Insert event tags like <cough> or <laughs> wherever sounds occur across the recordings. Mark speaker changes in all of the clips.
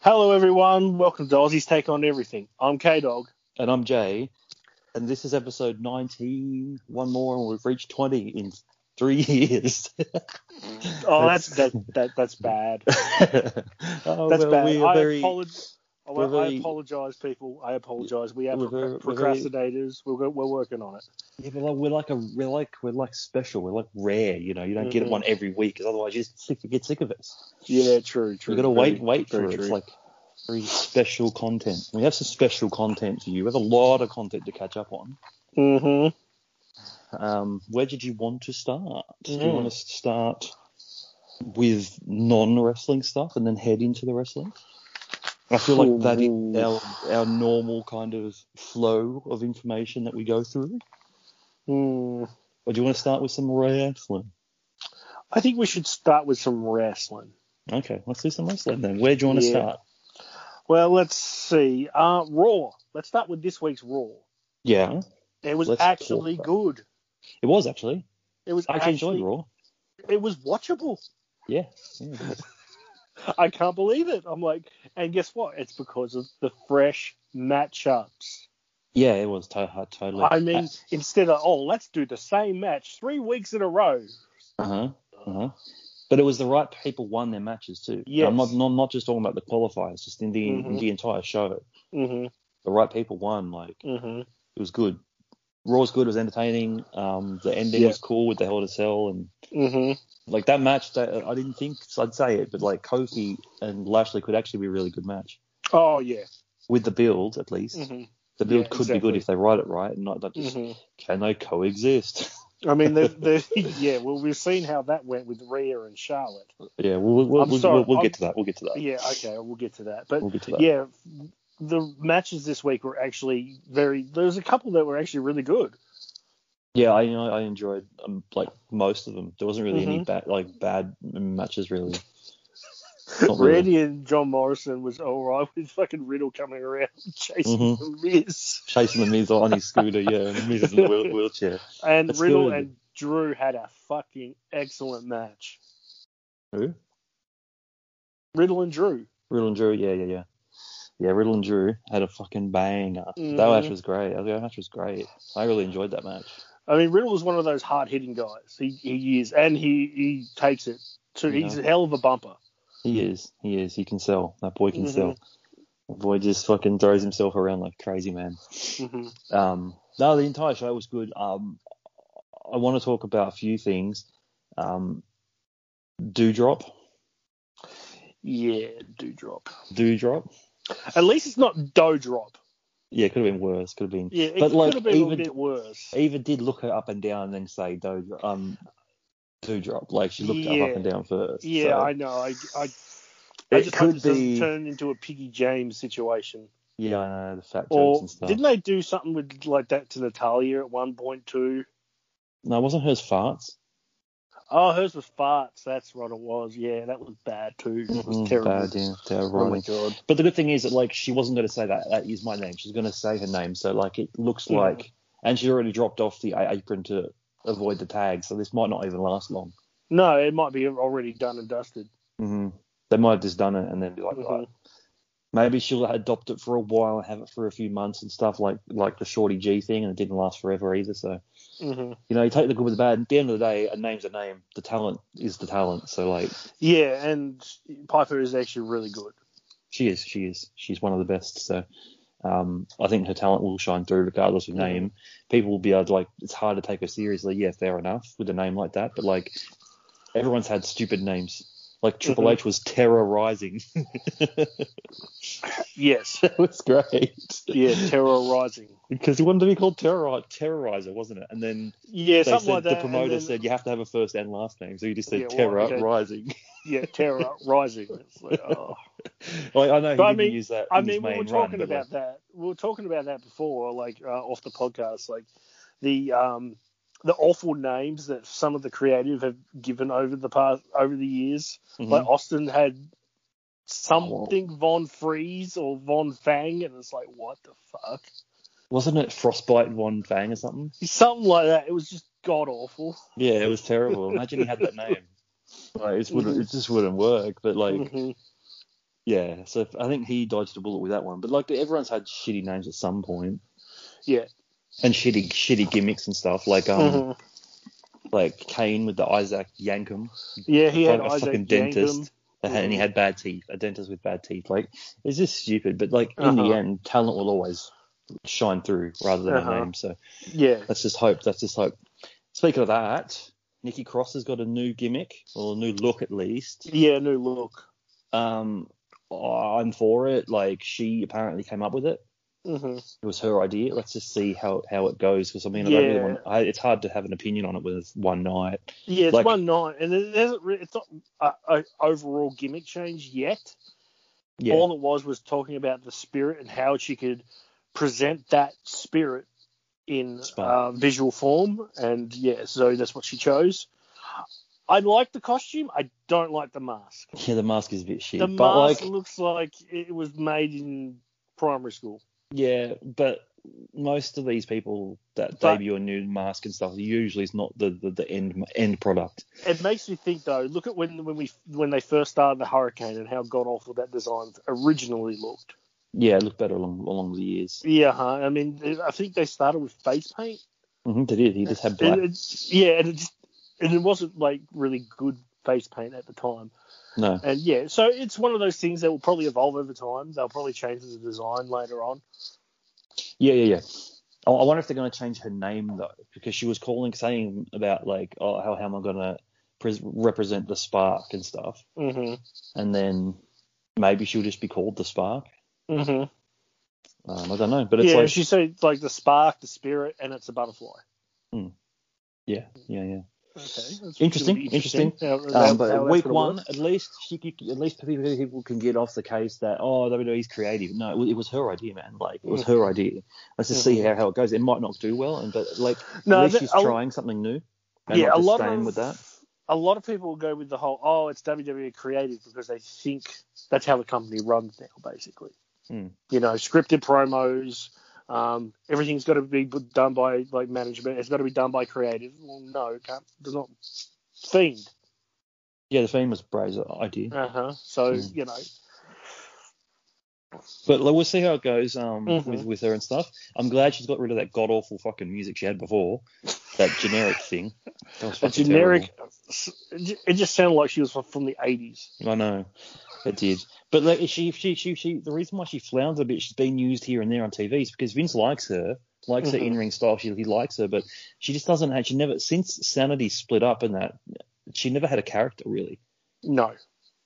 Speaker 1: Hello, everyone. Welcome to Aussie's Take on Everything. I'm K Dog.
Speaker 2: And I'm Jay. And this is episode 19. One more, and we've reached 20 in three <laughs> years.
Speaker 1: Oh, that's that, that that's bad.
Speaker 2: Oh,
Speaker 1: That's
Speaker 2: well,
Speaker 1: bad.
Speaker 2: We are
Speaker 1: I,
Speaker 2: very,
Speaker 1: apologize. I,
Speaker 2: we're very-
Speaker 1: apologize, people. I apologize. We are
Speaker 2: We're
Speaker 1: pro-
Speaker 2: very- we're very-
Speaker 1: procrastinators. We're, go- we're working on it.
Speaker 2: yeah, but like, we're like a we're like we're like special. We're like rare. You know, you don't get
Speaker 1: Mhm.
Speaker 2: one every week, because otherwise you just sick, you get sick of it.
Speaker 1: Yeah, true, true.
Speaker 2: We're gonna
Speaker 1: Very-
Speaker 2: wait, wait for
Speaker 1: very
Speaker 2: it. It's
Speaker 1: true.
Speaker 2: like very special content. We have some special content for you. We have a lot of content to catch up on.
Speaker 1: Mhm.
Speaker 2: Um, where did you want to start? Do you
Speaker 1: Mm.
Speaker 2: want to start with non-wrestling stuff and then head into the wrestling? I feel like that
Speaker 1: Ooh.
Speaker 2: is our, our normal kind of flow of information that we go through.
Speaker 1: Hmm.
Speaker 2: Or do you want to start with some wrestling?
Speaker 1: I think we should start with some wrestling.
Speaker 2: Okay, let's do some wrestling then. Where do you want to
Speaker 1: Yeah.
Speaker 2: start?
Speaker 1: Well, let's see. Uh, Raw. Let's start with this week's Raw.
Speaker 2: Yeah,
Speaker 1: It was
Speaker 2: Let's talk
Speaker 1: actually
Speaker 2: about-
Speaker 1: good.
Speaker 2: it was actually.
Speaker 1: It was
Speaker 2: I actually
Speaker 1: actually,
Speaker 2: enjoyed Raw.
Speaker 1: It was watchable.
Speaker 2: Yeah. yeah, it was.
Speaker 1: I can't believe it. I'm like, and guess what? It's because of the fresh matchups.
Speaker 2: Yeah, it was to- uh, totally.
Speaker 1: I mean, instead of oh, let's do the same match three weeks in a row.
Speaker 2: Uh huh. Uh huh. But it was the right people won their matches too.
Speaker 1: Yes.
Speaker 2: I'm not, not not just talking about the qualifiers, just in the in
Speaker 1: Mhm.
Speaker 2: the entire show.
Speaker 1: Mm-hmm.
Speaker 2: The right people won. Like
Speaker 1: Mm-hmm.
Speaker 2: it was good. Raw was good. It was entertaining. Um, the ending
Speaker 1: Yeah.
Speaker 2: was cool with the Hell to Cell and
Speaker 1: Mm-hmm.
Speaker 2: like that match. That I didn't think I'd say it, but like Kofi and Lashley could actually be a really good match
Speaker 1: Oh yeah.
Speaker 2: with the build at least.
Speaker 1: Mm-hmm.
Speaker 2: The build
Speaker 1: Yeah,
Speaker 2: could be good
Speaker 1: exactly.
Speaker 2: if they write it right and not, not just
Speaker 1: Mm-hmm.
Speaker 2: can they coexist. <laughs>
Speaker 1: I mean, the, the, yeah. Well, we've seen how that went with Rhea and Charlotte.
Speaker 2: yeah, we'll we'll,
Speaker 1: I'm
Speaker 2: we'll,
Speaker 1: sorry,
Speaker 2: we'll, we'll
Speaker 1: I'm-
Speaker 2: get to that. We'll get to that.
Speaker 1: Yeah. Okay. We'll get to that. But
Speaker 2: We'll get to that.
Speaker 1: yeah, the matches this week were actually very. There's a couple that were actually really good.
Speaker 2: Yeah, I know. I enjoyed um, like most of them. There wasn't really
Speaker 1: Mm-hmm.
Speaker 2: any bad like bad
Speaker 1: <laughs>
Speaker 2: matches really. Not really.
Speaker 1: Randy and John Morrison was alright <laughs> with fucking Riddle coming around <laughs> chasing
Speaker 2: Mhm.
Speaker 1: the Miz.
Speaker 2: Chasing the Miz on his scooter, yeah, and the Miz is in the
Speaker 1: <laughs>
Speaker 2: wheel- wheelchair.
Speaker 1: And
Speaker 2: That's
Speaker 1: Riddle
Speaker 2: good.
Speaker 1: and Drew had a fucking excellent match.
Speaker 2: Who?
Speaker 1: Riddle and Drew.
Speaker 2: Riddle and Drew, yeah, yeah, yeah, yeah. Riddle and Drew had a fucking banger. That
Speaker 1: Mhm.
Speaker 2: match was great. That match was great. I really enjoyed that match.
Speaker 1: I mean, Riddle is one of those hard hitting guys. He, he is, and he, he takes it. So
Speaker 2: Yeah.
Speaker 1: he's a hell of a bumper.
Speaker 2: He is, he is. He can sell. That boy can
Speaker 1: Mhm.
Speaker 2: sell. That boy just fucking throws himself around like crazy, man.
Speaker 1: hmm
Speaker 2: Um, no, the entire show was good. Um, I want to talk about a few things. Um, Dewdrop,
Speaker 1: Yeah, do drop.
Speaker 2: Dewdrop.
Speaker 1: At least it's not dough drop.
Speaker 2: Yeah, could have been worse. Could have been.
Speaker 1: Yeah, it
Speaker 2: But,
Speaker 1: could
Speaker 2: like,
Speaker 1: have been a
Speaker 2: even-
Speaker 1: bit worse.
Speaker 2: Eva did look her up and down and then say Dewdrop. Um, Dewdrop. Like she looked her
Speaker 1: Yeah.
Speaker 2: up and down first.
Speaker 1: Yeah,
Speaker 2: so-
Speaker 1: I know. I, I, I
Speaker 2: it
Speaker 1: just hope
Speaker 2: could
Speaker 1: this doesn't
Speaker 2: be.
Speaker 1: turn into a Piggy James situation.
Speaker 2: Yeah, I know the fat jokes
Speaker 1: Or
Speaker 2: and stuff.
Speaker 1: didn't they do something with like that to Natalia at one point too?
Speaker 2: No, it wasn't hers farts.
Speaker 1: Oh, hers was farts. That's what it was. Yeah, that was bad too. It was
Speaker 2: Mm,
Speaker 1: terrible.
Speaker 2: Bad, yeah,
Speaker 1: Oh my
Speaker 2: terrible.
Speaker 1: god.
Speaker 2: But the good thing is that like she wasn't going to say that. That is my name. She's going to say her name. So like it looks
Speaker 1: Yeah.
Speaker 2: like, and she'd already dropped off the a- apron to avoid the tag. So this might not even last long.
Speaker 1: No, it might be already done and dusted.
Speaker 2: hmm
Speaker 1: Mm-hmm.
Speaker 2: They might have just done it and then be like,
Speaker 1: Mhm.
Speaker 2: right. maybe she'll adopt it for a while and have it for a few months and stuff like like the Shorty G thing, and it didn't last forever either. So
Speaker 1: hmm
Speaker 2: you know, you take the good with the bad. At the end of the day, a name's a name. The talent is the talent. So like,
Speaker 1: Yeah, and Piper is actually really good.
Speaker 2: she is, she is, she's one of the best. So. Um, I think her talent will shine through regardless of
Speaker 1: Mhm.
Speaker 2: name. People will be able to, like, it's hard to take her seriously. Yeah, fair enough with a name like that. But, like, everyone's had stupid names. Like, Triple
Speaker 1: Mhm.
Speaker 2: H was terrorizing. <laughs>
Speaker 1: Yes.
Speaker 2: that was great.
Speaker 1: Yeah, terrorizing.
Speaker 2: Because he wanted to be called Terror Terrorizer, wasn't it? And then
Speaker 1: Yeah,
Speaker 2: they
Speaker 1: something
Speaker 2: said,
Speaker 1: like that.
Speaker 2: the promoter
Speaker 1: and then-
Speaker 2: said you have to have a first and last name, so you just said
Speaker 1: Yeah, well,
Speaker 2: Terror
Speaker 1: okay.
Speaker 2: Rising. <laughs>
Speaker 1: Yeah, terrorizing. It's like, oh.
Speaker 2: like, I know he
Speaker 1: But I
Speaker 2: didn't
Speaker 1: mean-
Speaker 2: use that.
Speaker 1: I
Speaker 2: in his
Speaker 1: mean, we
Speaker 2: main
Speaker 1: were
Speaker 2: run,
Speaker 1: talking
Speaker 2: but,
Speaker 1: about
Speaker 2: like,
Speaker 1: that. We were talking about that before, like uh, off the podcast, like the um the awful names that some of the creative have given over the past over the years.
Speaker 2: mhm.
Speaker 1: Like Austin had something Von Freeze or Von Fang, and it's like, what the fuck?
Speaker 2: wasn't it Frostbite Von Fang or something?
Speaker 1: Something like that. It was just god awful.
Speaker 2: Yeah, it was terrible. Imagine he had that name. <laughs> Like, it, wouldn't,
Speaker 1: Mhm. Mm-hmm.
Speaker 2: it just wouldn't work. But like,
Speaker 1: Mhm.
Speaker 2: Yeah, so if- I think he dodged a bullet with that one. But like everyone's had shitty names at some point,
Speaker 1: <laughs> Yeah.
Speaker 2: and shitty shitty gimmicks and stuff. Like um,
Speaker 1: Mhm.
Speaker 2: like Kane with the Isaac Yankum,
Speaker 1: <laughs> Yeah, he had
Speaker 2: like a
Speaker 1: Isaac Yankum.
Speaker 2: fucking
Speaker 1: Mm-hmm.
Speaker 2: dentist, that had- and he had bad teeth. A dentist with bad teeth. Like it's just stupid. But like in
Speaker 1: Uh-huh.
Speaker 2: the end, talent will always shine through rather than
Speaker 1: Uh-huh.
Speaker 2: a name. So
Speaker 1: Yeah.
Speaker 2: let's just hope. Let's just hope. Speaking of that, Nikki Cross has got a new gimmick or a new look at least.
Speaker 1: Yeah, new look.
Speaker 2: Um, I'm for it. Like she apparently came up with it.
Speaker 1: hmm
Speaker 2: it was her idea. Let's just see how, how it goes because I mean, I don't really
Speaker 1: Yeah.
Speaker 2: want, I, it's hard to have an opinion on it with one night.
Speaker 1: Yeah, it's
Speaker 2: Like-
Speaker 1: one night, and it isn't re- it's not a, a overall gimmick change yet.
Speaker 2: Yeah,
Speaker 1: All it was was talking about the spirit and how she could present that spirit in uh,
Speaker 2: Spark.
Speaker 1: visual form, and yeah, so that's what she chose. I like the costume. I don't like the mask.
Speaker 2: yeah, the mask is a bit shit,
Speaker 1: The
Speaker 2: but
Speaker 1: mask
Speaker 2: like,
Speaker 1: looks like it was made in primary school.
Speaker 2: yeah, but most of these people that
Speaker 1: But-
Speaker 2: debut a new mask and stuff usually it's not the, the, the end end product.
Speaker 1: It makes me think though. Look at when when we when they first started the hurricane and how god awful that design originally looked.
Speaker 2: Yeah, it looked better along along the years.
Speaker 1: Yeah, huh? I mean, I think they started with face paint.
Speaker 2: hmm they did. He just had
Speaker 1: And
Speaker 2: black.
Speaker 1: it's- yeah, and it just and it wasn't like really good face paint at the time.
Speaker 2: No,
Speaker 1: And yeah, so it's one of those things that will probably evolve over time. They'll probably change the design later on.
Speaker 2: yeah, yeah, yeah. I, I wonder if they're going to change her name though, because she was calling saying about like, oh, how, how am I going to pres- represent the spark and stuff.
Speaker 1: Mhm.
Speaker 2: Mm-hmm. and then maybe she'll just be called the Spark.
Speaker 1: Mhm.
Speaker 2: Um, I don't know, but it's
Speaker 1: Yeah,
Speaker 2: like
Speaker 1: she said like the spark, the spirit, and it's a butterfly.
Speaker 2: yeah, yeah, yeah.
Speaker 1: Okay. that's
Speaker 2: Interesting,
Speaker 1: really
Speaker 2: interesting.
Speaker 1: How- how-
Speaker 2: Um,
Speaker 1: how
Speaker 2: but
Speaker 1: that's
Speaker 2: week
Speaker 1: gonna
Speaker 2: one,
Speaker 1: work.
Speaker 2: at least she, could- at least people, people can get off the case that oh WWE's creative. No, it was, it was her idea, man. Like it was
Speaker 1: Mm-hmm.
Speaker 2: her idea. Let's just see how, how it goes. It might not do well, and but like
Speaker 1: No,
Speaker 2: at least
Speaker 1: that-
Speaker 2: she's
Speaker 1: a-
Speaker 2: trying something new. And
Speaker 1: yeah,
Speaker 2: not
Speaker 1: a
Speaker 2: just
Speaker 1: lot
Speaker 2: staying
Speaker 1: of
Speaker 2: with that.
Speaker 1: a lot of people go with the whole oh it's WWE creative because they think that's how the company runs now basically.
Speaker 2: Hmm.
Speaker 1: You know, scripted promos, um, everything's got to be b- done by like management. It's got to be done by creative. Well, no, it can't. There's not fiend.
Speaker 2: Yeah, the famous Bray's idea,
Speaker 1: Uh huh. So
Speaker 2: Hmm.
Speaker 1: you know,
Speaker 2: but like, we'll see how it goes um,
Speaker 1: Mhm.
Speaker 2: with with her and stuff. I'm glad she's got rid of that god awful fucking music she had before, that generic thing. That was
Speaker 1: a
Speaker 2: fucking terrible.
Speaker 1: generic. It just sounded like she was from the 80s.
Speaker 2: I know, it did. But like, she, she, she, she, the reason why she floundered a bit, she's been used here and there on TV, is because Vince likes her, likes her
Speaker 1: Mhm.
Speaker 2: in-ring style. She, he likes her, but she just doesn't. Have, she never since Sanity split up and that she never had a character really.
Speaker 1: No.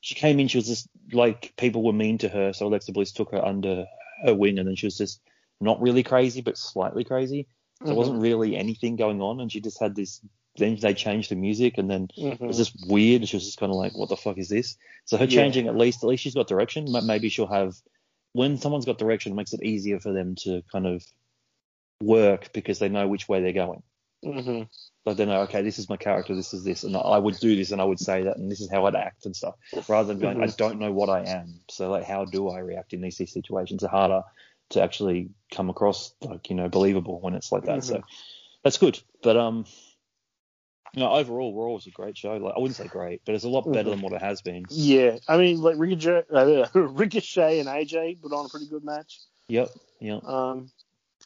Speaker 2: She came in, she was just like people were mean to her, so Alexa Bliss took her under her wing, and then she was just not really crazy, but slightly crazy. There
Speaker 1: Mm-hmm.
Speaker 2: wasn't really anything going on, and she just had this. Then they changed the music, and then
Speaker 1: Mhm.
Speaker 2: it was just weird. She was just kind of like, "What the fuck is this?" So her
Speaker 1: Yeah.
Speaker 2: changing at least, at least she's got direction. Ma- Maybe she'll have when someone's got direction, it makes it easier for them to kind of work because they know which way they're going.
Speaker 1: Mhm.
Speaker 2: Like they know, okay, this is my character, this is this, and I would do this, and I would say that, and this is how I'd act and stuff. Rather than going, I don't know what I am, so like, how do I react in these situations? Are harder to actually come across like you know believable when it's like that. So that's good, but um. You know, overall, Raw was a great show. Like, I wouldn't say great, but it's a lot better than what it has been.
Speaker 1: Yeah, I mean, like Ricochet, uh, <laughs> Ricochet and AJ put on a pretty good match.
Speaker 2: Yep, yep.
Speaker 1: Um,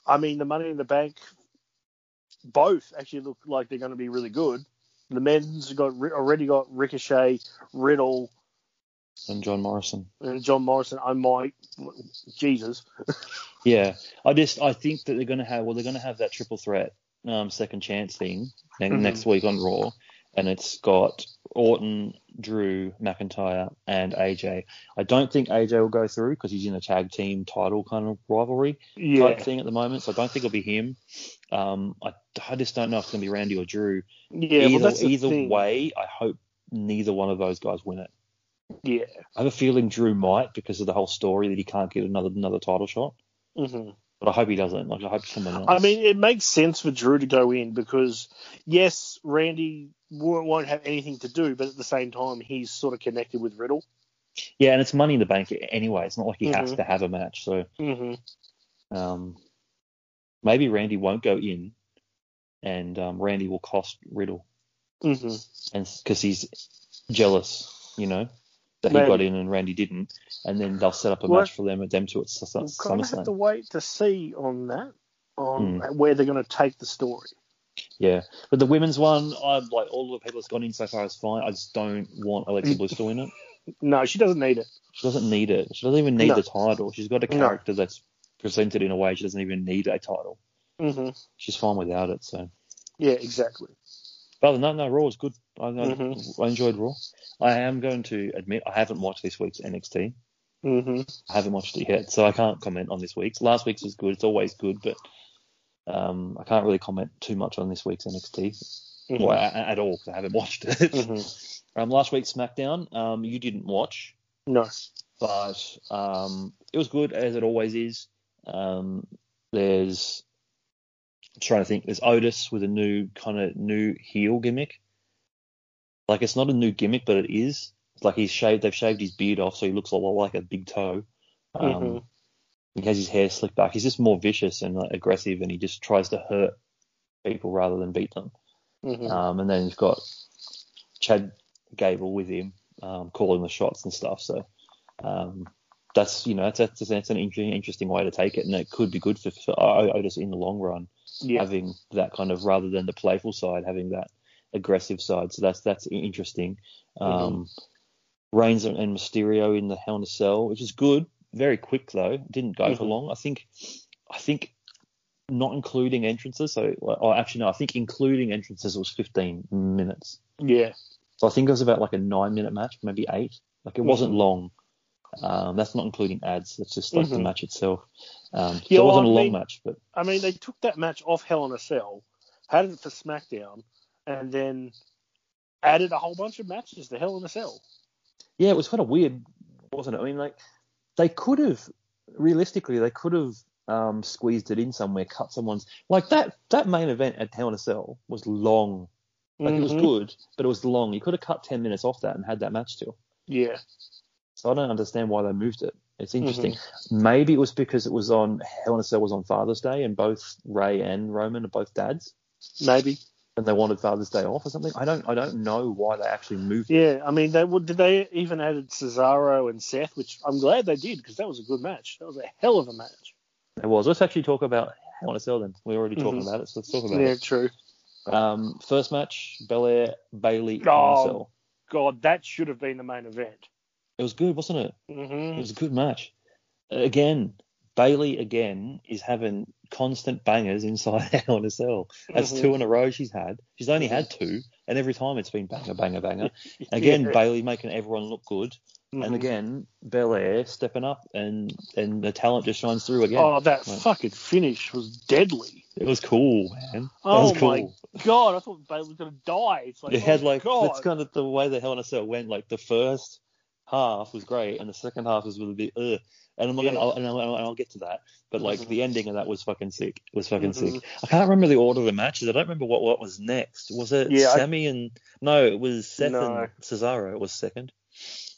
Speaker 1: I mean, the Money in the Bank both actually look like they're going to be really good. The men's got Ri- already got Ricochet, Riddle,
Speaker 2: And John Morrison.
Speaker 1: and John Morrison. I might, Jesus.
Speaker 2: Yeah, I just I think that they're going to have well they're going to have that triple threat um, second chance thing ne-
Speaker 1: Mhm.
Speaker 2: next week on Raw, and it's got Orton, Drew McIntyre, and AJ. I don't think AJ will go through because he's in a tag team title kind of rivalry type
Speaker 1: Yeah,
Speaker 2: thing at the moment, so I don't think it'll be him. Um, I, I just don't know if it's going to be Randy or Drew.
Speaker 1: yeah.
Speaker 2: either
Speaker 1: well, that's the
Speaker 2: either
Speaker 1: thing.
Speaker 2: way, I hope neither one of those guys win it.
Speaker 1: Yeah.
Speaker 2: I have a feeling Drew might because of the whole story that he can't get another another title shot.
Speaker 1: hmm
Speaker 2: But I hope he doesn't. Like I hope someone else.
Speaker 1: I mean, it makes sense for Drew to go in because yes, Randy won't won't have anything to do, but at the same time, he's sort of connected with Riddle.
Speaker 2: yeah, and it's money in the bank anyway. It's not like he has
Speaker 1: Mhm.
Speaker 2: to have a match. So
Speaker 1: hmm
Speaker 2: um, maybe Randy won't go in, and um, Randy will cost Riddle,
Speaker 1: hmm
Speaker 2: and because he's jealous, you know. that he
Speaker 1: Maybe.
Speaker 2: got in and Randy didn't, and then they'll set up a
Speaker 1: Well,
Speaker 2: match for them them two at Su- Su-
Speaker 1: We'll kind of have to
Speaker 2: SummerSlam.
Speaker 1: wait to see on that, on
Speaker 2: Hmm.
Speaker 1: where they're going to take the story.
Speaker 2: Yeah, but the women's one, I'm like all the people that's gone in so far is fine. I just don't want Alexa Bliss to win it.
Speaker 1: No, she doesn't need it.
Speaker 2: She doesn't need it. She doesn't even need
Speaker 1: No.
Speaker 2: the title. She's got a
Speaker 1: No.
Speaker 2: character that's presented in a way she doesn't even need a title. Mm-hmm.
Speaker 1: hmm
Speaker 2: She's fine without it. So,
Speaker 1: Yeah, exactly.
Speaker 2: but other than that, no, Raw was good. I, I,
Speaker 1: Mhm.
Speaker 2: I enjoyed Raw. I am going to admit I haven't watched this week's NXT.
Speaker 1: hmm
Speaker 2: I haven't watched it yet, so I can't comment on this week's. Last week's was good. It's always good, but um, I can't really comment too much on this week's NXT
Speaker 1: hmm
Speaker 2: well, a- a- at all because I haven't <laughs> watched it.
Speaker 1: Mm-hmm.
Speaker 2: um, last week's SmackDown, um, you didn't watch,
Speaker 1: No.
Speaker 2: but um, it was good as it always is. Um, there's I'm trying to think. There's Otis with a new kind of new heel gimmick. Like it's not a new gimmick, but it is. It's like he's shaved. They've shaved his beard off, so he looks a lot like a big toe. Um,
Speaker 1: Mhm.
Speaker 2: He has his hair slicked back. He's just more vicious and like, aggressive, and he just tries to hurt people rather than beat them.
Speaker 1: hmm
Speaker 2: Um, and then you've got Chad Gable with him, um, calling the shots and stuff. So um, that's you know that's that's, that's an interesting, interesting way to take it, and it could be good for, for O- Otis in the long run,
Speaker 1: Yeah.
Speaker 2: having that kind of rather than the playful side, having that aggressive side. So that's that's i- interesting.
Speaker 1: Mm-hmm.
Speaker 2: Um, Reigns and- and Mysterio in the Hell in a Cell, which is good. Very quick though, didn't go for
Speaker 1: Mhm.
Speaker 2: long. I think, I think not including entrances. So, oh, actually, no, I think including entrances was 15 minutes.
Speaker 1: Yeah.
Speaker 2: So I think it was about like a nine minute match, maybe eight. Like it wasn't
Speaker 1: Mhm.
Speaker 2: long. Um, that's not including ads. That's just like the
Speaker 1: Mhm.
Speaker 2: match itself. Um, so
Speaker 1: Yeah,
Speaker 2: it wasn't
Speaker 1: well,
Speaker 2: a
Speaker 1: I
Speaker 2: long
Speaker 1: mean-
Speaker 2: match, but
Speaker 1: I mean, they took that match off Hell in a Cell, had it for SmackDown, and then added a whole bunch of matches to Hell in a Cell.
Speaker 2: yeah, it was kind of weird, wasn't it? I mean, like they could have realistically, they could have um, squeezed it in somewhere, cut someone's like that. That main event at Hell in a Cell was long. Like it was
Speaker 1: Mhm.
Speaker 2: good, but it was long. You could have cut 10 minutes off that and had that match still.
Speaker 1: Yeah.
Speaker 2: So I don't understand why they moved it. It's interesting. Maybe it was because it was on Hell in a Cell was on Father's Day, and both Ray and Roman are both dads,
Speaker 1: Maybe.
Speaker 2: and they wanted Father's Day off or something. I don't I don't know why they actually moved. it.
Speaker 1: Yeah. I mean, they would. Did they even added Cesaro and Seth, which I'm glad they did because that was a good match. That was a hell of a match.
Speaker 2: It was. Let's actually talk about Hell in a Cell then. We're already talking
Speaker 1: Mhm.
Speaker 2: about it, so let's talk about
Speaker 1: Yeah.
Speaker 2: it.
Speaker 1: True.
Speaker 2: Um, first match: Belair Bailey Hell in a
Speaker 1: Oh.
Speaker 2: Cell.
Speaker 1: God, that should have been the main event.
Speaker 2: It was good, wasn't it? It
Speaker 1: hmm
Speaker 2: was a good match. Again, Bailey again is having constant bangers inside <laughs> Hell in a Cell. That's
Speaker 1: Mhm.
Speaker 2: two in a row she's had. She's only
Speaker 1: Mhm.
Speaker 2: had two, and every time it's been banger, banger, banger. Again, Bailey making everyone look good,
Speaker 1: Mm-hmm.
Speaker 2: and again Belair stepping up, and and the talent just shines through again.
Speaker 1: Oh, that
Speaker 2: Right.
Speaker 1: fucking finish was deadly.
Speaker 2: It was cool, man.
Speaker 1: Oh
Speaker 2: that was cool.
Speaker 1: my God, I thought Bailey was gonna die. It's like,
Speaker 2: it had
Speaker 1: oh,
Speaker 2: like
Speaker 1: God.
Speaker 2: that's kind of the way the Hell in a Cell went. Like the first half was great, and the second half was really bit. Ugh. And I'm not gonna,
Speaker 1: Yeah.
Speaker 2: I'll, and I'll, and I'll- and I'll get to that. But like
Speaker 1: Mhm.
Speaker 2: the ending of that was fucking sick. It was fucking
Speaker 1: Mhm.
Speaker 2: sick. I can't remember the order of the matches. I don't remember what what was next. Was it
Speaker 1: Yeah, I-
Speaker 2: Sammy and no? It was Seth
Speaker 1: No.
Speaker 2: and Cesaro. It was second.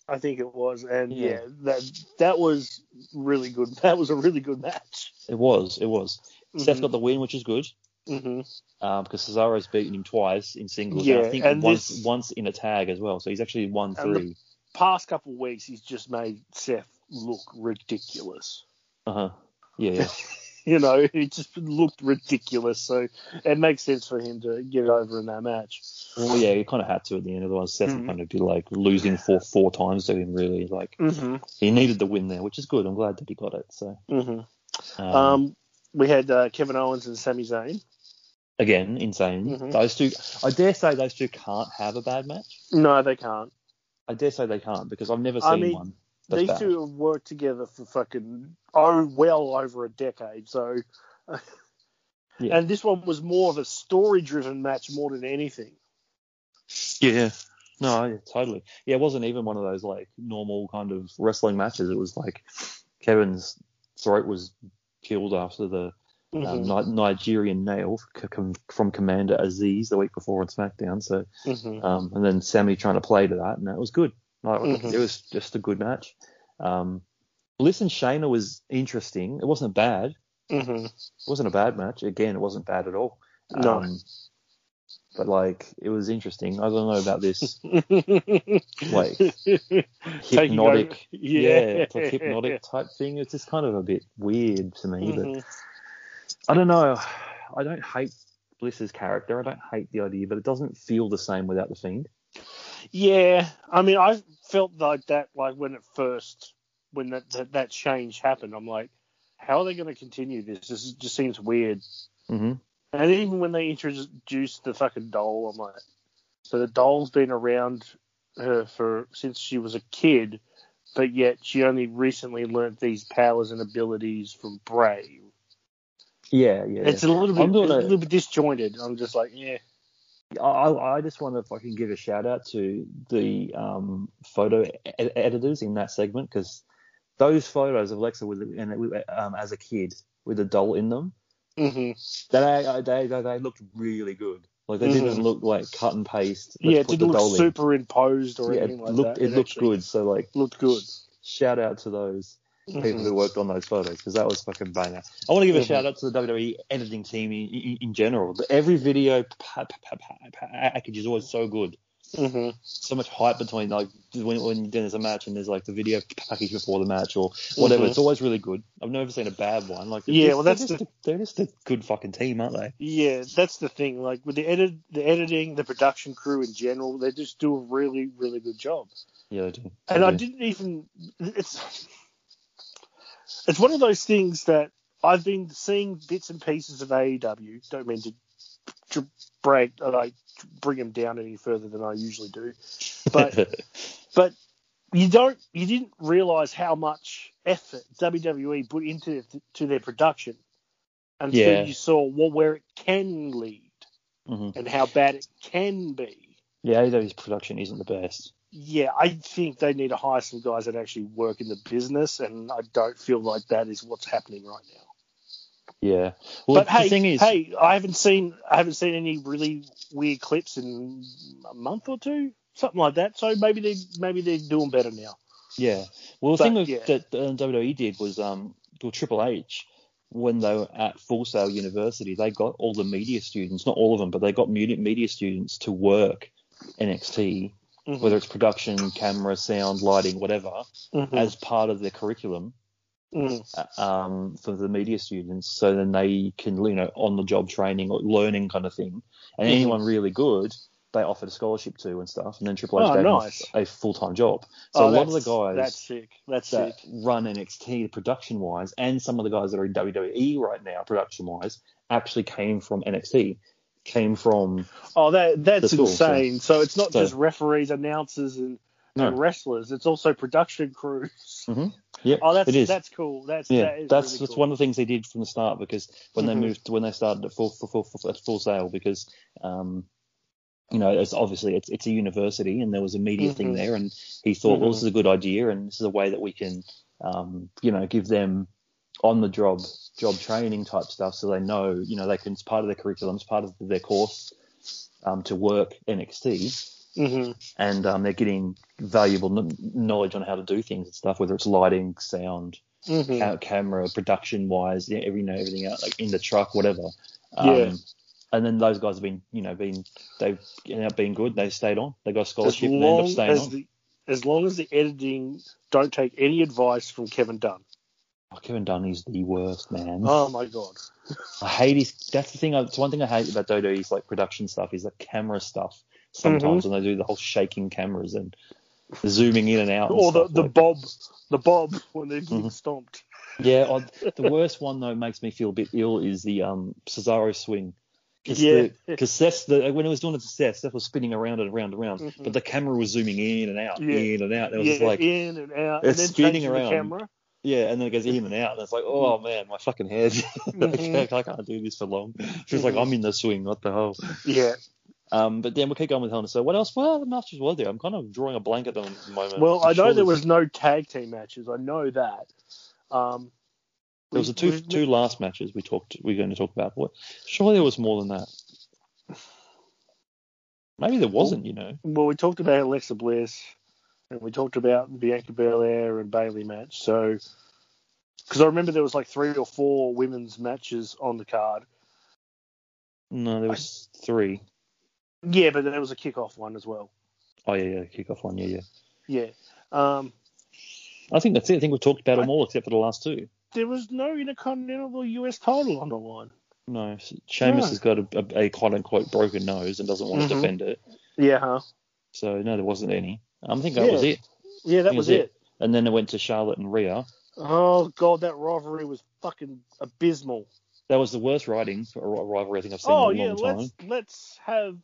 Speaker 1: I think it was, and
Speaker 2: Yeah.
Speaker 1: yeah. that that was really good. <laughs> That was a really good match.
Speaker 2: It was. It was.
Speaker 1: Mm-hmm.
Speaker 2: Seth got the win, which is good.
Speaker 1: hmm
Speaker 2: Um, because Cesaro's beaten him twice in singles, and I
Speaker 1: Yeah,
Speaker 2: think
Speaker 1: and
Speaker 2: once
Speaker 1: this-
Speaker 2: once in a tag as well. So he's actually won
Speaker 1: And the-
Speaker 2: three.
Speaker 1: Past couple of weeks, he's just made Seth look ridiculous.
Speaker 2: Uh huh. Yeah, yeah.
Speaker 1: You know, <laughs> he just looked ridiculous. So it makes sense for him to get over in that match.
Speaker 2: Well, yeah, he kind of had to at the end. Otherwise, Seth would
Speaker 1: Mhm.
Speaker 2: kind of be like losing four four times to him. Really, like
Speaker 1: hmm
Speaker 2: he needed the win there, which is good. I'm glad that he got it. So
Speaker 1: hmm
Speaker 2: um,
Speaker 1: Um, we had uh, Kevin Owens and Sami Zayn.
Speaker 2: again, insane.
Speaker 1: Mhm.
Speaker 2: Those two, I dare say, those two can't have a bad match.
Speaker 1: No, they can't.
Speaker 2: I dare say they can't because I've never seen
Speaker 1: I mean,
Speaker 2: one. That's
Speaker 1: These
Speaker 2: bad.
Speaker 1: two have worked together for fucking oh well over a decade. So,
Speaker 2: Yeah.
Speaker 1: and this one was more of a story-driven match more than anything.
Speaker 2: Yeah. No, yeah, totally. Yeah, it wasn't even one of those like normal kind of wrestling matches. It was like Kevin's throat was killed after the um,
Speaker 1: Mhm,
Speaker 2: Ni- Nigerian nail c- com- from Commander Aziz the week before on SmackDown. So
Speaker 1: mhm.
Speaker 2: Um, and then Sammy trying to play to that, and that was good. Like,
Speaker 1: Mhm.
Speaker 2: It was just a good match. Um, Bliss and Shayna was interesting. It wasn't bad. It
Speaker 1: Mm-hmm.
Speaker 2: wasn't a bad match. Again, it wasn't bad at all.
Speaker 1: No.
Speaker 2: Um, But like, it was interesting. I don't know about this <laughs> like
Speaker 1: <laughs> Taking Mm-hmm. over-
Speaker 2: hypnotic, yeah, it's like hypnotic type thing. It's just kind of a bit weird to me. But
Speaker 1: Mhm.
Speaker 2: I don't know. I don't hate Bliss's character. I don't hate the idea, but it doesn't feel the same without the Fiend.
Speaker 1: Yeah, I mean, I felt like that, like when it first, when that that, that change happened, I'm like, how are they going to continue this? This is, just seems weird.
Speaker 2: Mm-hmm.
Speaker 1: And even when they introduced the fucking doll, I'm like, so the doll's been around her for since she was a kid, but yet she only recently learnt these powers and abilities from Bray.
Speaker 2: Yeah, yeah.
Speaker 1: It's a little bit,
Speaker 2: I'm doing
Speaker 1: it's a
Speaker 2: a-
Speaker 1: little bit disjointed. I'm just like, yeah,
Speaker 2: I- I, I just want to fucking give a shout out to the um, photo e- editors in that segment because those photos of Alexa with, and, um, as a kid with a doll in them,
Speaker 1: hmm
Speaker 2: they they they, they looked really good. Like they
Speaker 1: Mhm.
Speaker 2: didn't look like cut and paste. Let's
Speaker 1: yeah, it
Speaker 2: put
Speaker 1: didn't
Speaker 2: the
Speaker 1: look
Speaker 2: doll in.
Speaker 1: superimposed or
Speaker 2: Yeah, it
Speaker 1: anything like
Speaker 2: looked
Speaker 1: that.
Speaker 2: it looked
Speaker 1: actually
Speaker 2: good. So like,
Speaker 1: Looked good.
Speaker 2: shout out to those people
Speaker 1: Mhm.
Speaker 2: who worked on those photos because that was fucking banger. I want to give a
Speaker 1: Mhm.
Speaker 2: shout out to the WWE editing team in, in, in general. Every video pa- pa- pa- pa- pa- package is always so good.
Speaker 1: hmm
Speaker 2: so much hype between like when, when there's a match and there's like the video package before the match or whatever.
Speaker 1: Mhm.
Speaker 2: It's always really good. I've never seen a bad one. Like
Speaker 1: Yeah,
Speaker 2: they're-
Speaker 1: well, that's
Speaker 2: they're just, a, they're just a good fucking team, aren't they?
Speaker 1: Yeah, that's the thing. Like with the edit, the editing, the production crew in general, they just do a really, really good job.
Speaker 2: Yeah, they do.
Speaker 1: And I didn't even. It's it's one of those things that I've been seeing bits and pieces of AEW. Don't mean to, to break like bring them down any further than I usually do,
Speaker 2: <laughs>
Speaker 1: but <laughs> you don't you didn't realize how much effort WWE put into their, to their production until
Speaker 2: Yeah.
Speaker 1: you saw what where it can lead
Speaker 2: Mhm.
Speaker 1: and how bad it can be.
Speaker 2: yeah, AEW's production isn't the best.
Speaker 1: Yeah, I think they need to hire some guys that actually work in the business, and I don't feel like that is what's happening right now.
Speaker 2: Yeah. Well,
Speaker 1: but
Speaker 2: the
Speaker 1: hey,
Speaker 2: thing is,
Speaker 1: hey, I haven't seen I haven't seen any really weird clips in a month or two, something like that. So maybe they maybe they're doing better now.
Speaker 2: yeah. Well, the
Speaker 1: but,
Speaker 2: thing with,
Speaker 1: yeah.
Speaker 2: that uh, WWE did was um, well, Triple H. When they were at Full Sail University, they got all the media students, not all of them, but they got media media students to work NXT
Speaker 1: Mhm.
Speaker 2: whether it's production, camera, sound, lighting, whatever,
Speaker 1: Mhm.
Speaker 2: as part of their curriculum
Speaker 1: Mhm.
Speaker 2: uh, um, for the media students. So then they can, you know, on the job training or learning kind of thing. And
Speaker 1: Mhm.
Speaker 2: anyone really good, they offered a scholarship to and stuff. And then Triple H
Speaker 1: Oh,
Speaker 2: gave them
Speaker 1: nice.
Speaker 2: a full time job. So
Speaker 1: Oh,
Speaker 2: a lot of the
Speaker 1: that's-
Speaker 2: guys
Speaker 1: that's sick. That's
Speaker 2: that
Speaker 1: sick.
Speaker 2: run NXT production wise, and some of the guys that are in WWE right now production wise, actually came from NXT, came from
Speaker 1: Oh, that that's
Speaker 2: the school, so-
Speaker 1: insane. So it's not
Speaker 2: so-
Speaker 1: just referees, announcers, and,
Speaker 2: No.
Speaker 1: and wrestlers. It's also production crews. <laughs>
Speaker 2: yeah,
Speaker 1: Oh, that's
Speaker 2: it is.
Speaker 1: that's cool. That's
Speaker 2: Yeah,
Speaker 1: that is
Speaker 2: that's
Speaker 1: really
Speaker 2: that's
Speaker 1: cool.
Speaker 2: one of the things they did from the start because when
Speaker 1: Mhm.
Speaker 2: they moved when they started at full full full, full, at full sale because um you know it's obviously it's it's a university and there was a media thing
Speaker 1: Mhm.
Speaker 2: there and he thought well
Speaker 1: Mhm.
Speaker 2: this is a good idea and this is a way that we can um you know give them on the job job training type stuff so they know you know they can it's part of their curriculum it's part of their course um to work NXT
Speaker 1: Mhm.
Speaker 2: and um, they're getting valuable kn- knowledge on how to do things and stuff whether it's lighting sound
Speaker 1: Mhm.
Speaker 2: ca- camera production wise, yeah, every you know everything out like in the truck, whatever. Um,
Speaker 1: Yeah.
Speaker 2: And then those guys have been, you know, been they've ended up being good. They stayed on. They got a
Speaker 1: As
Speaker 2: scholarship and they ended up
Speaker 1: long
Speaker 2: staying
Speaker 1: as
Speaker 2: on.
Speaker 1: the as long as the editing don't take any advice from Kevin Dunn.
Speaker 2: Oh, Kevin Dunn is the worst man.
Speaker 1: Oh my god.
Speaker 2: I hate his. That's the thing. I- It's one thing I hate about Dodo is like production stuff. Is the camera stuff
Speaker 1: Mm-hmm.
Speaker 2: sometimes, and they do the whole shaking cameras and zooming in and out. and
Speaker 1: Or the,
Speaker 2: stuff,
Speaker 1: the
Speaker 2: like-
Speaker 1: bob the bob when they're getting
Speaker 2: Mhm.
Speaker 1: stomped.
Speaker 2: Yeah, I, the worst one though makes me feel a bit ill is the um Cesaro swing. Cause
Speaker 1: Yeah.
Speaker 2: because Seth, the, when it was doing it to Seth, Seth was spinning around and around and around,
Speaker 1: Mhm.
Speaker 2: but the camera was zooming in and out,
Speaker 1: Yeah.
Speaker 2: in and out. And it was
Speaker 1: Yeah,
Speaker 2: just like, yeah.
Speaker 1: in and out, and
Speaker 2: it's
Speaker 1: then
Speaker 2: spinning
Speaker 1: changing
Speaker 2: around.
Speaker 1: the camera.
Speaker 2: and then it goes in and out, and it's like, oh
Speaker 1: Mm-hmm.
Speaker 2: man, my fucking head, <laughs>
Speaker 1: Mhm.
Speaker 2: I can't do this for long. She's like,
Speaker 1: Mhm.
Speaker 2: I'm in the swing, what the hell?
Speaker 1: Yeah.
Speaker 2: Um, but then we'll keep going with Hell So what else? What other matches were there? I'm kind of drawing a blank at the moment.
Speaker 1: Well, I
Speaker 2: I'm
Speaker 1: know
Speaker 2: sure
Speaker 1: there
Speaker 2: there's-
Speaker 1: was no tag team matches. I know that. Um,
Speaker 2: there was
Speaker 1: we-
Speaker 2: the two
Speaker 1: we-
Speaker 2: two last matches we talked we're going to talk about. What? Surely there was more than that. Maybe there wasn't. You know.
Speaker 1: Well, we talked about Alexa Bliss, and we talked about the Bianca Belair and Bailey match. So, because I remember there was like three or four women's matches on the card.
Speaker 2: No, there was three.
Speaker 1: Yeah, but there was a kickoff one as well.
Speaker 2: Oh yeah, yeah, kickoff one. Yeah, yeah.
Speaker 1: Yeah. Um,
Speaker 2: I think that's it. I think we've talked about them all except for the last two.
Speaker 1: there was no Intercontinental US title on the line.
Speaker 2: No, Sheamus
Speaker 1: No.
Speaker 2: has got a, a, a quote unquote broken nose and doesn't want
Speaker 1: Mhm.
Speaker 2: to defend it.
Speaker 1: Yeah, huh?
Speaker 2: So no, there wasn't any. Um, I think that
Speaker 1: Yeah.
Speaker 2: was it.
Speaker 1: Yeah, that
Speaker 2: That
Speaker 1: was
Speaker 2: was
Speaker 1: it.
Speaker 2: it. And then it went to Charlotte and Rhea.
Speaker 1: Oh god, that rivalry was fucking abysmal.
Speaker 2: That was the worst writing for a ri- rivalry I think I've seen
Speaker 1: Oh
Speaker 2: in a
Speaker 1: yeah,
Speaker 2: long
Speaker 1: let's let's have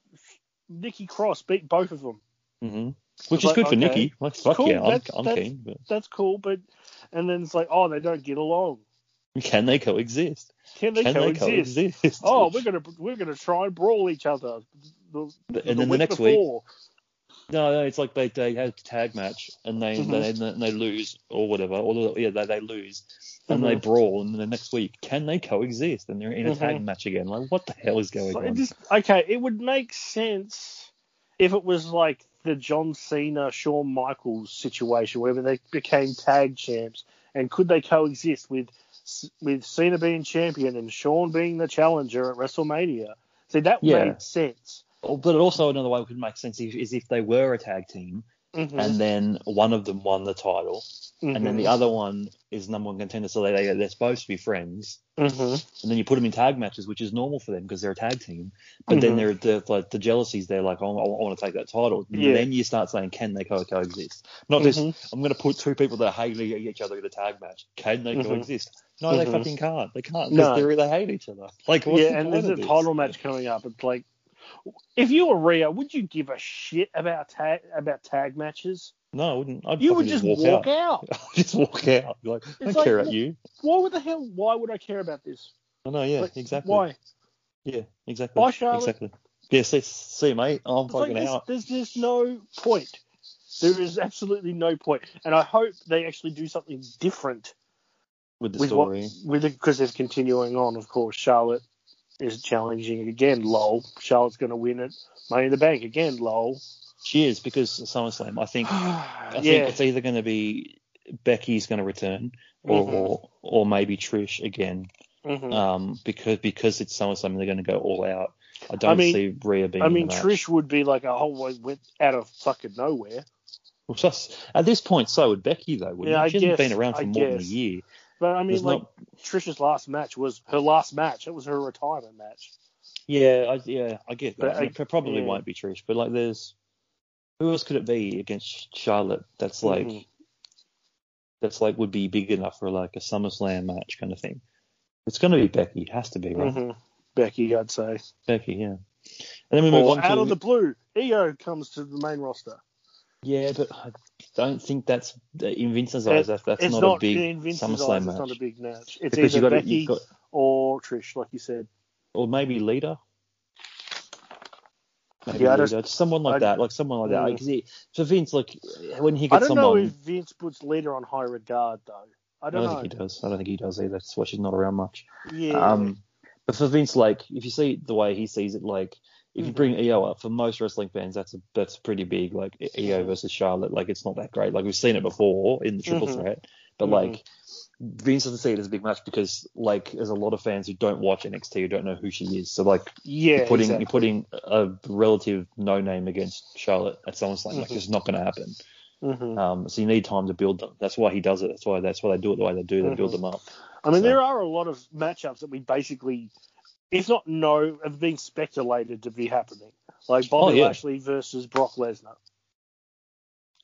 Speaker 1: Nikki Cross beat both of them.
Speaker 2: time. hmm Which
Speaker 1: Like,
Speaker 2: is good for
Speaker 1: okay.
Speaker 2: Nikki. Like fuck
Speaker 1: Cool,
Speaker 2: yeah, I'm,
Speaker 1: that's-
Speaker 2: I'm
Speaker 1: that's-
Speaker 2: keen. But
Speaker 1: That's cool, but and then it's like, oh, they don't get along.
Speaker 2: can they coexist?
Speaker 1: Can they
Speaker 2: can
Speaker 1: coexist?
Speaker 2: they coexist?
Speaker 1: Oh,
Speaker 2: <laughs>
Speaker 1: we're gonna we're gonna try and brawl each other. The,
Speaker 2: and then the
Speaker 1: week
Speaker 2: next week,
Speaker 1: before.
Speaker 2: No, no, it's like they, they have a tag match and they,
Speaker 1: Mhm.
Speaker 2: they and they lose or whatever, or yeah, they, they lose and they
Speaker 1: Mhm.
Speaker 2: brawl and then the next week can they coexist and they're in a tag match again? Like what the hell is
Speaker 1: Mm-hmm.
Speaker 2: going
Speaker 1: So it
Speaker 2: on?
Speaker 1: just- okay, it would make sense if it was like the John Cena Shawn Michaels situation, where they became tag champs, and could they coexist with with Cena being champion and Shawn being the challenger at WrestleMania? See, that
Speaker 2: Yeah.
Speaker 1: made sense.
Speaker 2: Oh, But also another way it could make sense if- is if they were a tag team
Speaker 1: Mhm,
Speaker 2: and then one of them won the title and then the
Speaker 1: mhm,
Speaker 2: other one is number one contender, so they, they they're supposed to be friends.
Speaker 1: mhm.
Speaker 2: and then you put them in tag matches, which is normal for them because they're a tag team. But then
Speaker 1: Mhm.
Speaker 2: they're, they're like the jealousies. They're like, oh, I want to take that title. And
Speaker 1: Yeah.
Speaker 2: Then you start saying, can they co- coexist? Not
Speaker 1: Mhm.
Speaker 2: just I'm going to put two people that hate e-, each other in a tag match. Can they
Speaker 1: Mhm.
Speaker 2: coexist? No,
Speaker 1: Mhm.
Speaker 2: they fucking can't. They can't
Speaker 1: No.
Speaker 2: because they're they hate each other. Like what's
Speaker 1: yeah,
Speaker 2: the
Speaker 1: and
Speaker 2: point
Speaker 1: there's a
Speaker 2: of this?
Speaker 1: title match coming up. It's like, if you were Rhea, would you give a shit about tag about tag matches?
Speaker 2: No, I wouldn't. I'd
Speaker 1: You
Speaker 2: fucking
Speaker 1: would just walk,
Speaker 2: out. <laughs>
Speaker 1: out.
Speaker 2: I'd just walk out. Be Like I don't
Speaker 1: like-
Speaker 2: care about you.
Speaker 1: Why would the hell? Why would I care about this?
Speaker 2: I know. Yeah,
Speaker 1: Like,
Speaker 2: exactly.
Speaker 1: Why?
Speaker 2: Yeah, exactly.
Speaker 1: Bye, Charlotte.
Speaker 2: Exactly. Yeah, see, see you, mate. I'm
Speaker 1: It's like
Speaker 2: fucking
Speaker 1: there's,
Speaker 2: out.
Speaker 1: there's there's no point. There is absolutely no point, and I hope they actually do something different
Speaker 2: With the
Speaker 1: with
Speaker 2: story.
Speaker 1: what with because they're continuing on. Of course, Charlotte is challenging again. Lol, Charlotte's going to win it. Money in the Bank again. Lol.
Speaker 2: She is because SummerSlam. I think
Speaker 1: <sighs>
Speaker 2: I
Speaker 1: yeah.
Speaker 2: think it's either going to be Becky's going to return or,
Speaker 1: Mhm.
Speaker 2: or or maybe Trish again.
Speaker 1: Mhm.
Speaker 2: Um, because because it's SummerSlam, they're going to go all out. I don't
Speaker 1: mean-
Speaker 2: see Rhea being.
Speaker 1: I
Speaker 2: in the
Speaker 1: mean,
Speaker 2: match.
Speaker 1: Trish would be like, oh, I went out of fucking nowhere.
Speaker 2: Well, sus- at this point, so would Becky though. Wouldn't
Speaker 1: Yeah,
Speaker 2: she?
Speaker 1: I
Speaker 2: hasn't
Speaker 1: guess-
Speaker 2: been around for
Speaker 1: I
Speaker 2: more than a
Speaker 1: guess.
Speaker 2: year.
Speaker 1: But I mean,
Speaker 2: There's
Speaker 1: like
Speaker 2: not-
Speaker 1: Trish's last match was her last match. It was her retirement match.
Speaker 2: Yeah, I, yeah, I get
Speaker 1: But
Speaker 2: that. And
Speaker 1: I-
Speaker 2: it probably
Speaker 1: yeah.
Speaker 2: won't be Trish, but like, there's who else could it be against Charlotte? That's like
Speaker 1: Mhm.
Speaker 2: that's like would be big enough for like a SummerSlam match kind of thing. It's going to be Becky. It has to be right.
Speaker 1: Mhm. Becky, I'd say.
Speaker 2: Becky, yeah. And then we move
Speaker 1: Or
Speaker 2: on
Speaker 1: out
Speaker 2: to
Speaker 1: of the blue, EO comes to the main roster.
Speaker 2: yeah, but I don't think that's in Vincent's
Speaker 1: It-
Speaker 2: eyes. That, that's
Speaker 1: it's
Speaker 2: not,
Speaker 1: not,
Speaker 2: a big
Speaker 1: in Vince's
Speaker 2: SummerSlam
Speaker 1: eyes.
Speaker 2: match
Speaker 1: It's not a big match. It's
Speaker 2: because you
Speaker 1: either
Speaker 2: got to
Speaker 1: Becky
Speaker 2: you got
Speaker 1: or Trish, like you said.
Speaker 2: or maybe Lita. Maybe
Speaker 1: Yeah, I
Speaker 2: Lita, someone like
Speaker 1: I-
Speaker 2: that, like someone like that.
Speaker 1: Mm.
Speaker 2: Because he, for Vince, like when he
Speaker 1: I
Speaker 2: gets
Speaker 1: don't
Speaker 2: someone,
Speaker 1: know if Vince puts Lita on high regard though. I
Speaker 2: I
Speaker 1: don't,
Speaker 2: don't think he does. I don't think he does either. That's why she's not around much.
Speaker 1: know. Yeah.
Speaker 2: Um, but for Vince, like if you see the way he sees it, like if you
Speaker 1: Mhm.
Speaker 2: bring EO up for most wrestling fans, that's a, that's pretty big. Like EO versus Charlotte, like it's not that great. Like we've seen it before in the triple
Speaker 1: Mhm.
Speaker 2: threat, but
Speaker 1: Mhm.
Speaker 2: like Vince doesn't see it as a big match because like there's a lot of fans who don't watch NXT who don't know who she is. So like
Speaker 1: yeah.
Speaker 2: you're putting
Speaker 1: exactly.
Speaker 2: you're putting a relative no name against Charlotte at SummerSlam, like
Speaker 1: Mhm.
Speaker 2: it's not going to happen.
Speaker 1: Mhm.
Speaker 2: Um, so you need time to build them. That's why he does it. That's why that's why they do it the way they do. They
Speaker 1: Mhm.
Speaker 2: build them up.
Speaker 1: I mean,
Speaker 2: So-
Speaker 1: there are a lot of matchups that we basically, if not know, have been speculated to be happening. Like Bobby
Speaker 2: Oh, yeah.
Speaker 1: Lashley versus Brock Lesnar.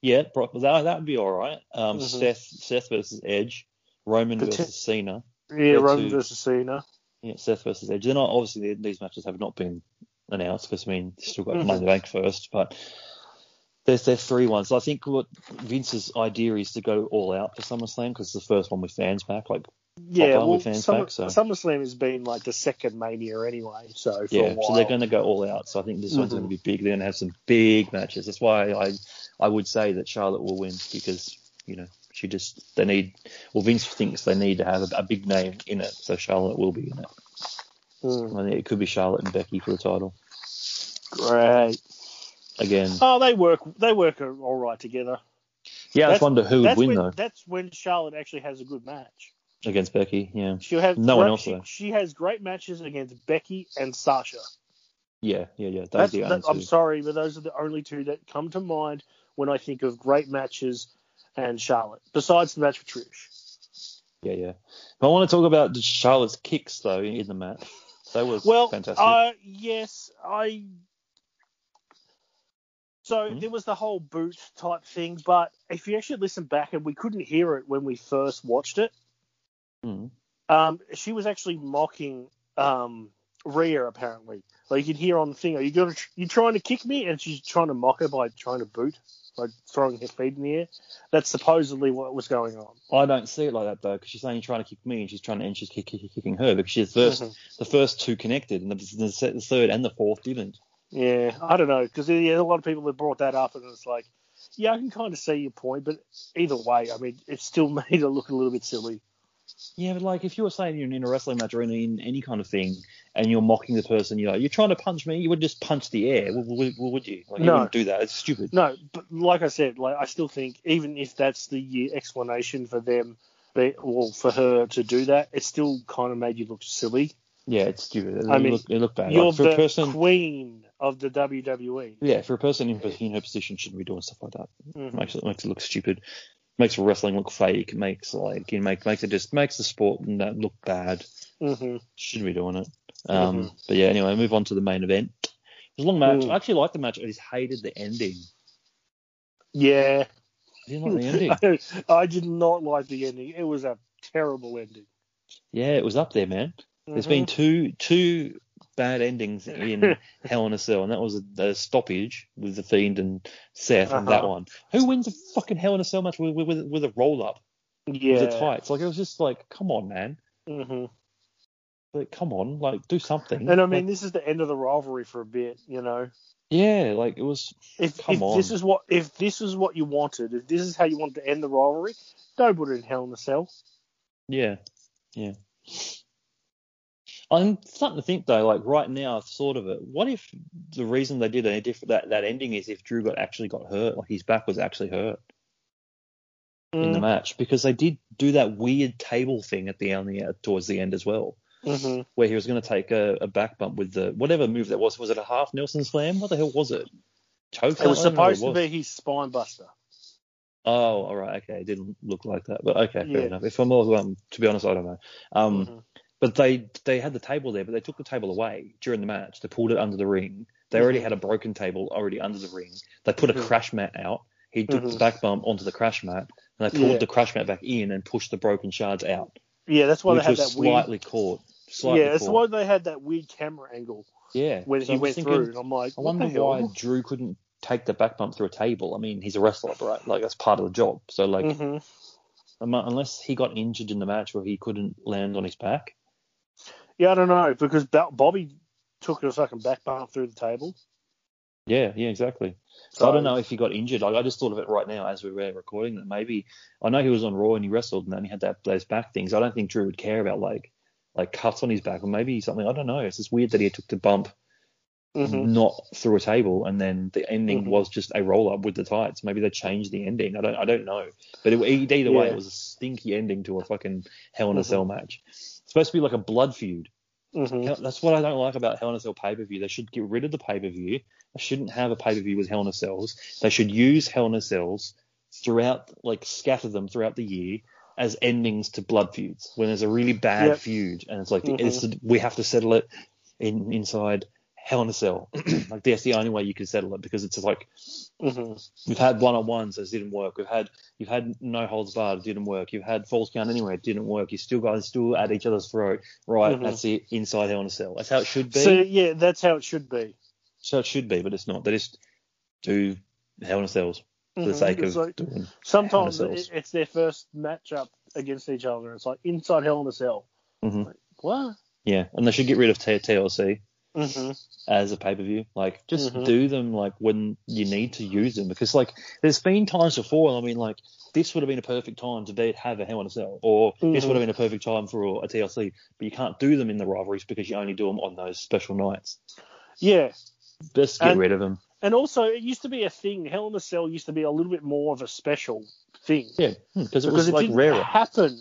Speaker 2: Yeah, pro- that that would be all right. Um,
Speaker 1: Mhm.
Speaker 2: Seth Seth versus Edge, Roman
Speaker 1: The
Speaker 2: versus Cena.
Speaker 1: Yeah,
Speaker 2: Go
Speaker 1: Roman
Speaker 2: to-
Speaker 1: versus Cena.
Speaker 2: Yeah, Seth versus Edge. Then obviously the- these matches have not been announced because I mean you still got
Speaker 1: Mhm.
Speaker 2: Money in the Bank first, but there's there's three ones. I think what Vince's idea is to go all out for SummerSlam because it's the first one with fans back. Like
Speaker 1: Yeah,
Speaker 2: Papa
Speaker 1: well,
Speaker 2: with fans
Speaker 1: Summer,
Speaker 2: back, so-
Speaker 1: SummerSlam has been like the second Mania anyway, so for a
Speaker 2: yeah,
Speaker 1: while. Mm-hmm.
Speaker 2: so they're going to go all out. So I think this one's going to be big. They're going to have some big matches. That's why I I would say that Charlotte will win because you know she just they need. Well, Vince thinks they need to have a, a big name in it, so Charlotte will be in it.
Speaker 1: Mm,
Speaker 2: I think it could be Charlotte and Becky for the title
Speaker 1: great.
Speaker 2: again.
Speaker 1: Oh, they work. They work a- all right together.
Speaker 2: Yeah, I
Speaker 1: that's-
Speaker 2: just wonder who would
Speaker 1: That's
Speaker 2: win
Speaker 1: when,
Speaker 2: though
Speaker 1: that's when Charlotte actually has a good match.
Speaker 2: against Becky. Yeah,
Speaker 1: She'll have
Speaker 2: No one
Speaker 1: great-
Speaker 2: else,
Speaker 1: She,
Speaker 2: though.
Speaker 1: she has great matches against Becky and Sasha.
Speaker 2: Yeah, yeah, yeah. Those
Speaker 1: That's,
Speaker 2: are the
Speaker 1: that,
Speaker 2: only
Speaker 1: I'm
Speaker 2: two.
Speaker 1: sorry, but those are the only two that come to mind when I think of great matches and Charlotte. Besides the match with Trish.
Speaker 2: Yeah, yeah. But I want to talk about the Charlotte's kicks though in the match. They were
Speaker 1: Well,
Speaker 2: fantastic.
Speaker 1: uh, yes, I. So
Speaker 2: Hmm?
Speaker 1: there was the whole boot type thing, but if you actually listen back, and we couldn't hear it when we first watched it,
Speaker 2: Mm.
Speaker 1: um, she was actually mocking um, Rhea apparently. Like you'd hear on the thing, "Are you gonna tr- you trying to kick me?" And she's trying to mock her by trying to boot, like throwing her feet in the air. That's supposedly what was going on.
Speaker 2: I don't see it like that though, because she's saying you're trying to kick me, and she's trying to, and she's kick, kick, kicking her because she's 1st
Speaker 1: Mhm.
Speaker 2: the first two connected, and the, the, se- the third and the fourth didn't.
Speaker 1: Yeah, I don't know because yeah, a lot of people have brought that up, and it's like, yeah, I can kind of see your point, but either way, I mean, it still <laughs> made it look a little bit silly.
Speaker 2: Yeah, but like if you were saying you're in a wrestling match or in, in any kind of thing, and you're mocking the person, you're like, you're trying to punch me, you would just punch the air, would, would, would you? Like,
Speaker 1: No.
Speaker 2: You wouldn't do that. It's stupid.
Speaker 1: No, but like I said, like I still think even if that's the uh, explanation for them, they well for her to do that, it still kind of made you look silly.
Speaker 2: Yeah, it's stupid. It,
Speaker 1: I mean,
Speaker 2: looked, it looked bad.
Speaker 1: You're
Speaker 2: Like, for
Speaker 1: the
Speaker 2: a person,
Speaker 1: queen of the E. WWE.
Speaker 2: yeah, for a person in, in her position, shouldn't be doing stuff like that.
Speaker 1: Mhm.
Speaker 2: makes it makes it look stupid, makes wrestling look fake, makes like you know, make makes it just makes the sport and that look bad.
Speaker 1: Mhm.
Speaker 2: Shouldn't be doing it. Um,
Speaker 1: Mm-hmm.
Speaker 2: But yeah, anyway, move on to the main event. It was a long match.
Speaker 1: Mm.
Speaker 2: I actually liked the match. I just hated the ending.
Speaker 1: Yeah,
Speaker 2: I didn't like the
Speaker 1: <laughs>
Speaker 2: ending.
Speaker 1: I did not like the ending. It was a terrible ending.
Speaker 2: yeah, it was up there, man. There's
Speaker 1: Mhm.
Speaker 2: been two two bad
Speaker 1: <laughs>
Speaker 2: endings in Hell in a Cell, and that was a, a stoppage with the Fiend and Seth, and that
Speaker 1: Uh-huh.
Speaker 2: one. Who wins a fucking Hell in a Cell match with with, with a roll up?
Speaker 1: Mm-hmm. yeah.
Speaker 2: With the tights? Like it Mm-hmm. was just like, come on, man.
Speaker 1: Mhm.
Speaker 2: Like, come on, like, do something.
Speaker 1: And I
Speaker 2: Like,
Speaker 1: mean, this is the end of the rivalry for a bit, you know.
Speaker 2: yeah, like it was.
Speaker 1: If,
Speaker 2: Come
Speaker 1: if
Speaker 2: on.
Speaker 1: this is what if this is what you wanted, if this is how you wanted to end the rivalry, don't put it in Hell in a Cell.
Speaker 2: Yeah, yeah. I'm starting to think though, like right now, I've thought of it. What if the reason they did a diff- that that ending is if Drew got actually got hurt, like his back was actually hurt in
Speaker 1: Mm.
Speaker 2: the match, because they did do that weird table thing at the end, the- uh, towards the end as well,
Speaker 1: Mm-hmm.
Speaker 2: where he was going to take a, a back bump with the whatever move that was. Was it a half Nelson slam? What the hell was it?
Speaker 1: It was
Speaker 2: Choke. I don't know what
Speaker 1: supposed to
Speaker 2: was.
Speaker 1: be his spine buster.
Speaker 2: Oh, all right, okay. It didn't look like that, but okay, fair
Speaker 1: Yeah.
Speaker 2: enough. If I'm all, um, to be honest, I don't know. Um,
Speaker 1: Mhm.
Speaker 2: but they they had the table there, but they took the table away during the match. They pulled it under the ring. They already
Speaker 1: Mhm.
Speaker 2: had a broken table already under the ring. They put
Speaker 1: Mhm.
Speaker 2: a crash mat out. He took
Speaker 1: Mhm.
Speaker 2: the back bump onto the crash mat, and they pulled
Speaker 1: Yeah.
Speaker 2: the crash mat back in and pushed the broken shards out,
Speaker 1: Yeah, that's why
Speaker 2: which
Speaker 1: they had
Speaker 2: was
Speaker 1: that
Speaker 2: slightly
Speaker 1: weird.
Speaker 2: caught. Slightly
Speaker 1: Yeah, that's
Speaker 2: caught.
Speaker 1: why they had that weird camera angle
Speaker 2: yeah.
Speaker 1: when
Speaker 2: So
Speaker 1: he
Speaker 2: I'm
Speaker 1: went
Speaker 2: thinking,
Speaker 1: through. And I'm like,
Speaker 2: I
Speaker 1: what
Speaker 2: wonder
Speaker 1: the hell?
Speaker 2: why Drew couldn't take the back bump through a table. I mean, he's a wrestler, right? Like that's part of the job. So like.
Speaker 1: Mhm.
Speaker 2: Um,
Speaker 1: Mm.
Speaker 2: unless he got injured in the match where he couldn't land on his back.
Speaker 1: Yeah, I don't know because Bo- Bobby took a fucking back bump through the table.
Speaker 2: Yeah, yeah, exactly. So, I don't know if he got injured. Like, I just thought of it right now as we were recording that maybe I know he was on Raw and he wrestled and then he had that those back things. I don't think Drew would care about like like cuts on his back or maybe something. I don't know. It's just weird that he took the bump
Speaker 1: Mhm.
Speaker 2: not through a table and then the ending
Speaker 1: Mhm.
Speaker 2: was just a roll up with the tights. Maybe they changed the ending. I don't I don't know. But it, e- either way,
Speaker 1: Yeah.
Speaker 2: it was a stinky ending to a fucking Hell in a
Speaker 1: Mhm.
Speaker 2: Cell match. It's supposed to be like a blood feud.
Speaker 1: Mhm.
Speaker 2: Hell- That's what I don't like about Hell in a Cell pay per view. They should get rid of the pay per view. They shouldn't have a pay per view with Hell in a Cells. They should use Hell in a Cells throughout, like scatter them throughout the year as endings to blood feuds. When there's a really bad
Speaker 1: Yep.
Speaker 2: feud and it's like
Speaker 1: Mhm.
Speaker 2: it's, we have to settle it in inside Hell in a Cell. <clears throat> like that's the only way you can settle it because it's just like
Speaker 1: Mhm.
Speaker 2: We've had one on ones that didn't work. We've had you've had no holds barred, it didn't work. You've had false count anywhere, it didn't work. You still guys still at each other's throat. Right,
Speaker 1: Mhm.
Speaker 2: that's it. Inside Hell in a Cell. That's how it should be.
Speaker 1: So yeah, that's how it should be.
Speaker 2: so it should be, but it's not. They just do Hell in a Cells for the
Speaker 1: Mhm.
Speaker 2: sake
Speaker 1: It's
Speaker 2: of
Speaker 1: like-
Speaker 2: doing.
Speaker 1: Sometimes
Speaker 2: Hell in a Cells.
Speaker 1: it- it's their first matchup against each other. It's like inside Hell in a Cell.
Speaker 2: Mhm.
Speaker 1: What?
Speaker 2: Yeah, and they should get rid of T- TLC
Speaker 1: Mm-hmm.
Speaker 2: as a pay per view. Like just
Speaker 1: Mhm.
Speaker 2: do them like when you need to use them because like there's been times before. I mean like this would have been a perfect time to be, have a Hell in a Cell, or this
Speaker 1: Mhm.
Speaker 2: would have been a perfect time for a TLC. But you can't do them in the rivalries because you only do them on those special nights.
Speaker 1: Yeah,
Speaker 2: Just get
Speaker 1: And-
Speaker 2: rid of them.
Speaker 1: and also it used to be a thing. Hell in a Cell used to be a little bit more of a special thing
Speaker 2: Yeah, because
Speaker 1: because
Speaker 2: it was
Speaker 1: it
Speaker 2: like
Speaker 1: didn't
Speaker 2: rarer.
Speaker 1: happen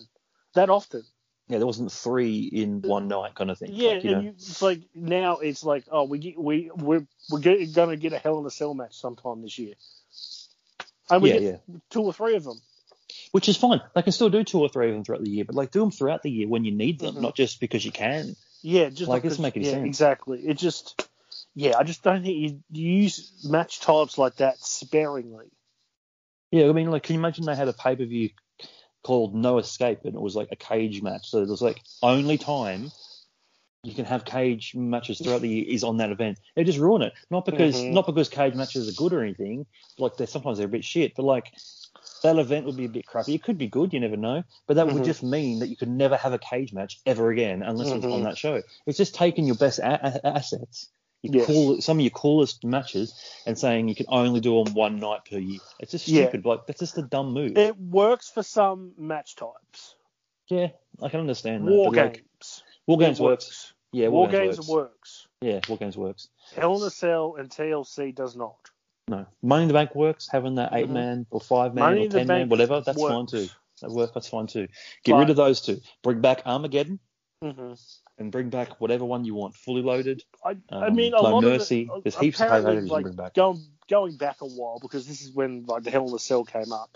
Speaker 1: that often.
Speaker 2: Yeah, there wasn't three in one night kind of thing.
Speaker 1: Yeah,
Speaker 2: Like,
Speaker 1: and
Speaker 2: you know,
Speaker 1: you, it's like now it's like oh we get, we we're we're get, gonna get a Hell in a Cell match sometime this year, and we
Speaker 2: yeah,
Speaker 1: get
Speaker 2: yeah.
Speaker 1: two or three of them.
Speaker 2: Which is fine. They can still do two or three of them throughout the year, but like do them throughout the year when you need them,
Speaker 1: Mhm.
Speaker 2: not just because you can.
Speaker 1: Yeah, just
Speaker 2: Like, it
Speaker 1: because-
Speaker 2: doesn't make any
Speaker 1: yeah,
Speaker 2: sense.
Speaker 1: Exactly. It just yeah, I just don't think you you use match types like that sparingly.
Speaker 2: Yeah, I mean, like, can you imagine they had a pay per view called No Escape and it was like a cage match? So it was like only time you can have cage matches throughout the year is on that event. They just ruin it, not because
Speaker 1: Mhm.
Speaker 2: not because cage matches are good or anything. Like, they sometimes they're a bit shit, but like that event would be a bit crappy. It could be good, you never know, but that
Speaker 1: Mhm.
Speaker 2: would just mean that you could never have a cage match ever again unless it
Speaker 1: Mhm.
Speaker 2: was on that show. It's just taking your best a- a- assets. Your
Speaker 1: Yes.
Speaker 2: cool, some of your coolest matches and saying you can only do them one night per year. It's just
Speaker 1: Yeah.
Speaker 2: stupid. Like that's just a dumb move.
Speaker 1: It works for some match types.
Speaker 2: yeah, I can understand that.
Speaker 1: War
Speaker 2: but,
Speaker 1: games.
Speaker 2: like, war games
Speaker 1: It
Speaker 2: works. Yeah,
Speaker 1: War, games
Speaker 2: works.
Speaker 1: works.
Speaker 2: Yeah, war games works.
Speaker 1: Hell in a Cell and TLC does not.
Speaker 2: No, Money in the Bank works. Having that 8 man or five man
Speaker 1: Mm-hmm. Money
Speaker 2: or
Speaker 1: in the
Speaker 2: ten man,
Speaker 1: Bank
Speaker 2: whatever, that's fine
Speaker 1: works.
Speaker 2: too. That works. That's fine too. Get
Speaker 1: But-
Speaker 2: rid of those two. Bring back Armageddon
Speaker 1: hmm
Speaker 2: and bring back whatever one you want, fully loaded.
Speaker 1: I, I
Speaker 2: Um,
Speaker 1: mean, a
Speaker 2: No
Speaker 1: lot
Speaker 2: Mercy.
Speaker 1: of the,
Speaker 2: There's heaps of
Speaker 1: apparently,
Speaker 2: pay-per-views you
Speaker 1: like,
Speaker 2: bring back.
Speaker 1: Going, going back a while because this is when like the Hell in a Cell came up.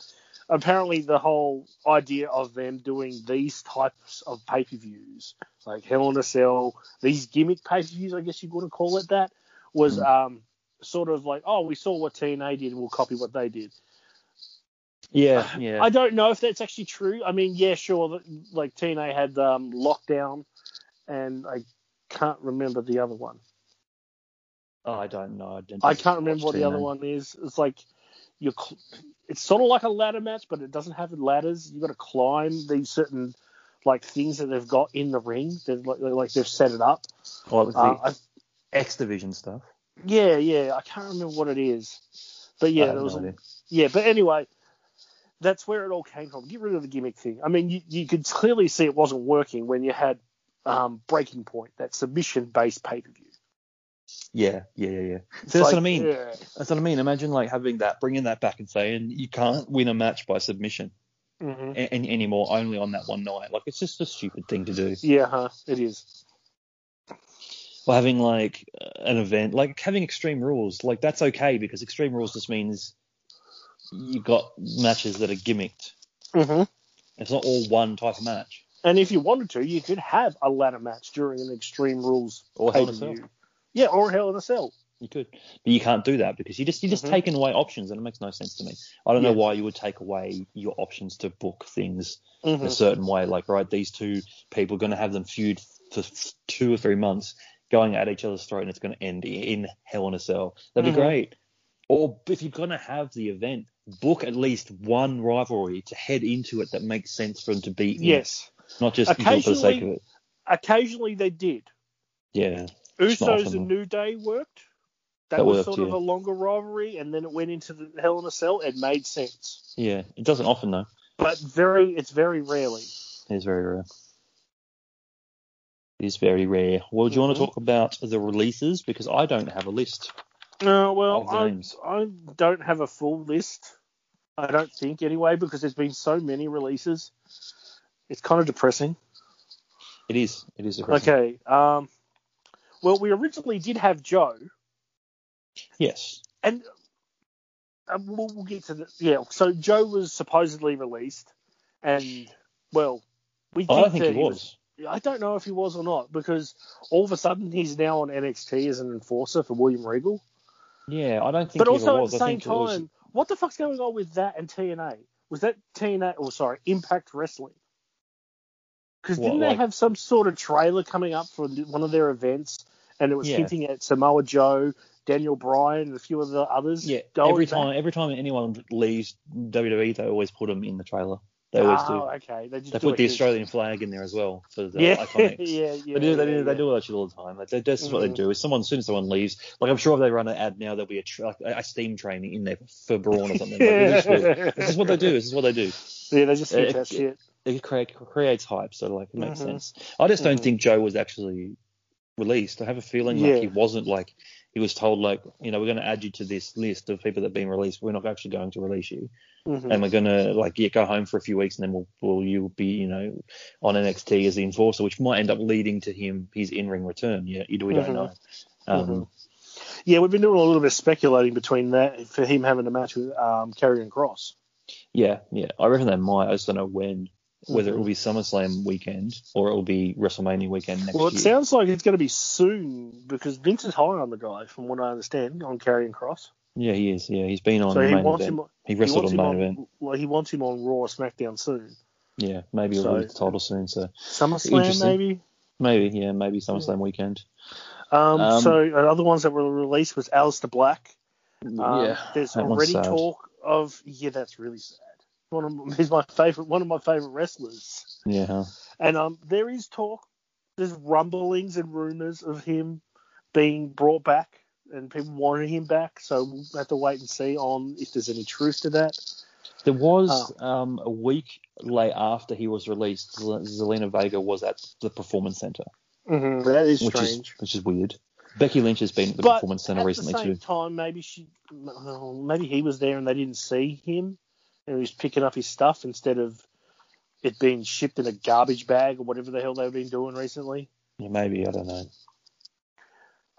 Speaker 1: Apparently, the whole idea of them doing these types of pay per views, like Hell in a Cell, these gimmick pay per views, I guess you want to call it that, was
Speaker 2: Mm.
Speaker 1: um, sort of like, oh, we saw what TNA did, we'll copy what they did.
Speaker 2: Yeah, Uh, yeah.
Speaker 1: I don't know if that's actually true. I mean, yeah, sure. that- Like TNA had um, lockdown, and I can't remember the other one.
Speaker 2: Oh, I don't know. I, didn't
Speaker 1: I can't remember what the other one is. It's like you. are It's sort of like a ladder match, but it doesn't have ladders. You got to climb these certain like things that they've got in the ring. They've like, like they've set it up.
Speaker 2: Oh, it was the
Speaker 1: Uh, I,
Speaker 2: X Division stuff.
Speaker 1: yeah, yeah. I can't remember what it is, but yeah,
Speaker 2: I have
Speaker 1: there was
Speaker 2: no
Speaker 1: a
Speaker 2: idea.
Speaker 1: Yeah, but anyway, that's where it all came from. Get rid of the gimmick thing. I mean, you, you could clearly see it wasn't working when you had um, Breaking Point, that submission based pay per view.
Speaker 2: Yeah, yeah, yeah, yeah. So that's what I mean.
Speaker 1: Yeah,
Speaker 2: That's what I mean. Imagine like having that, bringing that back and saying you can't win a match by submission
Speaker 1: Mhm.
Speaker 2: a- any anymore, only on that one night. Like it's just a stupid thing to do.
Speaker 1: yeah huh, it is.
Speaker 2: Or having like uh, an event, like having Extreme Rules, like that's okay because Extreme Rules just means you got matches that are gimmicked.
Speaker 1: hmm
Speaker 2: It's not all one type of match.
Speaker 1: And if you wanted to, you could have a ladder match during an Extreme Rules
Speaker 2: Or Hell in a Cell.
Speaker 1: pay-per-view. Yeah, or Hell in a Cell.
Speaker 2: You could, but you can't do that because you just you're just
Speaker 1: Mhm.
Speaker 2: taking away options, and it makes no sense to me. I don't
Speaker 1: Yeah.
Speaker 2: know why you would take away your options to book things in a
Speaker 1: Mhm.
Speaker 2: certain way. Like, right, these two people are going to have them feud for f- two or three months, going at each other's throat, and it's going to end i- in Hell in a Cell. That'd
Speaker 1: Mhm.
Speaker 2: be great. Or if you're going to have the event, book at least one rivalry to head into it that makes sense for them to be in.
Speaker 1: Yes.
Speaker 2: Not just do it for the sake of
Speaker 1: Occasionally-
Speaker 2: it.
Speaker 1: Occasionally they did.
Speaker 2: Yeah. It's not
Speaker 1: Usos
Speaker 2: often,
Speaker 1: and
Speaker 2: though.
Speaker 1: New Day worked. That,
Speaker 2: That
Speaker 1: was
Speaker 2: worked,
Speaker 1: sort of
Speaker 2: yeah.
Speaker 1: a longer rivalry, and then it went into the Hell in a Cell. It made sense.
Speaker 2: Yeah. It doesn't often, though.
Speaker 1: but very it's very rarely.
Speaker 2: It's very rare. It is very rare. Well, do you want
Speaker 1: Mhm.
Speaker 2: to talk about the releases? Because I don't have a list.
Speaker 1: Uh,
Speaker 2: Of
Speaker 1: well,
Speaker 2: the
Speaker 1: I,
Speaker 2: names.
Speaker 1: I don't have a full list. I don't think anyway because there's been so many releases. It's kind of depressing.
Speaker 2: It is. It is. a Okay.
Speaker 1: Okay. Um, well, we originally did have Joe,
Speaker 2: Yes.
Speaker 1: and um, we'll, we'll get to the yeah. So Joe was supposedly released, and well, we
Speaker 2: Oh, I don't think
Speaker 1: that
Speaker 2: it was.
Speaker 1: I don't know if he was or not because all of a sudden he's now on NXT as an enforcer for William Regal.
Speaker 2: Yeah, I don't think.
Speaker 1: But
Speaker 2: he
Speaker 1: also
Speaker 2: ever
Speaker 1: at
Speaker 2: was.
Speaker 1: the
Speaker 2: I
Speaker 1: same
Speaker 2: think it was-
Speaker 1: time, what the fuck's going on with that and TNA? Was that TNA or sorry, Impact Wrestling? Because
Speaker 2: What,
Speaker 1: didn't they
Speaker 2: like-
Speaker 1: have some sort of trailer coming up for one of their events, and it was
Speaker 2: Yeah.
Speaker 1: hinting at Samoa Joe, Daniel Bryan, and a few of the others?
Speaker 2: yeah,
Speaker 1: going
Speaker 2: every
Speaker 1: back?
Speaker 2: time, every time anyone leaves WWE, they always put them in the trailer. They always
Speaker 1: oh,
Speaker 2: do.
Speaker 1: okay. They, just
Speaker 2: Ah, They
Speaker 1: do
Speaker 2: put
Speaker 1: a
Speaker 2: the
Speaker 1: hint.
Speaker 2: <laughs> Australian flag in there as well for the
Speaker 1: <laughs> yeah.
Speaker 2: iconics.
Speaker 1: yeah, yeah,
Speaker 2: they do, they, do,
Speaker 1: yeah,
Speaker 2: they
Speaker 1: yeah.
Speaker 2: do all that shit all the time. Like, that- that's what they
Speaker 1: Mhm.
Speaker 2: do. If someone, as soon as someone leaves, like I'm sure if they run an ad now, there'll be a, tra- like, a a steam training in there for Braun or something. Like, they
Speaker 1: <laughs>
Speaker 2: just do it. This is what they do. This is what they do.
Speaker 1: Yeah, they just hint
Speaker 2: Uh,
Speaker 1: that shit.
Speaker 2: It create, creates hype, so like it makes
Speaker 1: Mhm.
Speaker 2: sense. I just don't
Speaker 1: Mhm.
Speaker 2: think Joe was actually released. I have a feeling like
Speaker 1: Yeah.
Speaker 2: he wasn't like he was told like, you know, we're going to add you to this list of people that have been released. We're not actually going to release you,
Speaker 1: Mhm.
Speaker 2: and we're going to like yeah, go home for a few weeks, and then we'll, we'll you'll be you know on NXT as the enforcer, which might end up leading to him his in ring return. Yeah, you, we don't
Speaker 1: Mhm.
Speaker 2: know. Um,
Speaker 1: Mhm. Yeah, we've been doing a little bit of speculating between that for him having a match with um, Karrion Cross.
Speaker 2: Yeah, yeah. I reckon they might. I just don't know when. Whether it will
Speaker 1: Mhm.
Speaker 2: be SummerSlam weekend or it will be WrestleMania weekend next
Speaker 1: Well, it
Speaker 2: year.
Speaker 1: sounds like it's going to be soon because Vince is high on the guy, from what I understand, on Karrion Cross.
Speaker 2: yeah, he is. Yeah, he's been on
Speaker 1: So
Speaker 2: the
Speaker 1: he
Speaker 2: main
Speaker 1: wants
Speaker 2: event.
Speaker 1: him.
Speaker 2: he
Speaker 1: He
Speaker 2: wrestled
Speaker 1: wants
Speaker 2: on
Speaker 1: him
Speaker 2: main event.
Speaker 1: on. Well, he wants him on Raw or SmackDown soon.
Speaker 2: Yeah, maybe he'll
Speaker 1: So-
Speaker 2: win the title soon. So
Speaker 1: SummerSlam,
Speaker 2: Interesting.
Speaker 1: maybe.
Speaker 2: maybe, yeah, maybe SummerSlam weekend.
Speaker 1: Um,
Speaker 2: Um,
Speaker 1: so and other ones that were released was Alistair Black. Um,
Speaker 2: yeah,
Speaker 1: There's
Speaker 2: that one's
Speaker 1: already
Speaker 2: sad.
Speaker 1: talk of yeah, that's really sad. One of <laughs> he's my favorite. One of my favorite wrestlers.
Speaker 2: yeah. huh.
Speaker 1: And um, there is talk, there's rumblings and rumors of him being brought back and people wanting him back. So we'll have to wait and see on if there's any truth to that.
Speaker 2: There was
Speaker 1: Uh.
Speaker 2: um, a week late after he was released, Zel- Zelina Vega was at the Performance Center,
Speaker 1: Mm-hmm. That is
Speaker 2: which
Speaker 1: strange.
Speaker 2: is which is weird. Becky Lynch has been at the
Speaker 1: But
Speaker 2: Performance Center
Speaker 1: At
Speaker 2: recently
Speaker 1: the same
Speaker 2: too.
Speaker 1: time, maybe she, well, maybe he was there and they didn't see him, and he was picking up his stuff instead of it being shipped in a garbage bag or whatever the hell they've been doing recently.
Speaker 2: Yeah, maybe I don't know.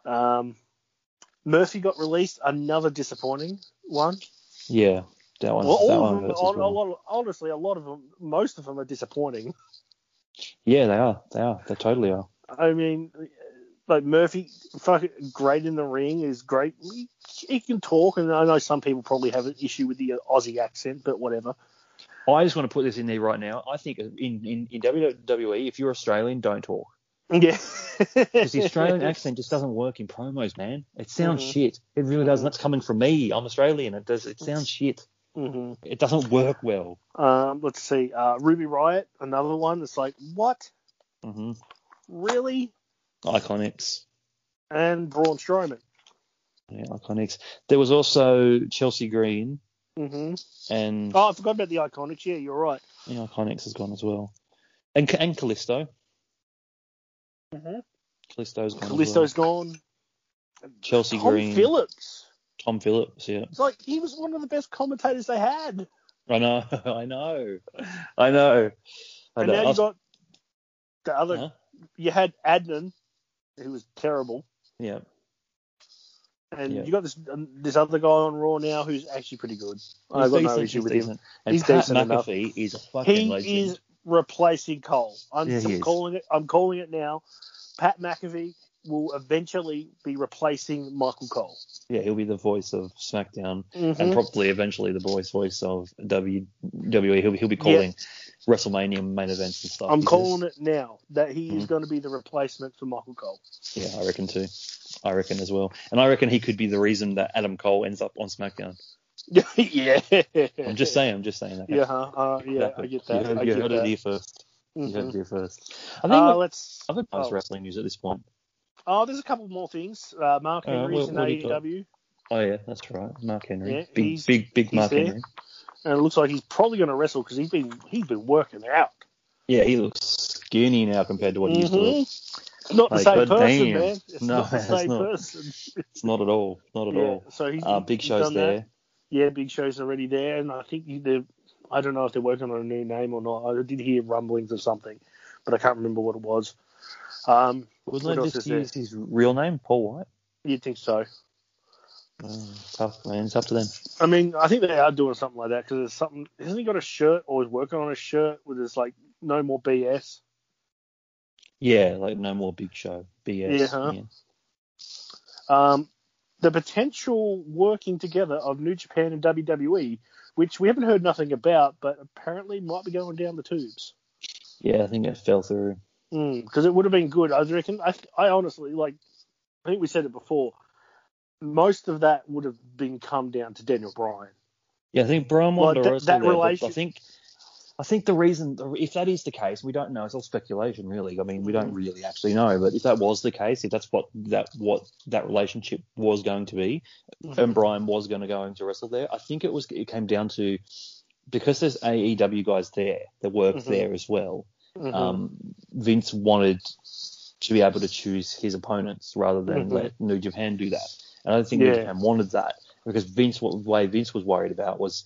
Speaker 1: Um, Murphy got released, another disappointing one.
Speaker 2: Yeah, that one.
Speaker 1: Well,
Speaker 2: that
Speaker 1: all
Speaker 2: one
Speaker 1: of them,
Speaker 2: hurts as
Speaker 1: a,
Speaker 2: well.
Speaker 1: a lot of, honestly, a lot of them, most of them are disappointing.
Speaker 2: Yeah, they are. They are. They totally are.
Speaker 1: I mean, like Murphy, fucking great in the ring, is great. He, he can talk, and I know some people probably have an issue with the Aussie accent, but whatever. <laughs>
Speaker 2: I just want to put this in there right now. I think uh, in, in, in WWE, if you're Australian, don't talk.
Speaker 1: Yeah.
Speaker 2: Because the
Speaker 1: <laughs>
Speaker 2: Australian accent just doesn't work in promos, man. It sounds
Speaker 1: Mhm.
Speaker 2: shit. It really doesn't. That's coming from me. I'm Australian. It does. It sounds shit.
Speaker 1: hmm
Speaker 2: It doesn't work well.
Speaker 1: Um, let's see. Uh, Ruby Riot, another one. It's like, what? Mm-hmm.
Speaker 2: hmm
Speaker 1: Really?
Speaker 2: Iconics.
Speaker 1: And Braun Strowman.
Speaker 2: Yeah, Iconics. There was also Chelsea Green
Speaker 1: hmm
Speaker 2: and
Speaker 1: Oh, I forgot about the Iconics. Yeah, you're right.
Speaker 2: yeah, Iconics has gone as well. And and Callisto.
Speaker 1: Mhm.
Speaker 2: Mm-hmm. Callisto's gone.
Speaker 1: Callisto's
Speaker 2: as
Speaker 1: gone.
Speaker 2: well. Chelsea
Speaker 1: Tom
Speaker 2: Green.
Speaker 1: Phillips.
Speaker 2: Tom Phillips. Yeah.
Speaker 1: It's like he was one of the best commentators they had.
Speaker 2: I know, <laughs> I know, I know. I
Speaker 1: And
Speaker 2: know.
Speaker 1: now
Speaker 2: I
Speaker 1: you
Speaker 2: was-
Speaker 1: got the other.
Speaker 2: Huh?
Speaker 1: You had Adnan, who was terrible,
Speaker 2: yeah,
Speaker 1: and
Speaker 2: Yeah.
Speaker 1: you got this um, this other guy on Raw now who's actually pretty good. I got
Speaker 2: He's
Speaker 1: no
Speaker 2: decent,
Speaker 1: issue
Speaker 2: he's
Speaker 1: with him.
Speaker 2: decent. And
Speaker 1: He's
Speaker 2: Pat
Speaker 1: decent enough.
Speaker 2: McAfee is a fucking
Speaker 1: He
Speaker 2: legend.
Speaker 1: is replacing Cole. I'm
Speaker 2: Yeah, he is.
Speaker 1: calling it. I'm calling it now. Pat McAfee will eventually be replacing Michael Cole.
Speaker 2: Yeah, he'll be the voice of SmackDown Mm-hmm. and
Speaker 1: Mhm.
Speaker 2: probably eventually the voice voice of WWE. He'll be, he'll be calling WrestleMania main events and stuff.
Speaker 1: I'm
Speaker 2: Because-
Speaker 1: calling it now that he is
Speaker 2: Mhm.
Speaker 1: going to be the replacement for Michael Cole. <laughs>
Speaker 2: Yeah, I reckon too. I reckon as well. And I reckon he could be the reason that Adam Cole ends up on SmackDown.
Speaker 1: yeah.
Speaker 2: I'm just saying. I'm just saying. okay?
Speaker 1: Yeah, huh? uh, yeah, I get that.
Speaker 2: You heard,
Speaker 1: I
Speaker 2: you
Speaker 1: get
Speaker 2: heard
Speaker 1: that.
Speaker 2: it here first. You heard
Speaker 1: Mhm.
Speaker 2: it here first. I think
Speaker 1: Uh,
Speaker 2: we've
Speaker 1: let's.
Speaker 2: other nice
Speaker 1: oh.
Speaker 2: wrestling news at this point.
Speaker 1: Oh, there's a couple more things. Uh, Mark
Speaker 2: Uh,
Speaker 1: Henry's
Speaker 2: what-
Speaker 1: in E
Speaker 2: what do you got?
Speaker 1: AEW,
Speaker 2: Oh yeah, that's right. Mark Henry.
Speaker 1: Yeah,
Speaker 2: big,
Speaker 1: he's-
Speaker 2: big, big
Speaker 1: he's
Speaker 2: Mark
Speaker 1: there.
Speaker 2: Henry.
Speaker 1: and it looks like he's probably going to wrestle because he's been he's been working out.
Speaker 2: Yeah, he looks skinny now compared to what he used to look.
Speaker 1: Mhm. It's not the
Speaker 2: Like,
Speaker 1: same
Speaker 2: God
Speaker 1: person,
Speaker 2: damn.
Speaker 1: man. It's
Speaker 2: No,
Speaker 1: not the
Speaker 2: <laughs> it's
Speaker 1: same
Speaker 2: not.
Speaker 1: person.
Speaker 2: It's not at all. Not at
Speaker 1: yeah,
Speaker 2: all.
Speaker 1: So he's
Speaker 2: Uh, big
Speaker 1: he's
Speaker 2: shows
Speaker 1: done that.
Speaker 2: there.
Speaker 1: Yeah, big show's already there, and I think you- they're. I don't know if they're working on a new name or not. I did hear rumblings of something, but I can't remember what it was. Um, What
Speaker 2: Wasn't
Speaker 1: else
Speaker 2: it
Speaker 1: is
Speaker 2: just
Speaker 1: there?
Speaker 2: use his real name, Paul White?
Speaker 1: you'd think so.
Speaker 2: Oh, tough man. It's up to them.
Speaker 1: I mean, I think they are doing something like that because there's something. Hasn't he got a shirt or is working on a shirt where there's like no more BS?
Speaker 2: Yeah, like no more big show. BS.
Speaker 1: Yeah, huh?
Speaker 2: yeah.
Speaker 1: Um, the potential working together of New Japan and WWE, which we haven't heard nothing about, but apparently might be going down the tubes.
Speaker 2: Yeah, I think it fell through.
Speaker 1: Because it would have been good. I reckon. I, I honestly like. I think we said it before. Most of that would have been come down to Daniel Bryan.
Speaker 2: Yeah, I think Brian
Speaker 1: Well, that-
Speaker 2: wanted to
Speaker 1: that
Speaker 2: wrestle there, but
Speaker 1: relation-
Speaker 2: I think I think the reason, if that is the case, we don't know. It's all speculation, really. I mean, we
Speaker 1: Mm.
Speaker 2: don't really actually know. But if that was the case, if that's what that what that relationship was going to be,
Speaker 1: Mm-hmm.
Speaker 2: and Brian was going to go into wrestle there, I think it was it came down to because there's AEW guys there that work
Speaker 1: Mhm.
Speaker 2: there as well.
Speaker 1: Mhm.
Speaker 2: Um, Vince wanted to be able to choose his opponents rather than
Speaker 1: Mhm.
Speaker 2: let New Japan do that. And I don't think
Speaker 1: Yeah.
Speaker 2: New Japan wanted that because Vince, what way Vince was worried about was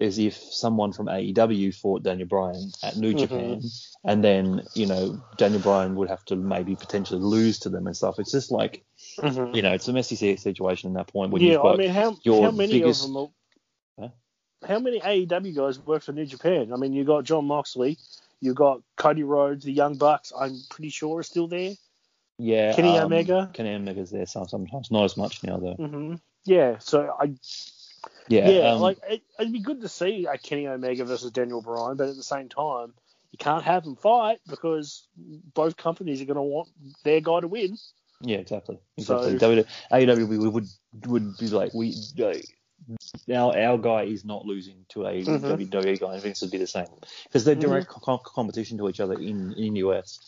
Speaker 2: is if someone from AEW fought Daniel Bryan at New
Speaker 1: Mhm.
Speaker 2: Japan, and then you know Daniel Bryan would have to maybe potentially lose to them and stuff. It's just like
Speaker 1: Mhm.
Speaker 2: you know it's a messy situation at that point when
Speaker 1: Yeah,
Speaker 2: you've got
Speaker 1: I mean, how,
Speaker 2: your
Speaker 1: how many
Speaker 2: biggest-
Speaker 1: of them? Are,
Speaker 2: Huh?
Speaker 1: How many AEW guys work for New Japan? I mean, you got John Moxley, you got Cody Rhodes, the Young Bucks. I'm pretty sure are still there.
Speaker 2: yeah
Speaker 1: Kenny
Speaker 2: um,
Speaker 1: Omega?
Speaker 2: Kenny Omega's there some- sometimes not as much now though.
Speaker 1: hmm Yeah, so I
Speaker 2: Yeah,
Speaker 1: yeah,
Speaker 2: um,
Speaker 1: like it, it'd be good to see a Kenny Omega versus Daniel Bryan, but at the same time, you can't have them fight because both companies are going to want their guy to win.
Speaker 2: Yeah, exactly.
Speaker 1: So-
Speaker 2: Exactly. W AEW we would would be like we like, our our guy is not losing to a
Speaker 1: Mhm.
Speaker 2: WWE guy, and Vince would be the same because they're
Speaker 1: Mhm.
Speaker 2: direct co- co- competition to each other in in US.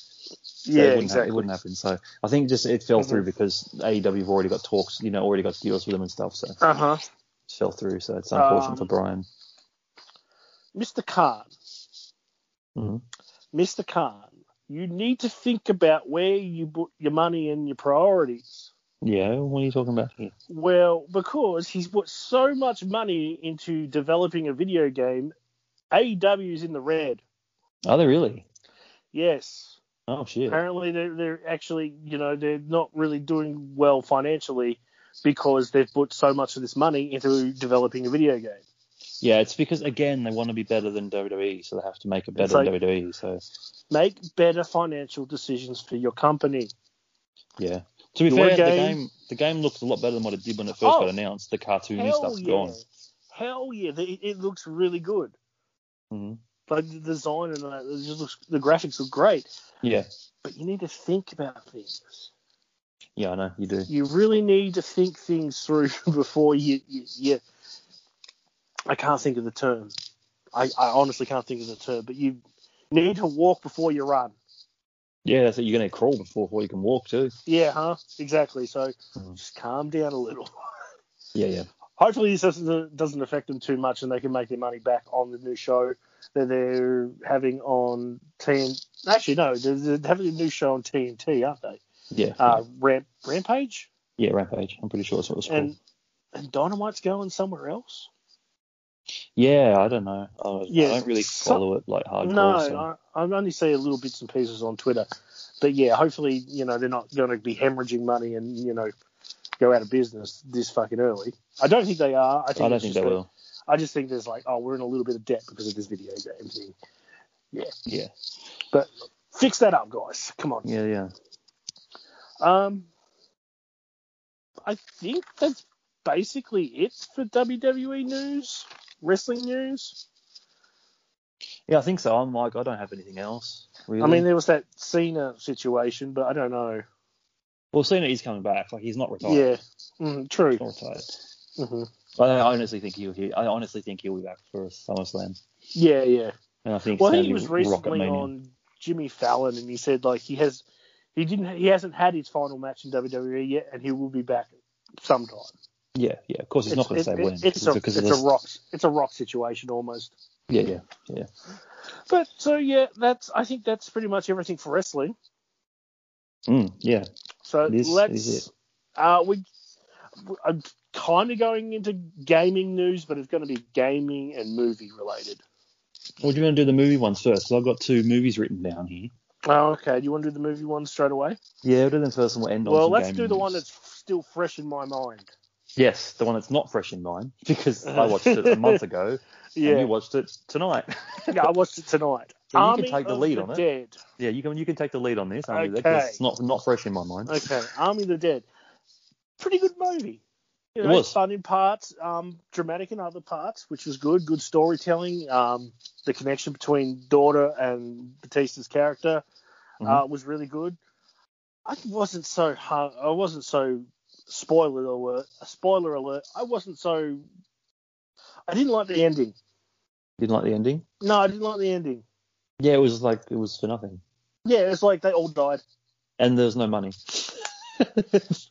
Speaker 2: So
Speaker 1: Yeah,
Speaker 2: it wouldn't hap-
Speaker 1: exactly.
Speaker 2: it wouldn't happen. So I think just it fell
Speaker 1: Mhm.
Speaker 2: through because AEW have already got talks, you know, already got deals with them and stuff. So it
Speaker 1: Uh huh.
Speaker 2: fell through. So it's unfortunate
Speaker 1: Um,
Speaker 2: for Brian.
Speaker 1: Mr. Khan,
Speaker 2: Mhm.
Speaker 1: Mr. Khan, you need to think about where you put your money and your priorities.
Speaker 2: Yeah, what are you talking about here?
Speaker 1: Well, because he's put so much money into developing a video game, AEW is in the red.
Speaker 2: Are they really?
Speaker 1: Yes.
Speaker 2: Oh shit.
Speaker 1: Apparently, they're, they're actually, you know, they're not really doing well financially because they've put so much of this money into developing a video game.
Speaker 2: Yeah, it's because again they want to be better than WWE, so they have to make it better
Speaker 1: like-
Speaker 2: than WWE. So
Speaker 1: Make better financial decisions for your company.
Speaker 2: Yeah. To be
Speaker 1: Your
Speaker 2: fair, the
Speaker 1: game-
Speaker 2: game the game looks a lot better than what it did when it first
Speaker 1: Oh.
Speaker 2: got announced. The cartoony stuff's gone.
Speaker 1: Hell yeah. The- It, it looks really good.
Speaker 2: Mhm.
Speaker 1: Like the design and that, it just looks, the graphics look great.
Speaker 2: Yeah.
Speaker 1: But you need to think about things.
Speaker 2: Yeah, I know you do.
Speaker 1: You really need to think things through <laughs> before you. you, you I can't think of the term. I, I honestly can't think of the term, but you need to walk before you run.
Speaker 2: Yeah, that's it. You're gonna crawl before before you can walk too.
Speaker 1: Yeah, huh? Exactly. So
Speaker 2: Mhm.
Speaker 1: just calm down a little. <laughs>
Speaker 2: Yeah, yeah.
Speaker 1: Hopefully, this doesn't, doesn't affect them too much and they can make their money back on the new show that they're having on TNT. Actually, no, they're, they're having a new show on TNT, aren't they?
Speaker 2: Yeah.
Speaker 1: Uh, Ramp, Rampage?
Speaker 2: yeah, Rampage. I'm pretty sure that's what it's called.
Speaker 1: and and Dynamite's going somewhere else.
Speaker 2: yeah, I don't know. I,
Speaker 1: Yeah,
Speaker 2: I don't really
Speaker 1: so-
Speaker 2: follow it like hardcore.
Speaker 1: no,
Speaker 2: so.
Speaker 1: I, I only see little bits and pieces on Twitter, but yeah, hopefully you know they're not going to be hemorrhaging money and you know go out of business this fucking early. I don't think they are. I, think
Speaker 2: I don't
Speaker 1: it's
Speaker 2: think
Speaker 1: just
Speaker 2: they
Speaker 1: that-
Speaker 2: will.
Speaker 1: I just think there's like, oh, we're in a little bit of debt because of this video game thing.
Speaker 2: Yeah.
Speaker 1: Fix that up, guys. Come on.
Speaker 2: Yeah, yeah.
Speaker 1: Um, I think that's basically it for WWE news, wrestling news.
Speaker 2: Yeah, I think so. I'm like, I don't have anything else. Really.
Speaker 1: I mean, there was that Cena situation, but I don't know.
Speaker 2: well, Cena is coming back. Like, he's not retired.
Speaker 1: Yeah, mm, true.
Speaker 2: He's not retired.
Speaker 1: hmm
Speaker 2: I honestly think he'll. He, I honestly think he'll be back for SummerSlam.
Speaker 1: Yeah, yeah.
Speaker 2: And I think.
Speaker 1: Well,
Speaker 2: it's
Speaker 1: he
Speaker 2: gonna
Speaker 1: was
Speaker 2: be
Speaker 1: recently
Speaker 2: Rocketmania.
Speaker 1: on Jimmy Fallon, and he said like he has, he didn't, he hasn't had his final match in WWE yet, and he will be back sometime.
Speaker 2: Yeah, yeah. Of course, he's not going to
Speaker 1: It's-
Speaker 2: say
Speaker 1: it-
Speaker 2: when.
Speaker 1: it- It's a,
Speaker 2: because
Speaker 1: it's
Speaker 2: of
Speaker 1: a
Speaker 2: this-
Speaker 1: rock, it's a rock situation almost.
Speaker 2: Yeah, yeah.
Speaker 1: But so yeah, that's I think that's pretty much everything for wrestling.
Speaker 2: Mm, yeah.
Speaker 1: So
Speaker 2: This is
Speaker 1: let's,
Speaker 2: it.
Speaker 1: uh, we, I'm kind of going into gaming news, but it's going to be gaming and movie related.
Speaker 2: Well, do you want to do the movie ones first? Because I've got two movies written down here.
Speaker 1: Oh, okay. Do you want to do the movie one straight away?
Speaker 2: Yeah, we'll do them first and we'll end on
Speaker 1: well,
Speaker 2: some
Speaker 1: let's
Speaker 2: gaming
Speaker 1: do the
Speaker 2: news.
Speaker 1: one that's still fresh in my mind.
Speaker 2: Yes, the one that's not fresh in mine <laughs> because I watched it a month ago and
Speaker 1: <laughs> Yeah,
Speaker 2: you watched it tonight. <laughs>
Speaker 1: yeah I watched it tonight.
Speaker 2: So you can
Speaker 1: Army
Speaker 2: take the
Speaker 1: of
Speaker 2: lead on it.
Speaker 1: Dead.
Speaker 2: yeah, you can you can take the lead on this. I'll do that,
Speaker 1: Okay.
Speaker 2: 'cause it's not not fresh in my mind.
Speaker 1: Okay, Army of the Dead. Pretty good movie. You
Speaker 2: It
Speaker 1: know,
Speaker 2: was.
Speaker 1: fun in parts, um, dramatic in other parts, which was good. Good storytelling. Um, the connection between daughter and Batista's character uh,
Speaker 2: Mhm.
Speaker 1: was really good. I wasn't so hard, I wasn't so spoiler alert. Spoiler alert. I wasn't so. I didn't like the ending.
Speaker 2: Didn't like the ending.
Speaker 1: No, I didn't like the ending.
Speaker 2: Yeah, it was like it was for nothing,
Speaker 1: Yeah, it's like they all died.
Speaker 2: and there's no money.
Speaker 1: Well,
Speaker 2: <laughs> There's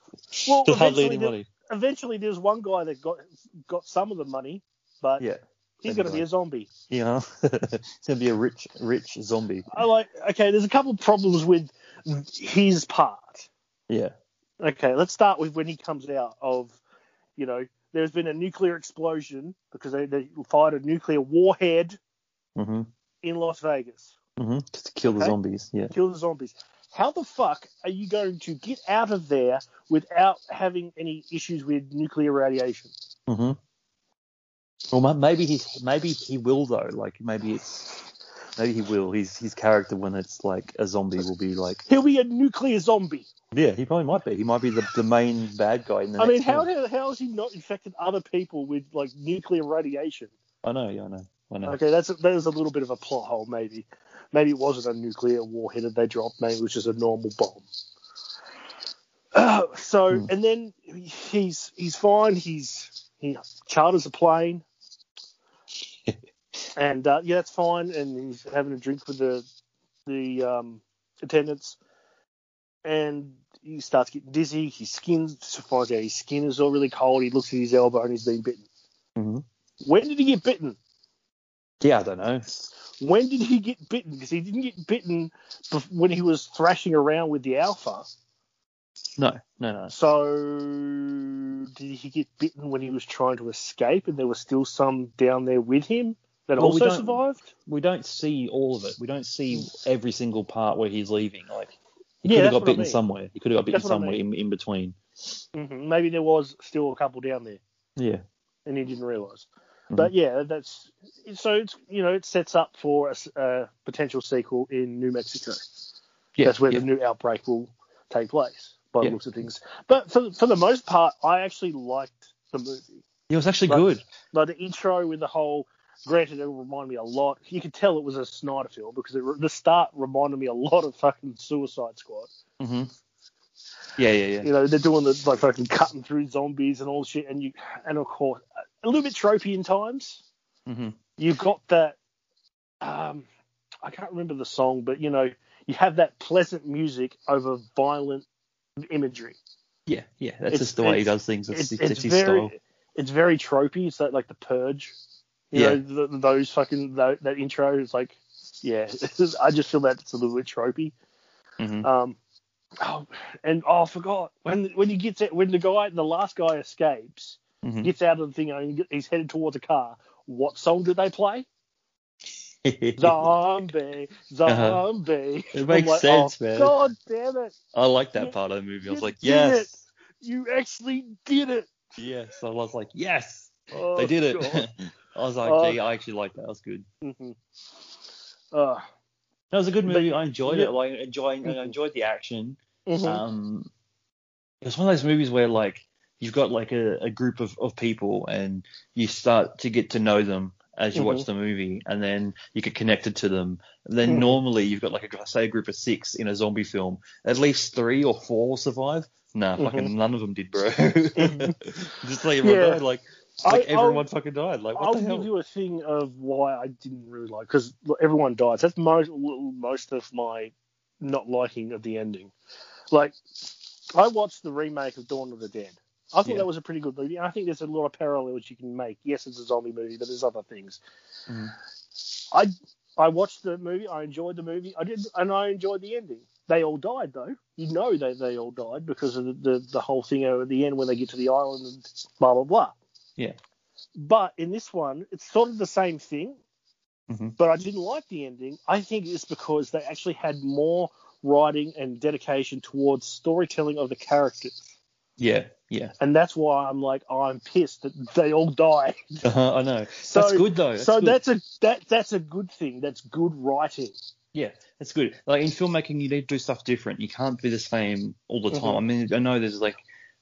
Speaker 1: eventually,
Speaker 2: hardly any
Speaker 1: there,
Speaker 2: money.
Speaker 1: eventually there's one guy that got got some of the money, but
Speaker 2: Yeah, <laughs>
Speaker 1: he's
Speaker 2: that'd be
Speaker 1: going to be
Speaker 2: right.
Speaker 1: a zombie.
Speaker 2: <laughs> you know, it's gonna be a rich rich zombie.
Speaker 1: I like okay. There's a couple problems with his part.
Speaker 2: Yeah.
Speaker 1: Okay, let's start with when he comes out of, you know, there's been a nuclear explosion because they, they fired a nuclear warhead
Speaker 2: Mm-hmm.
Speaker 1: in Las Vegas,
Speaker 2: Mm-hmm. Just to kill the
Speaker 1: Okay.
Speaker 2: zombies. Yeah.
Speaker 1: killed the zombies. How the fuck are you going to get out of there without having any issues with nuclear radiation?
Speaker 2: Mm-hmm. Well, ma- maybe he's maybe he will though. Like maybe it's maybe he will. His his character when it's like a zombie will be like
Speaker 1: He'll be a nuclear zombie.
Speaker 2: yeah. He probably might be. He might be the, the main bad guy in the.
Speaker 1: I mean,
Speaker 2: next
Speaker 1: how
Speaker 2: film.
Speaker 1: the- how has he not infected other people with like nuclear radiation?
Speaker 2: I know. Yeah, I know. I know.
Speaker 1: Okay, that's that is a little bit of a plot hole, maybe. Maybe it wasn't a nuclear warhead that they dropped, maybe it was just a normal bomb. <clears throat> Uh, so,
Speaker 2: Hmm.
Speaker 1: and then he's he's fine. He's he charters a
Speaker 2: <laughs>
Speaker 1: plane, and uh, yeah, that's fine. And he's having a drink with the the um, attendants, and he starts getting dizzy. His skin finds out his skin is all really cold. He looks at his elbow and he's been bitten.
Speaker 2: hmm
Speaker 1: When did he get bitten?
Speaker 2: Yeah, I don't know.
Speaker 1: when did he get bitten? Because he didn't get bitten bef- when he was thrashing around with the alpha.
Speaker 2: No, no, no.
Speaker 1: So did he get bitten when he was trying to escape, and there was still some down there with him that
Speaker 2: Well, we
Speaker 1: also
Speaker 2: don't-
Speaker 1: survived?
Speaker 2: We don't see all of it. We don't see every single part where he's leaving. Like
Speaker 1: Yeah,
Speaker 2: he could have
Speaker 1: that's
Speaker 2: got
Speaker 1: what I
Speaker 2: bitten
Speaker 1: mean.
Speaker 2: somewhere. He could have got bitten
Speaker 1: That's what I
Speaker 2: somewhere in, in between.
Speaker 1: hmm Maybe there was still a couple down there,
Speaker 2: Yeah.
Speaker 1: and he didn't realize.
Speaker 2: Mm-hmm.
Speaker 1: But yeah, that's so it's you know it sets up for a, s- a potential sequel in New Mexico.
Speaker 2: Yeah.
Speaker 1: that's where
Speaker 2: yeah.
Speaker 1: the new outbreak will take place by
Speaker 2: Yeah.
Speaker 1: the looks of things. But for for the most part, I actually liked the movie.
Speaker 2: It was actually
Speaker 1: Right.
Speaker 2: good.
Speaker 1: like the intro with the whole granted it reminded me a lot you could tell it was a snyder film because it, the start reminded me a lot of fucking suicide squad
Speaker 2: Mm-hmm. Yeah, yeah, yeah.
Speaker 1: you know they're doing the like fucking cutting through zombies and all shit and you and of course a little bit tropey in times
Speaker 2: Mm-hmm.
Speaker 1: you've got that um i can't remember the song but you know you have that pleasant music over violent imagery
Speaker 2: Yeah, yeah. That's
Speaker 1: It's-
Speaker 2: just the way he
Speaker 1: it's-
Speaker 2: does things.
Speaker 1: it's,
Speaker 2: That's, it's,
Speaker 1: it's
Speaker 2: his
Speaker 1: very
Speaker 2: style.
Speaker 1: it's very tropey. It's that like the purge. You
Speaker 2: Yeah.
Speaker 1: know, th those fucking tho- that intro is like, yeah. <laughs> I just feel that it's a little bit tropey.
Speaker 2: Mhm.
Speaker 1: Um, oh, and oh, I forgot when when he gets it when the guy the last guy escapes <laughs>
Speaker 2: Mhm.
Speaker 1: gets out of the thing and he- he's headed towards a car. What song did they
Speaker 2: <laughs>
Speaker 1: play? Zombie, zombie.
Speaker 2: Uh-huh. It
Speaker 1: I'm
Speaker 2: makes
Speaker 1: like,
Speaker 2: sense,
Speaker 1: oh,
Speaker 2: man.
Speaker 1: God damn it!
Speaker 2: <laughs> I like
Speaker 1: You-
Speaker 2: that part of the movie. I was
Speaker 1: you
Speaker 2: like,
Speaker 1: did
Speaker 2: yes,
Speaker 1: You actually did it.
Speaker 2: yes. I was like, yes,
Speaker 1: Oh,
Speaker 2: they did it. <laughs>
Speaker 1: God.
Speaker 2: I was like,
Speaker 1: Oh.
Speaker 2: gee, I actually like that. That was good.
Speaker 1: Mhm. Uh,
Speaker 2: That was a good
Speaker 1: But-
Speaker 2: movie. I enjoyed
Speaker 1: yeah.
Speaker 2: it. Like, enjoying, I
Speaker 1: <laughs> Mhm.
Speaker 2: enjoyed the action.
Speaker 1: mhm.
Speaker 2: Um, it was one of those movies where like you've got like a, a group of, of people and you start to get to know them as you watch
Speaker 1: Mhm.
Speaker 2: the movie and then you get connected to them. And then
Speaker 1: Mhm.
Speaker 2: normally you've got like a say a group of six in a zombie film. At least three or four will survive. Nah, fucking none of them did, bro. <laughs> Just like everyone
Speaker 1: Mm-hmm. Yeah.
Speaker 2: died, like
Speaker 1: I-
Speaker 2: like
Speaker 1: I'll-
Speaker 2: everyone fucking died. Like what
Speaker 1: I'll
Speaker 2: the hell?
Speaker 1: give you a thing of why I didn't really like because everyone dies. That's most most of my not liking of the ending. Like I watched the remake of Dawn of the Dead. I thought
Speaker 2: Yeah.
Speaker 1: that was a pretty good movie. and I think there's a lot of parallels you can make. Yes, it's a zombie movie, but there's other things.
Speaker 2: Mhm.
Speaker 1: I I watched the movie. I enjoyed the movie. I did, and I enjoyed the ending. They all died though. You know they they all died because of the the, the whole thing at the end when they get to the island and blah blah blah.
Speaker 2: Yeah.
Speaker 1: But in this one, it's sort of the same thing.
Speaker 2: Mhm.
Speaker 1: But I didn't like the ending. I think it's because they actually had more writing and dedication towards storytelling of the characters,
Speaker 2: Yeah, yeah. <laughs>
Speaker 1: and that's why I'm like oh, I'm pissed that they all die.
Speaker 2: I know.
Speaker 1: So
Speaker 2: that's good though. That's
Speaker 1: so
Speaker 2: good.
Speaker 1: that's a that that's a good thing. That's good writing.
Speaker 2: Yeah, that's good. Like in filmmaking, you need to do stuff different. You can't be the same all the time.
Speaker 1: Mhm.
Speaker 2: I mean, I know there's like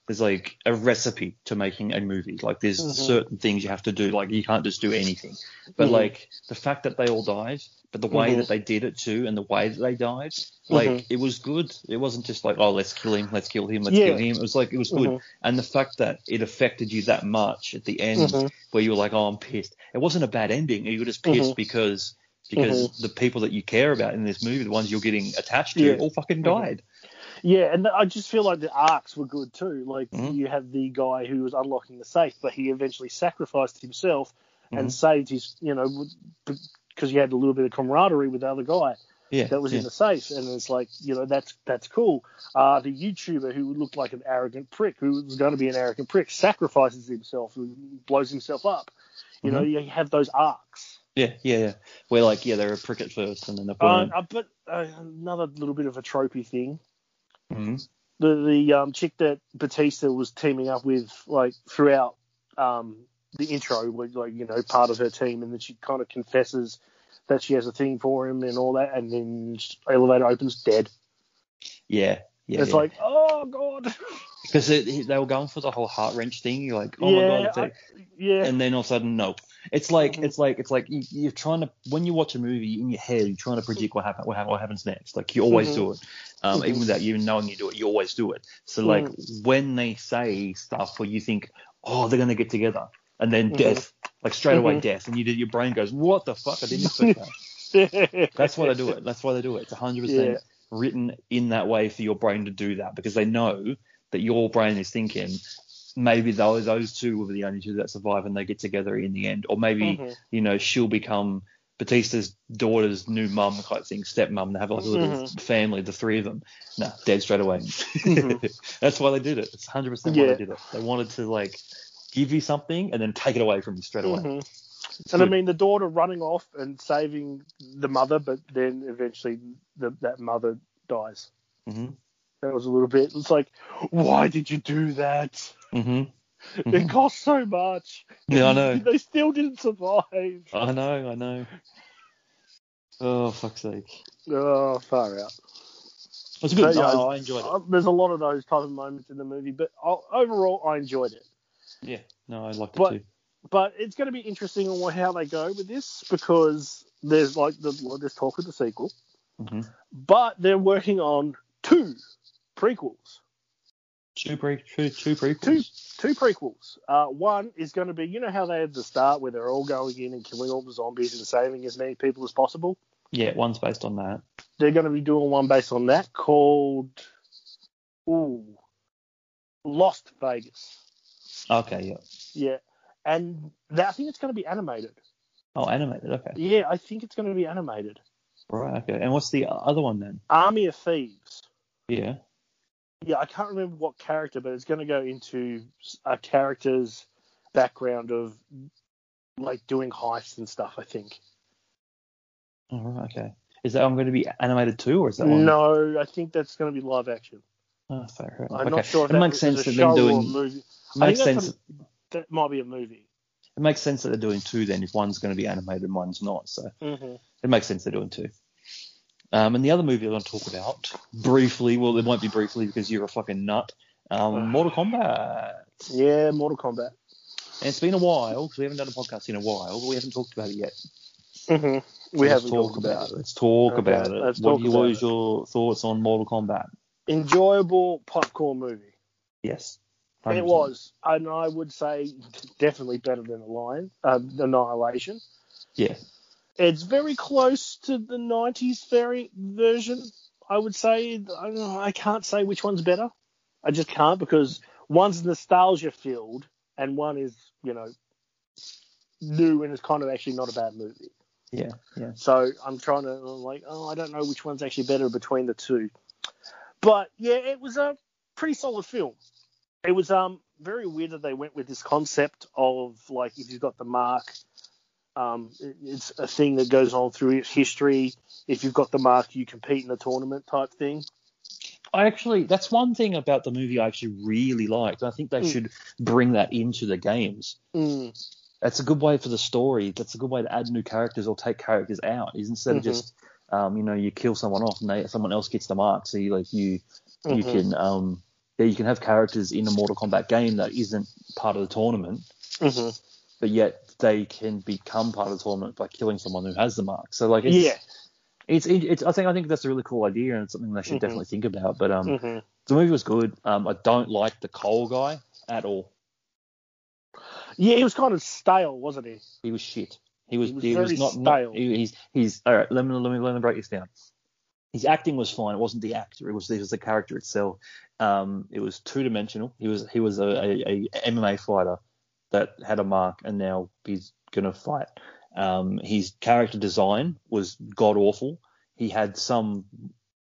Speaker 2: there's like a recipe to making a movie. Like there's
Speaker 1: Mhm.
Speaker 2: certain things you have to do. Like you can't just do anything. But
Speaker 1: Mhm.
Speaker 2: like the fact that they all died, but the way
Speaker 1: Mhm.
Speaker 2: that they did it too, and the way that they died, like
Speaker 1: Mhm.
Speaker 2: it was good. It wasn't just like oh let's kill him, let's kill him, let's
Speaker 1: Yeah.
Speaker 2: kill him. It was like it was good.
Speaker 1: Mhm.
Speaker 2: And the fact that it affected you that much at the end,
Speaker 1: Mhm.
Speaker 2: where you were like, "Oh, I'm pissed." It wasn't a bad ending. You were just pissed
Speaker 1: Mhm.
Speaker 2: because because the people that you care about in this movie, the ones you're getting attached to,
Speaker 1: Yeah.
Speaker 2: all fucking
Speaker 1: Mhm.
Speaker 2: died.
Speaker 1: Yeah, and I just feel like the arcs were good too. Like
Speaker 2: Mhm.
Speaker 1: you have the guy who was unlocking the safe, but he eventually sacrificed himself
Speaker 2: Mhm.
Speaker 1: and saved his, you know, because he had a little bit of camaraderie with the other guy.
Speaker 2: Yeah,
Speaker 1: that was
Speaker 2: yeah.
Speaker 1: in the safe, and it's like you know that's that's cool. Uh, the YouTuber who looked like an arrogant prick, who was going to be an arrogant prick, sacrifices himself, who blows himself up. You know, you have those arcs.
Speaker 2: yeah, yeah, yeah. Where like yeah, they're a prick at first, and then they're
Speaker 1: Uh,
Speaker 2: put
Speaker 1: uh, but uh, another little bit of a tropey thing.
Speaker 2: hmm
Speaker 1: The the um, chick that Batista was teaming up with, like throughout um, the intro, was like you know part of her team, and then she kind of confesses that she has a thing for him and all that, and then elevator opens dead.
Speaker 2: yeah, yeah.
Speaker 1: it's
Speaker 2: yeah.
Speaker 1: like, oh god, <laughs>
Speaker 2: because they they were going for the whole heart wrench thing. You're like, oh my
Speaker 1: yeah,
Speaker 2: god, it's like,
Speaker 1: I- yeah,
Speaker 2: and then all of a sudden, nope. It's like
Speaker 1: Mhm.
Speaker 2: it's like it's like you, you're trying to when you watch a movie in your head, you're trying to predict what happen what, hap- what happens next. Like you always
Speaker 1: Mhm.
Speaker 2: do it, um,
Speaker 1: Mhm.
Speaker 2: even without you even knowing you do it, you always do it. So like when they say stuff where you think, oh, they're gonna get together, and then
Speaker 1: Mhm.
Speaker 2: death, like straight away
Speaker 1: Mhm.
Speaker 2: death, and you your brain goes, what the fuck? I didn't expect that.
Speaker 1: <laughs>
Speaker 2: <laughs> That's why they do it. That's why they do it. It's 100%
Speaker 1: Yeah.
Speaker 2: written in that way for your brain to do that because they know that your brain is thinking maybe those those two will be the only two that survive and they get together in the end, or maybe
Speaker 1: Mhm.
Speaker 2: you know she'll become Batista's daughter's new mum type thing, stepmum. They have like a little
Speaker 1: Mm-hmm.
Speaker 2: family, the three of them. No, dead straight away. <laughs> That's why they did it. It's 100% why
Speaker 1: Mm-hmm. Yeah.
Speaker 2: they did it. They wanted to like give you something and then take it away from you straight away.
Speaker 1: Mhm.
Speaker 2: It's
Speaker 1: And I
Speaker 2: good.
Speaker 1: mean, the daughter running off and saving the mother, but then eventually the, that mother dies.
Speaker 2: Mhm.
Speaker 1: That was a little bit. It's like, why did you do that?
Speaker 2: Mhm.
Speaker 1: It cost so much.
Speaker 2: Yeah,
Speaker 1: <laughs>
Speaker 2: I know.
Speaker 1: they still didn't survive.
Speaker 2: I know, I know. Oh fuck's sake!
Speaker 1: Oh, far out.
Speaker 2: It's good.
Speaker 1: So, yeah,
Speaker 2: No, I enjoyed it.
Speaker 1: Uh, There's a lot of those type of moments in the movie, but uh, overall, I enjoyed it.
Speaker 2: Yeah, no, I liked it
Speaker 1: But-
Speaker 2: too.
Speaker 1: but it's going to be interesting on what- how they go with this because there's like the, well, there's talk of the sequel,
Speaker 2: Mhm.
Speaker 1: but they're working on two prequels.
Speaker 2: Two pre, two, two prequels.
Speaker 1: Two two prequels. Uh, one is going to be you know how they had the start where they're all going in and killing all the zombies and saving as many people as possible.
Speaker 2: Yeah, one's based on that.
Speaker 1: They're going to be doing one based on that called Ooh Lost Vegas.
Speaker 2: Okay, yeah.
Speaker 1: Yeah, and that, I think it's going to be animated.
Speaker 2: Oh, animated. Okay,
Speaker 1: Yeah, I think it's going to be animated.
Speaker 2: right. Okay, and what's the other one then?
Speaker 1: Army of Thieves.
Speaker 2: Yeah.
Speaker 1: yeah, I can't remember what character, but it's going to go into a character's background of like doing heists and stuff. I think.
Speaker 2: All right. Okay. Is that one going to be animated too, or is that one?
Speaker 1: No, I think that's going to be live action.
Speaker 2: Oh, fair enough.
Speaker 1: I'm
Speaker 2: okay.
Speaker 1: not sure if
Speaker 2: it
Speaker 1: that
Speaker 2: makes
Speaker 1: is
Speaker 2: sense
Speaker 1: a
Speaker 2: that
Speaker 1: show
Speaker 2: they're
Speaker 1: or a
Speaker 2: doing.
Speaker 1: movie. I
Speaker 2: Makes
Speaker 1: think that's
Speaker 2: sense.
Speaker 1: That might be a movie.
Speaker 2: It makes sense that they're doing two then, if one's going to be animated and one's not. So
Speaker 1: hmm
Speaker 2: It makes sense they're doing two. Um, and the other movie I want to talk about briefly, well, it won't be briefly because you're a fucking nut. Um, Mortal Kombat.
Speaker 1: Yeah, Mortal Kombat.
Speaker 2: And it's been a while because we haven't done a podcast in a while, but we haven't talked about it yet.
Speaker 1: Mm-hmm. We
Speaker 2: So let's
Speaker 1: haven't talked about it.
Speaker 2: Let's talk
Speaker 1: Okay,
Speaker 2: about it.
Speaker 1: let's
Speaker 2: what
Speaker 1: talk
Speaker 2: you-
Speaker 1: about
Speaker 2: what is
Speaker 1: it.
Speaker 2: your thoughts on Mortal Kombat?
Speaker 1: Enjoyable popcorn movie.
Speaker 2: Yes.
Speaker 1: It
Speaker 2: 100%.
Speaker 1: was, and I would say definitely better than Alliance, um, Annihilation.
Speaker 2: Yeah.
Speaker 1: It's very close to the 90s very version, I would say. I, don't know, I can't say which one's better. I just can't because one's nostalgia filled and one is, you know, new and it's kind of actually not a bad movie.
Speaker 2: Yeah. Yeah.
Speaker 1: So I'm trying to, I'm like, oh, I don't know which one's actually better between the two. But yeah, it was a pretty solid film. It was um very weird that they went with this concept of like if you've got the mark, um, it- it's a thing that goes on through history. If you've got the mark, you compete in the tournament type thing.
Speaker 2: I actually, that's one thing about the movie I actually really liked. and I think they
Speaker 1: Mm.
Speaker 2: should bring that into the games.
Speaker 1: Mm.
Speaker 2: that's a good way for the story. That's a good way to add new characters or take characters out. Is instead of
Speaker 1: Mhm.
Speaker 2: just um, you know you kill someone off and they, someone else gets the mark. So you like you you
Speaker 1: Mhm.
Speaker 2: can um yeah, you can have characters in a Mortal Kombat game that isn't part of the tournament,
Speaker 1: Mhm.
Speaker 2: but yet they can become part of the tournament by killing someone who has the mark. So like it's,
Speaker 1: Yeah.
Speaker 2: it's, it's, I think I think that's a really cool idea and it's something they should
Speaker 1: Mhm.
Speaker 2: definitely think about. But um
Speaker 1: Mhm.
Speaker 2: the movie was good. Um I don't like the Cole guy at all.
Speaker 1: Yeah, he was kind of stale, wasn't he?
Speaker 2: He was shit. He was.
Speaker 1: He
Speaker 2: He
Speaker 1: was
Speaker 2: was,
Speaker 1: very
Speaker 2: not. not-
Speaker 1: stale.
Speaker 2: he- he's. He's. All right. Let me. Let me. Let me break this down. His acting was fine. It wasn't the actor. It was. It was the character itself. Um. It was two dimensional. He was. He was a, a, a MMA fighter that had a mark, and now he's gonna fight. Um. His character design was god awful. he had some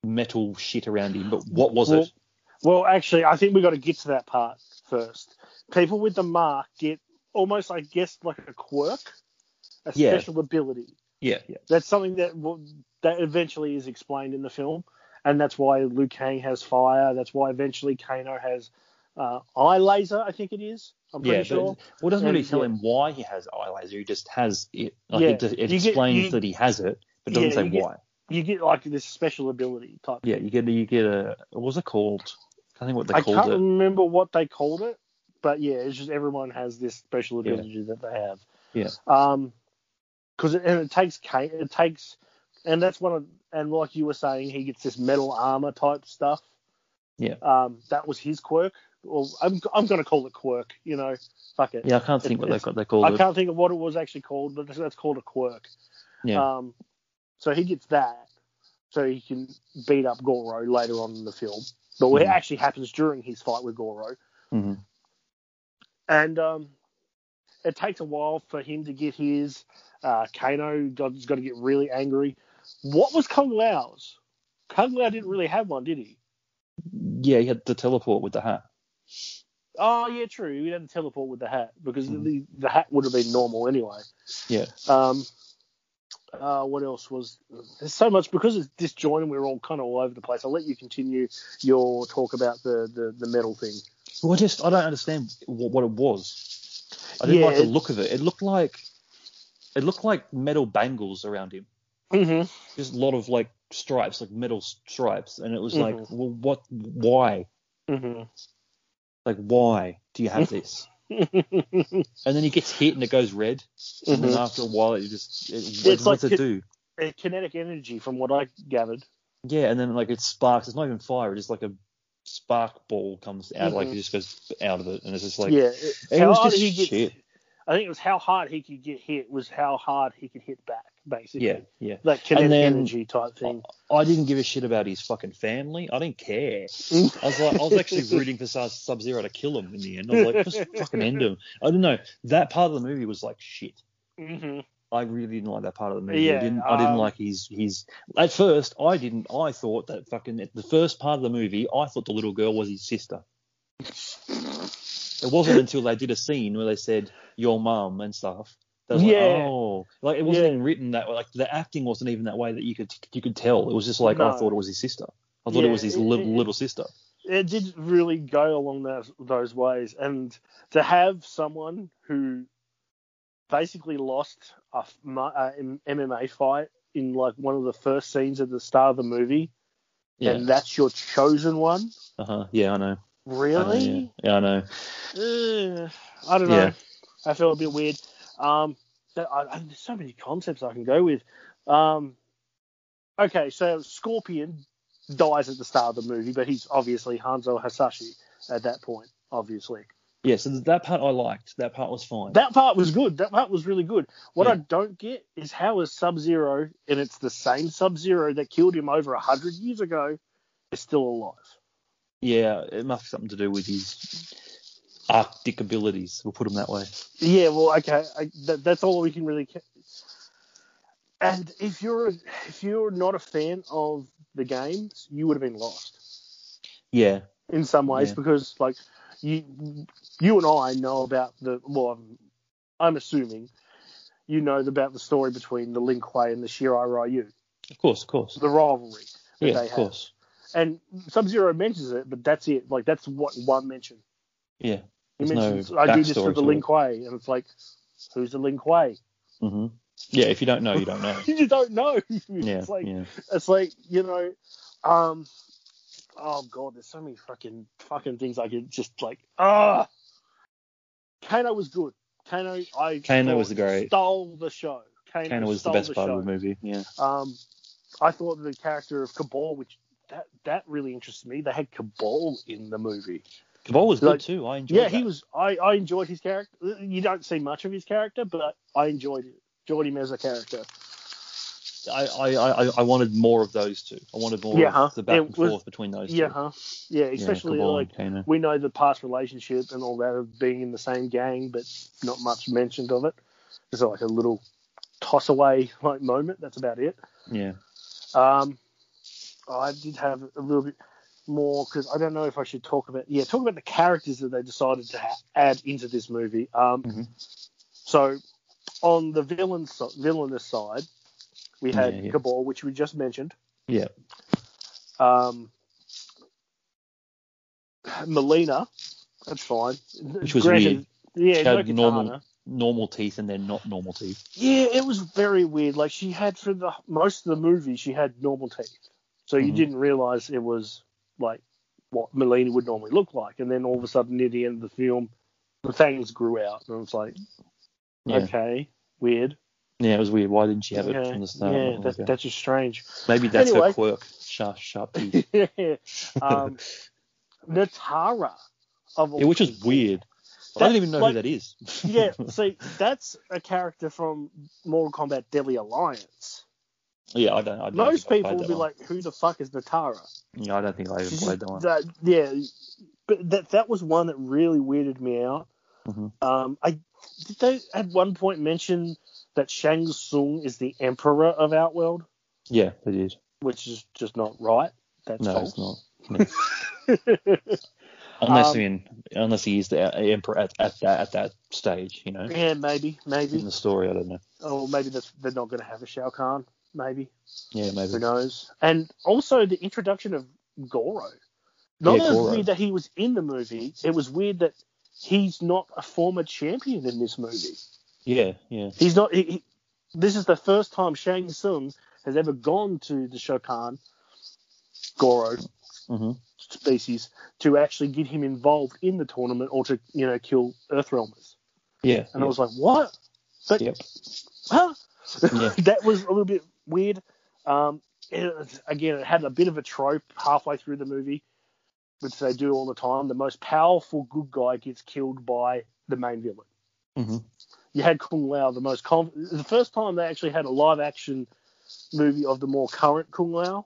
Speaker 2: metal shit around him, but what was
Speaker 1: Well-
Speaker 2: it?
Speaker 1: Well, actually, I think we've got to get to that part first. People with the mark get almost, I guess, like a quirk, a
Speaker 2: Yeah.
Speaker 1: special ability.
Speaker 2: Yeah, yeah,
Speaker 1: That's something that will, that eventually is explained in the film, and that's why Liu Kang has fire. That's why eventually Kano has uh, eye laser. I think it is. I'm pretty
Speaker 2: yeah.
Speaker 1: sure.
Speaker 2: But well, it doesn't really
Speaker 1: And,
Speaker 2: tell
Speaker 1: yeah.
Speaker 2: him why he has eye laser. He just has it. Like
Speaker 1: Yeah,
Speaker 2: it, just- it
Speaker 1: you get-
Speaker 2: explains
Speaker 1: you-
Speaker 2: that he has it, but doesn't
Speaker 1: Yeah,
Speaker 2: say
Speaker 1: you get-
Speaker 2: why.
Speaker 1: You get like this special ability type.
Speaker 2: Yeah, you get you get a what was it called? I can't think what they
Speaker 1: I
Speaker 2: called
Speaker 1: can't
Speaker 2: it.
Speaker 1: remember what they called it, but yeah, it's just everyone has this special
Speaker 2: Yeah.
Speaker 1: ability that they have.
Speaker 2: Yeah.
Speaker 1: Um, because it, and it takes Ka- it takes, and that's one of and like you were saying, he gets this metal armor type stuff.
Speaker 2: Yeah.
Speaker 1: Um, that was his quirk. Well, I'm I'm gonna call it quirk. You know, fuck it.
Speaker 2: Yeah, I can't think what they
Speaker 1: It's-
Speaker 2: got. They called
Speaker 1: I
Speaker 2: it.
Speaker 1: can't think of what it was actually called, but that's- that's called a quirk.
Speaker 2: Yeah.
Speaker 1: Um, so he gets that, so he can beat up Goro later on in the film. But it
Speaker 2: Mhm.
Speaker 1: actually happens during his fight with Goro,
Speaker 2: Mhm.
Speaker 1: and um, it takes a while for him to get his. Uh, Kano has got to get really angry. What was Kung Lao's? Kung Lao didn't really have one, did he?
Speaker 2: Yeah, he had to teleport with the hat.
Speaker 1: Oh yeah, true. He didn't teleport with the hat because
Speaker 2: Mhm.
Speaker 1: the, the hat would have been normal anyway.
Speaker 2: Yeah.
Speaker 1: Um, uh, what else was there's so much because it's disjointed. and We're all kind of all over the place. I'll let you continue your talk about the the, the metal thing.
Speaker 2: Well, I just I don't understand what, what it was. I didn't
Speaker 1: Yeah,
Speaker 2: like the
Speaker 1: it-
Speaker 2: look of it. It looked like it looked like metal bangles around him.
Speaker 1: Mm-hmm.
Speaker 2: Just a lot of like stripes, like metal stripes, and it was like,
Speaker 1: Mhm.
Speaker 2: well, what? Why?
Speaker 1: Mm-hmm.
Speaker 2: Like, why do you have
Speaker 1: <laughs>
Speaker 2: this? And then he gets hit and it goes red. And then
Speaker 1: Mhm.
Speaker 2: after a while, it just it, what
Speaker 1: like
Speaker 2: does it
Speaker 1: it-
Speaker 2: do?
Speaker 1: kinetic energy, from what I gathered.
Speaker 2: Yeah, and then like it sparks. It's not even fire. It's just like a spark ball comes out. Like
Speaker 1: Mhm.
Speaker 2: it just goes out of it, and it's just like
Speaker 1: yeah,
Speaker 2: it
Speaker 1: how
Speaker 2: was
Speaker 1: hard
Speaker 2: just
Speaker 1: he gets-
Speaker 2: shit.
Speaker 1: I think it was how hard he could get hit was how hard he could hit back, basically.
Speaker 2: Yeah, yeah.
Speaker 1: That kinetic
Speaker 2: then-
Speaker 1: energy type thing.
Speaker 2: I didn't give a shit about his fucking family. I didn't care.
Speaker 1: Mm.
Speaker 2: I was like, I
Speaker 1: <laughs>
Speaker 2: was actually rooting for Sub Zero to kill him in the end. I was like, just fucking end him. I don't know. That part of the movie was like shit.
Speaker 1: hmm
Speaker 2: I really didn't like that part of the movie. I
Speaker 1: Yeah,
Speaker 2: didn't. I didn't
Speaker 1: um,
Speaker 2: like his his. At first, I didn't. I thought that fucking at the first part of the movie, I thought the little girl was his sister. It wasn't until they did a scene where they said your mum and stuff. That I was
Speaker 1: Yeah.
Speaker 2: Like, oh, like it wasn't
Speaker 1: Yeah.
Speaker 2: even written that way. Like the acting wasn't even that way that you could you could tell. It was just like I
Speaker 1: No.
Speaker 2: thought it was his sister. I thought it
Speaker 1: Yeah,
Speaker 2: was his
Speaker 1: it-
Speaker 2: little
Speaker 1: it-
Speaker 2: little sister.
Speaker 1: It did really go along those, those ways. And to have someone who basically lost a, f- mu- uh, M- MMA fight in like one of the first scenes at the start of the movie,
Speaker 2: Yeah.
Speaker 1: and that's your chosen one?
Speaker 2: uh huh. Yeah, I know. I know,
Speaker 1: Really?
Speaker 2: Oh, yeah. yeah, I know.
Speaker 1: Uh, I don't know.
Speaker 2: Yeah.
Speaker 1: I feel a bit weird. Um, but I, I, there's so many concepts I can go with. Um, okay, so Scorpion dies at the start of the movie, but he's obviously Hanzo Hasashi at that point. Obviously,
Speaker 2: Yeah. So that part I liked. That part was fine.
Speaker 1: that part was good. That part was really good. What I
Speaker 2: Yeah.
Speaker 1: don't get is how is Sub Zero, and it's the same Sub Zero that killed him over a hundred years ago, is still alive.
Speaker 2: Yeah, it must be something to do with his arctic abilities. We'll put him that way.
Speaker 1: Yeah, well, okay, I, that, that's all we can really. Ca- and if you're if you're not a fan of the games, you would have been lost
Speaker 2: Yeah,
Speaker 1: in some ways
Speaker 2: Yeah.
Speaker 1: because like you you and I know about the well, I'm, I'm assuming you know about the story between the Lin Kuei and the Shirai Ryu,
Speaker 2: of course, of course.
Speaker 1: the rivalry.
Speaker 2: Yeah,
Speaker 1: they
Speaker 2: of
Speaker 1: have.
Speaker 2: course.
Speaker 1: And Sub Zero mentions it, but that's it. Like that's what one mention.
Speaker 2: Yeah.
Speaker 1: He
Speaker 2: There's no
Speaker 1: mentions I do this for
Speaker 2: backstory
Speaker 1: the
Speaker 2: to
Speaker 1: Lin
Speaker 2: it.
Speaker 1: Kuei, and it's like, who's the Lin Kuei? <laughs>
Speaker 2: hmm Yeah, if you don't know, you don't know.
Speaker 1: you just don't know.
Speaker 2: Yeah,
Speaker 1: it's like
Speaker 2: yeah.
Speaker 1: it's like you know, um, oh god, there's so many fucking fucking things I could just like ah. Kano was good. Kano, I
Speaker 2: Kano
Speaker 1: thought
Speaker 2: was great.
Speaker 1: Stole the show. Kano,
Speaker 2: Kano was the
Speaker 1: stole
Speaker 2: best
Speaker 1: the
Speaker 2: part
Speaker 1: show.
Speaker 2: of the movie. Yeah.
Speaker 1: Um, I thought the character of Cabal, which that that really interested me. They had Cabal in the movie.
Speaker 2: Cabal was good
Speaker 1: Like-
Speaker 2: too. I enjoyed
Speaker 1: Yeah, he
Speaker 2: that.
Speaker 1: was. I I enjoyed his character. You don't see much of his character, but I enjoyed it. Enjoyed him as a character.
Speaker 2: I, I, I, I wanted more of those two. I wanted more
Speaker 1: Yeah,
Speaker 2: of the back
Speaker 1: it
Speaker 2: and
Speaker 1: was-
Speaker 2: forth between those
Speaker 1: Yeah,
Speaker 2: two.
Speaker 1: huh? Yeah, especially
Speaker 2: Cabal
Speaker 1: like
Speaker 2: and Kano.
Speaker 1: we know the past relationship and all that of being in the same gang, but not much mentioned of it. It's like a little toss away like moment. That's about it.
Speaker 2: Yeah.
Speaker 1: Um, I did have a little bit more because I don't know if I should talk about yeah talk about the characters that they decided to ha- add into this movie. Um,
Speaker 2: Mhm.
Speaker 1: So on the villain so- villainous side, we had
Speaker 2: Yeah, yeah.
Speaker 1: Gabor, which we just mentioned.
Speaker 2: Yeah.
Speaker 1: Um, Melina, that's fine.
Speaker 2: Which was
Speaker 1: weird. Yeah,
Speaker 2: She
Speaker 1: no
Speaker 2: had normal-
Speaker 1: katana.
Speaker 2: Normal teeth and they're not normal teeth.
Speaker 1: Yeah, it was very weird. Like she had for the most of the movie, she had normal teeth, so you
Speaker 2: Mhm.
Speaker 1: didn't realize it was like what Melina would normally look like. And then all of a sudden, near the end of the film, the fangs grew out, and I was like,
Speaker 2: Yeah.
Speaker 1: okay, weird.
Speaker 2: Yeah, it was weird. Why didn't she have
Speaker 1: yeah,
Speaker 2: it from the start?
Speaker 1: yeah,
Speaker 2: Like,
Speaker 1: that,
Speaker 2: okay.
Speaker 1: that's just
Speaker 2: <laughs>
Speaker 1: strange. <laughs>
Speaker 2: Maybe that's
Speaker 1: Anyway.
Speaker 2: her quirk. Sharp, sharp teeth.
Speaker 1: yeah. Um, Natara, of all
Speaker 2: yeah, which is
Speaker 1: people.
Speaker 2: weird. I
Speaker 1: That-
Speaker 2: don't even know
Speaker 1: like-
Speaker 2: who that is. <laughs>
Speaker 1: yeah, see, that's a character from Mortal Kombat Deadly Alliance.
Speaker 2: yeah, I don't. I don't
Speaker 1: Most
Speaker 2: think I
Speaker 1: people
Speaker 2: played
Speaker 1: will
Speaker 2: that
Speaker 1: be
Speaker 2: one.
Speaker 1: like, "Who the fuck is Natara?"
Speaker 2: yeah, I don't think I even
Speaker 1: She's
Speaker 2: played
Speaker 1: just-
Speaker 2: that one.
Speaker 1: that- yeah, but that that was one that really weirded me out.
Speaker 2: Mhm.
Speaker 1: Um, I did they at one point mention that Shang Tsung is the emperor of Outworld,
Speaker 2: Yeah, they did.
Speaker 1: which is just not right. That's
Speaker 2: No,
Speaker 1: false.
Speaker 2: it's not.
Speaker 1: <laughs>
Speaker 2: No. Unless
Speaker 1: Um,
Speaker 2: I mean, unless he is the uh, emperor at, at that at that stage, you know,
Speaker 1: yeah, maybe,
Speaker 2: in
Speaker 1: maybe,
Speaker 2: the story. I don't know.
Speaker 1: or maybe that's, they're not going to have a Shao Kahn. Maybe
Speaker 2: Yeah,
Speaker 1: who
Speaker 2: maybe.
Speaker 1: knows? And also the introduction of Goro. Not that
Speaker 2: Yeah,
Speaker 1: it was
Speaker 2: Goro.
Speaker 1: weird that he was in the movie. It was weird that he's not a former champion in this movie.
Speaker 2: Yeah, yeah,
Speaker 1: He's not. He, he, this is the first time Shang Tsung has ever gone to the Shokan Goro
Speaker 2: hmm
Speaker 1: species to actually get him involved in the tournament or to you know kill Earthrealmers.
Speaker 2: yeah.
Speaker 1: And
Speaker 2: yeah.
Speaker 1: I was like, what? But
Speaker 2: Yep.
Speaker 1: huh?
Speaker 2: Yeah.
Speaker 1: <laughs> that was a little bit weird. Um, it, again, it had a bit of a trope halfway through the movie, which they do all the time. The most powerful good guy gets killed by the main villain.
Speaker 2: Mhm.
Speaker 1: You had Kung Lao, the most conf- the first time they actually had a live action movie of the more current Kung Lao.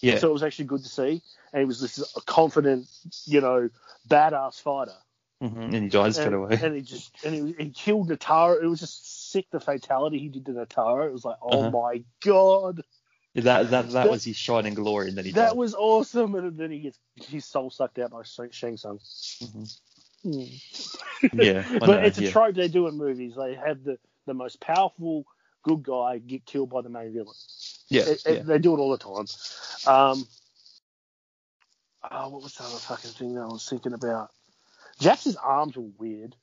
Speaker 2: yeah,
Speaker 1: So it was actually good to see, and he was this confident, you know, badass fighter.
Speaker 2: hmm and he dies straight
Speaker 1: and,
Speaker 2: away.
Speaker 1: and he just and he, he killed Natara. It was just sick the fatality he did to Natara. It was like, oh
Speaker 2: Uh-huh.
Speaker 1: my god,
Speaker 2: <laughs> that, that that
Speaker 1: that-
Speaker 2: was his shining glory, and then he
Speaker 1: that
Speaker 2: died.
Speaker 1: was awesome. And then he gets his soul sucked out by Shang- Shang Tsung.
Speaker 2: Mhm.
Speaker 1: Mm.
Speaker 2: Yeah,
Speaker 1: <laughs>
Speaker 2: I
Speaker 1: But
Speaker 2: know,
Speaker 1: it's a
Speaker 2: yeah.
Speaker 1: trope they do in movies. They have the the most powerful good guy get killed by the main villain.
Speaker 2: yeah,
Speaker 1: It-
Speaker 2: yeah.
Speaker 1: it- They do it all the time. Um, oh, what was the other fucking thing that I was thinking about? Jax's arms were weird.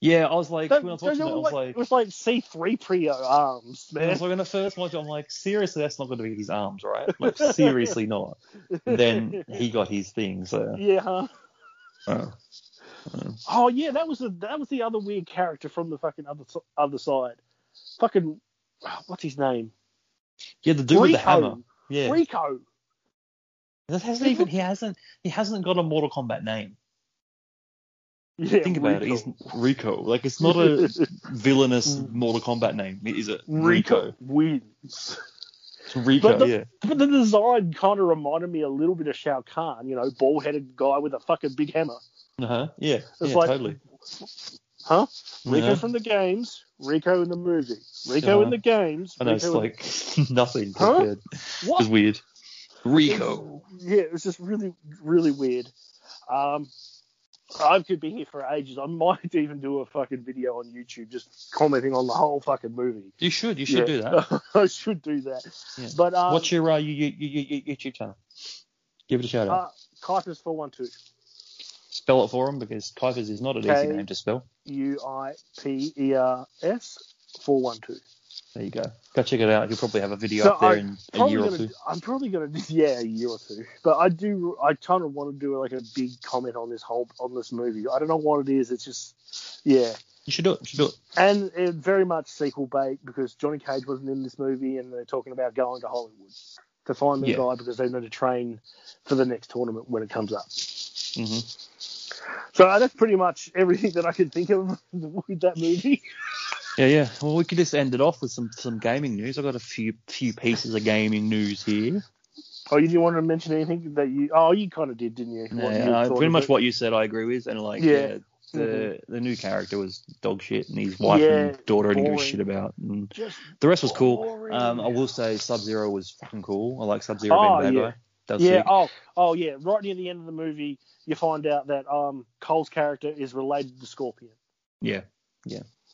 Speaker 2: Yeah, I was like,
Speaker 1: That-
Speaker 2: when I was
Speaker 1: they
Speaker 2: watching it, I
Speaker 1: were
Speaker 2: was like,
Speaker 1: it was like C3PO arms,
Speaker 2: I
Speaker 1: man.
Speaker 2: was like, when I first watched it, I'm like, seriously, that's not going to be his arms, right? Like, seriously not. And then he got his thing, so.
Speaker 1: yeah. huh?
Speaker 2: uh,
Speaker 1: Oh yeah, that was the that was the other weird character from the fucking other s- other side. Fucking what's his name?
Speaker 2: yeah, the dude with the hammer. Yeah.
Speaker 1: Rico.
Speaker 2: That hasn't even he hasn't he hasn't got a Mortal Kombat name.
Speaker 1: Yeah,
Speaker 2: Think about it.
Speaker 1: Rico.
Speaker 2: <laughs>
Speaker 1: Mm.
Speaker 2: He's Rico. Like it's not a villainous Mortal Kombat name, is it?
Speaker 1: Rico wins.
Speaker 2: It's Rico.
Speaker 1: But the-
Speaker 2: yeah.
Speaker 1: But the design kind of reminded me a little bit of Shao Kahn, you know, bald headed guy with a fucking big hammer.
Speaker 2: Uh huh. Yeah. yeah.
Speaker 1: like-
Speaker 2: totally.
Speaker 1: Huh? Rico
Speaker 2: Yeah.
Speaker 1: from the games, Rico in the movie. Rico in
Speaker 2: Uh-huh.
Speaker 1: the games.
Speaker 2: I know it's
Speaker 1: Rico in-
Speaker 2: like <laughs> nothing
Speaker 1: Huh?
Speaker 2: compared.
Speaker 1: What?
Speaker 2: It's weird. Rico.
Speaker 1: Yeah, it was just really, really weird. Um, I could be here for ages. I might <laughs> even do a fucking video on YouTube just commenting on the whole fucking movie.
Speaker 2: You should. You should
Speaker 1: Yeah.
Speaker 2: do that.
Speaker 1: <laughs> I should do that.
Speaker 2: Yeah.
Speaker 1: But um,
Speaker 2: What's your uh, you, you, you, you, YouTube channel? Give it a shout out.
Speaker 1: uh, Kuipers four one two
Speaker 2: spell it for him because Kuipers is not an
Speaker 1: K-
Speaker 2: easy name to spell.
Speaker 1: U I P E R S four one two.
Speaker 2: There you go. Go check it out. You'll probably have a video
Speaker 1: So
Speaker 2: up there
Speaker 1: I
Speaker 2: in a
Speaker 1: Probably
Speaker 2: year or
Speaker 1: gonna,
Speaker 2: two.
Speaker 1: I'm probably gonna do <laughs> yeah a year or two, but I do I kind of want to do like a big comment on this whole on this movie. I don't know what it is. It's just yeah,
Speaker 2: You should do it. You should do it.
Speaker 1: and it very much sequel bait because Johnny Cage wasn't in this movie, and they're talking about going to Hollywood to find the
Speaker 2: Yeah.
Speaker 1: guy because they know to train for the next tournament when it comes up.
Speaker 2: hmm
Speaker 1: So uh, that's pretty much <laughs> everything that I could think of <laughs> with that movie.
Speaker 2: Yeah, yeah. Well, we could just end it off with some some gaming news. I've got a few few pieces of gaming news here.
Speaker 1: Oh, you didn't want to mention anything that you? Oh, you kind of did, didn't you? What you
Speaker 2: Yeah,
Speaker 1: thought
Speaker 2: uh, pretty
Speaker 1: of
Speaker 2: much
Speaker 1: it?
Speaker 2: what you said, I agree with, and like,
Speaker 1: Yeah. Mm-hmm.
Speaker 2: yeah, the the new character was dog shit, and his wife
Speaker 1: Yeah,
Speaker 2: and daughter I didn't give a
Speaker 1: boring.
Speaker 2: shit about. And
Speaker 1: Just
Speaker 2: the rest was cool.
Speaker 1: Boring.
Speaker 2: Um, I will say Sub Zero was fucking cool. I like Sub Zero
Speaker 1: Oh,
Speaker 2: being bad
Speaker 1: yeah.
Speaker 2: guy. That was
Speaker 1: yeah.
Speaker 2: sick.
Speaker 1: Oh, oh yeah. Right near the end of the movie, you find out that um Cole's character is related to Scorpion,
Speaker 2: yeah,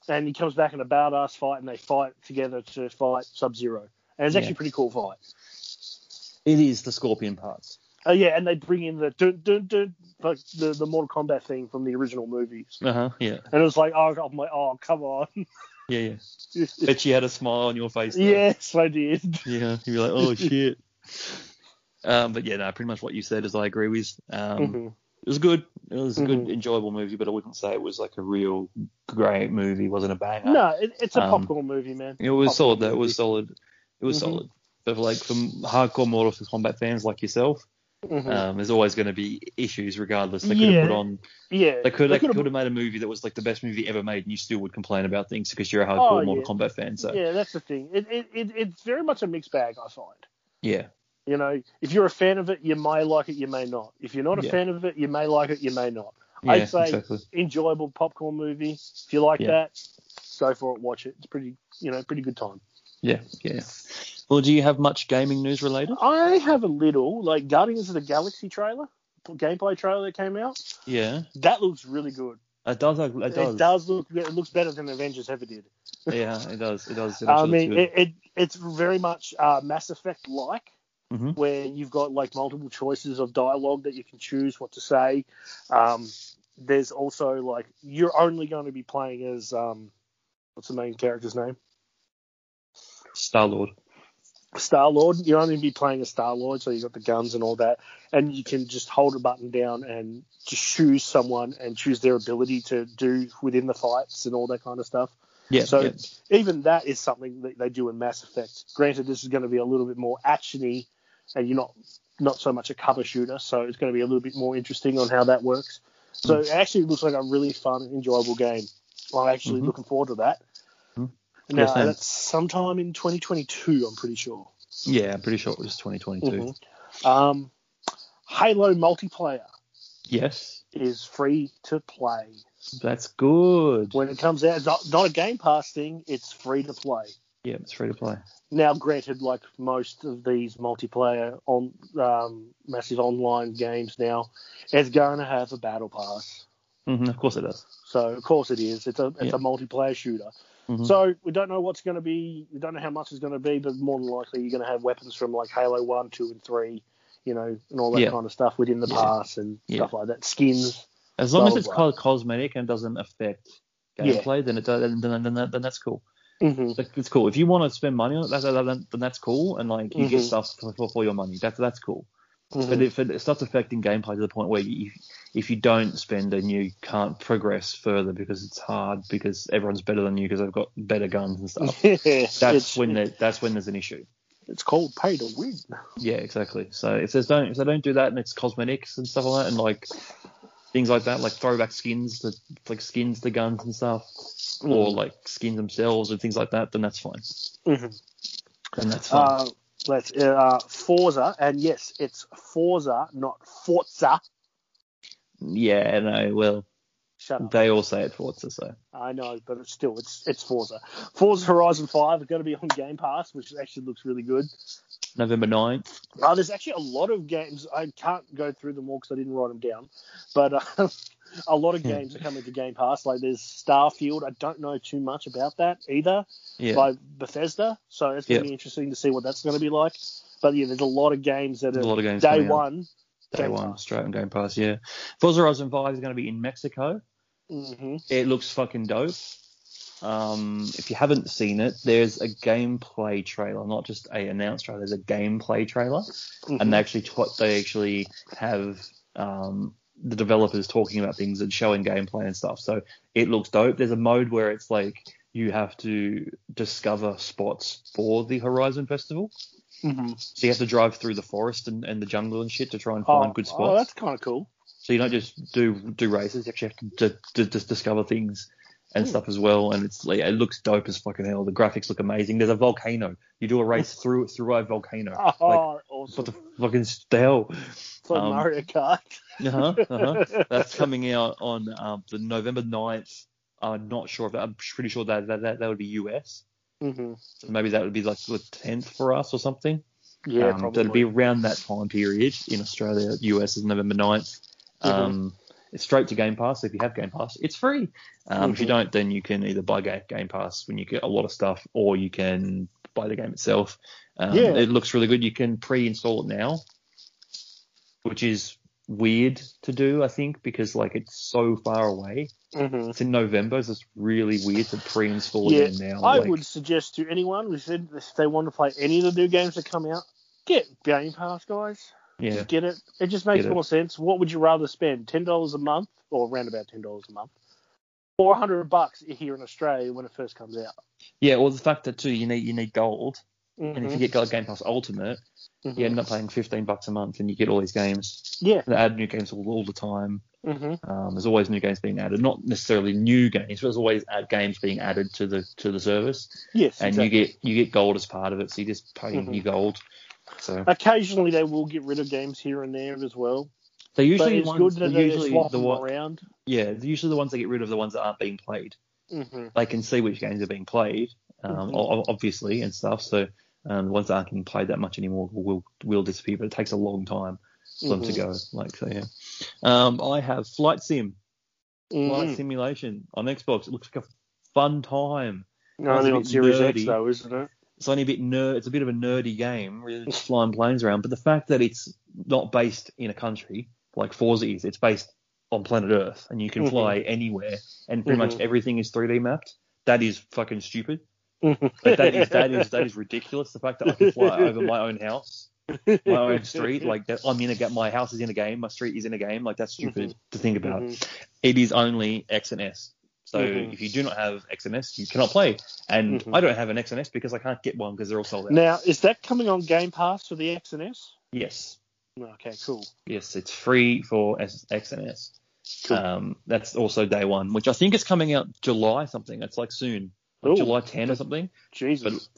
Speaker 1: and he comes back in a badass fight, and they fight together to fight Sub Zero, and it's actually
Speaker 2: Yeah.
Speaker 1: a pretty cool fight.
Speaker 2: it is the Scorpion parts.
Speaker 1: Oh yeah, and they bring in the dun, dun, dun, like the the Mortal Kombat thing from the original movies,
Speaker 2: Uh huh. Yeah,
Speaker 1: and it was like, oh, I'm like, oh, come on. <laughs>
Speaker 2: yeah, <laughs> yeah. Bet you had a smile on your face. though.
Speaker 1: yes, I did.
Speaker 2: Yeah, you'd be like, <laughs> oh shit. Um, but yeah, no, pretty much what you said is I agree with. Um,
Speaker 1: <laughs> Mhm.
Speaker 2: It was good. It was a good,
Speaker 1: Mhm.
Speaker 2: enjoyable movie, but I wouldn't say it was like a real great movie. It wasn't a banger.
Speaker 1: No, it, it's a
Speaker 2: Um,
Speaker 1: popcorn movie, man.
Speaker 2: it was
Speaker 1: popcorn
Speaker 2: solid. Though. It was
Speaker 1: movie.
Speaker 2: solid. It was
Speaker 1: Mhm.
Speaker 2: solid. But like for hardcore Mortal Kombat fans like yourself,
Speaker 1: Mhm.
Speaker 2: um, there's always going to be issues regardless. They could
Speaker 1: Yeah.
Speaker 2: have put on.
Speaker 1: yeah,
Speaker 2: They could. They
Speaker 1: could've-
Speaker 2: could have made a movie that was like the best movie ever made, and you still would complain about things because you're a
Speaker 1: Oh,
Speaker 2: hardcore
Speaker 1: yeah.
Speaker 2: Mortal Kombat fan. So
Speaker 1: Yeah, that's the thing. It, it, it it's very much a mixed bag, I find.
Speaker 2: yeah,
Speaker 1: You know, if you're a fan of it, you may like it, you may not. If you're not a
Speaker 2: Yeah.
Speaker 1: fan of it, you may like it, you may not.
Speaker 2: yeah,
Speaker 1: I'd say
Speaker 2: exactly.
Speaker 1: Enjoyable popcorn movie. If you like
Speaker 2: Yeah.
Speaker 1: that, go for it, watch it. It's pretty, you know, pretty good time.
Speaker 2: Yeah, yeah. Well, do you have much gaming news related?
Speaker 1: I have a little like Guardians of the Galaxy trailer, gameplay trailer that came out.
Speaker 2: Yeah,
Speaker 1: That looks really good.
Speaker 2: it does. It does.
Speaker 1: It does look. It looks better than Avengers ever did.
Speaker 2: Yeah, it does. It does. It
Speaker 1: I
Speaker 2: actually looks
Speaker 1: mean,
Speaker 2: good.
Speaker 1: it, it it's very much uh, Mass Effect like,
Speaker 2: Mhm.
Speaker 1: where you've got like multiple choices of dialogue that you can choose what to say. Um, there's also like you're only going to be playing as um, what's the main character's name?
Speaker 2: Star Lord.
Speaker 1: Star Lord. You're only going to be playing as Star Lord, so you've got the guns and all that, and you can just hold a button down and just choose someone and choose their ability to do within the fights and all that kind of stuff.
Speaker 2: Yeah.
Speaker 1: So
Speaker 2: yeah.
Speaker 1: even that is something that they do in Mass Effect. Granted, this is going to be a little bit more actiony, and you're not not so much a cover shooter, so it's going to be a little bit more interesting on how that works. So it actually looks like a really fun, enjoyable game. I'm actually
Speaker 2: Mhm.
Speaker 1: looking forward to that.
Speaker 2: Mhm.
Speaker 1: Now
Speaker 2: Yeah, same.
Speaker 1: that's sometime in 2022, I'm pretty sure.
Speaker 2: yeah, I'm pretty sure it was 2022.
Speaker 1: Mhm. Um, Halo multiplayer
Speaker 2: Yes,
Speaker 1: is free to play.
Speaker 2: that's good.
Speaker 1: When it comes out, it's not, not a Game Pass thing. It's free to play.
Speaker 2: Yeah, it's free to play.
Speaker 1: Now, granted, like most of these multiplayer on um, massive online games now, it's going to have a battle pass.
Speaker 2: hmm of course it does.
Speaker 1: So of course it is. It's a it's
Speaker 2: Yeah.
Speaker 1: a multiplayer shooter.
Speaker 2: Mhm.
Speaker 1: So we don't know what's going to be. We don't know how much it's going to be, but more than likely you're going to have weapons from like Halo One, Two, and Three, you know, and all that
Speaker 2: Yeah.
Speaker 1: kind of stuff within the
Speaker 2: Yeah.
Speaker 1: pass and
Speaker 2: Yeah.
Speaker 1: stuff like that. Skins.
Speaker 2: As long as
Speaker 1: Well,
Speaker 2: it's
Speaker 1: right.
Speaker 2: called cosmetic and doesn't affect
Speaker 1: Yeah.
Speaker 2: gameplay, then it does. Then, then, then, that- then that's cool.
Speaker 1: hmm
Speaker 2: Like, it's cool. If you want to spend money on it, that, that, that- then that's cool. And like you get
Speaker 1: Mhm.
Speaker 2: stuff for, for, for your money. That's that's cool.
Speaker 1: Mm-hmm.
Speaker 2: But if it starts affecting gameplay to the point where you, if you don't spend and you can't progress further because it's hard because everyone's better than you because they've got better guns and stuff,
Speaker 1: <laughs>
Speaker 2: that's when there- that's when there's an issue.
Speaker 1: Mm-hmm. it's called pay to win.
Speaker 2: Yeah, exactly. So if there's don't if they don't do that and it's cosmetics and stuff like that and like things like that, like throwback skins, to, like skins to guns and stuff, or
Speaker 1: Mm-hmm.
Speaker 2: like skins themselves and things like that, then that's fine.
Speaker 1: Mhm.
Speaker 2: Then that's fine.
Speaker 1: Uh, let's uh, Forza, and yes, it's Forza, not Forza.
Speaker 2: yeah, no, well,
Speaker 1: Shut up.
Speaker 2: they all say it Forza, so
Speaker 1: I know, but it's still it's it's Forza. Forza Horizon Five are going to be on Game Pass, which actually looks really good.
Speaker 2: November 9th.
Speaker 1: Uh, there's actually a lot of games. I can't go through them all because I didn't write them down, but uh, <laughs> a lot of
Speaker 2: Yeah.
Speaker 1: games are coming to Game Pass. Like there's Starfield. I don't know too much about that either
Speaker 2: Yeah.
Speaker 1: by Bethesda, so it's going to
Speaker 2: Yeah.
Speaker 1: be interesting to see what that's going to be like. But yeah, there's a lot of games that
Speaker 2: There's a
Speaker 1: are
Speaker 2: lot of games
Speaker 1: day
Speaker 2: coming out.
Speaker 1: one.
Speaker 2: Day
Speaker 1: Game
Speaker 2: one,
Speaker 1: Pass.
Speaker 2: straight on Game Pass, yeah. Forza Horizon 5 is going to be in Mexico.
Speaker 1: hmm
Speaker 2: It looks fucking dope. Um, if you haven't seen it, there's a gameplay trailer, not just a announced trailer. There's a gameplay trailer,
Speaker 1: Mm-hmm.
Speaker 2: and they actually t- they actually have um, the developers talking about things and showing gameplay and stuff. So it looks dope. There's a mode where it's like you have to discover spots for the Horizon Festival,
Speaker 1: hmm
Speaker 2: so you have to drive through the forest and, and the jungle and shit to try and find
Speaker 1: Oh,
Speaker 2: good spots.
Speaker 1: oh, that's kind of cool.
Speaker 2: So you don't just do do races, you actually have to, to, to just discover things and
Speaker 1: Hmm.
Speaker 2: stuff as well. And it's like, it looks dope as fucking hell. The graphics look amazing. There's a volcano. You do a race through through a volcano.
Speaker 1: Oh,
Speaker 2: Like,
Speaker 1: awesome.
Speaker 2: What the fucking s- the hell?
Speaker 1: for
Speaker 2: Um,
Speaker 1: Mario Kart.
Speaker 2: Uh-huh,
Speaker 1: <laughs>
Speaker 2: uh-huh. <laughs> That's coming out on um, the November 9th. I'm not sure if that, I'm pretty sure that that, that, that would be US.
Speaker 1: hmm
Speaker 2: So maybe that would be like the 10th for us or something.
Speaker 1: Yeah,
Speaker 2: um,
Speaker 1: probably.
Speaker 2: That'd be around that time period in Australia. US is November 9th.
Speaker 1: Mm-hmm.
Speaker 2: Um, It's straight to Game Pass. If you have Game Pass, it's free. Um, If you
Speaker 1: Mhm.
Speaker 2: don't, then you can either buy Ga- Game Pass when you get a lot of stuff, or you can buy the game itself. Um,
Speaker 1: Yeah.
Speaker 2: It looks really good. You can pre-install it now, which is weird to do, I think, because like it's so far away.
Speaker 1: Mhm.
Speaker 2: It's in November, so it's really weird to pre-install
Speaker 1: Yeah,
Speaker 2: it now.
Speaker 1: I
Speaker 2: like-
Speaker 1: would suggest to anyone if they- if they want to play any of the new games that come out, get Game Pass, guys.
Speaker 2: Yeah.
Speaker 1: Just get it. It just makes
Speaker 2: Get it.
Speaker 1: more sense. What would you rather spend, ten dollars a month, or around about ten dollars a month, or hundred bucks here in Australia when it first comes out?
Speaker 2: Yeah. Or the fact that too, you need you need gold, and if
Speaker 1: Mhm.
Speaker 2: you get Gold Game Pass Ultimate,
Speaker 1: Mhm.
Speaker 2: you end up paying 15 bucks a month, and you get all these games.
Speaker 1: yeah,
Speaker 2: They add new games all, all the time.
Speaker 1: hmm
Speaker 2: Um, there's always new games being added, not necessarily new games, but there's always add games being added to the to the service,
Speaker 1: yes,
Speaker 2: and
Speaker 1: exactly.
Speaker 2: you get you get gold as part of it, so you're just paying
Speaker 1: Mhm.
Speaker 2: your gold. So
Speaker 1: Occasionally they will get rid of games here and there as well.
Speaker 2: they usually
Speaker 1: but it's
Speaker 2: ones,
Speaker 1: good that they
Speaker 2: they're usually
Speaker 1: swap
Speaker 2: the
Speaker 1: them
Speaker 2: one,
Speaker 1: around.
Speaker 2: yeah, they're usually the ones that get rid of the ones that aren't being played.
Speaker 1: hmm
Speaker 2: They can see which games are being played, um,
Speaker 1: Mhm.
Speaker 2: o- o- obviously, and stuff. So um, the ones that aren't being played that much anymore will will disappear, but it takes a long time for them to
Speaker 1: Mhm.
Speaker 2: go. Like so, yeah. Um, I have Flight Sim. Flight
Speaker 1: hmm
Speaker 2: Simulation on Xbox. It looks like a fun time.
Speaker 1: No,
Speaker 2: That's a
Speaker 1: they're on
Speaker 2: bit
Speaker 1: Series X
Speaker 2: nerdy.
Speaker 1: though, isn't it?
Speaker 2: It's only a bit nerd. It's a bit of a nerdy game, really just flying planes around. But the fact that it's not based in a country like Forza is, it's based on planet Earth, and you can
Speaker 1: Mhm.
Speaker 2: fly anywhere, and pretty much
Speaker 1: Mhm.
Speaker 2: everything is 3D mapped. That is fucking stupid.
Speaker 1: Mhm.
Speaker 2: Like that is that is that is ridiculous. The fact that I can fly over my own house, <laughs> my
Speaker 1: <laughs>
Speaker 2: own street, like that, I'm in a ga- my house is in a game, my street is in a game. Like that's stupid to think about
Speaker 1: Mhm.
Speaker 2: it is only X and S. So
Speaker 1: Mhm.
Speaker 2: if you do not have X and S, you cannot play. And
Speaker 1: Mhm.
Speaker 2: I don't have an X and S because I can't get one because they're all sold out.
Speaker 1: Now, is that coming on Game Pass for the X and S?
Speaker 2: Yes,
Speaker 1: Okay, cool.
Speaker 2: yes, it's free for S- X and S.
Speaker 1: Cool.
Speaker 2: Um, that's also day one, which I think is coming out July something. It's like soon, like
Speaker 1: Ooh.
Speaker 2: July 10 or something.
Speaker 1: Jesus.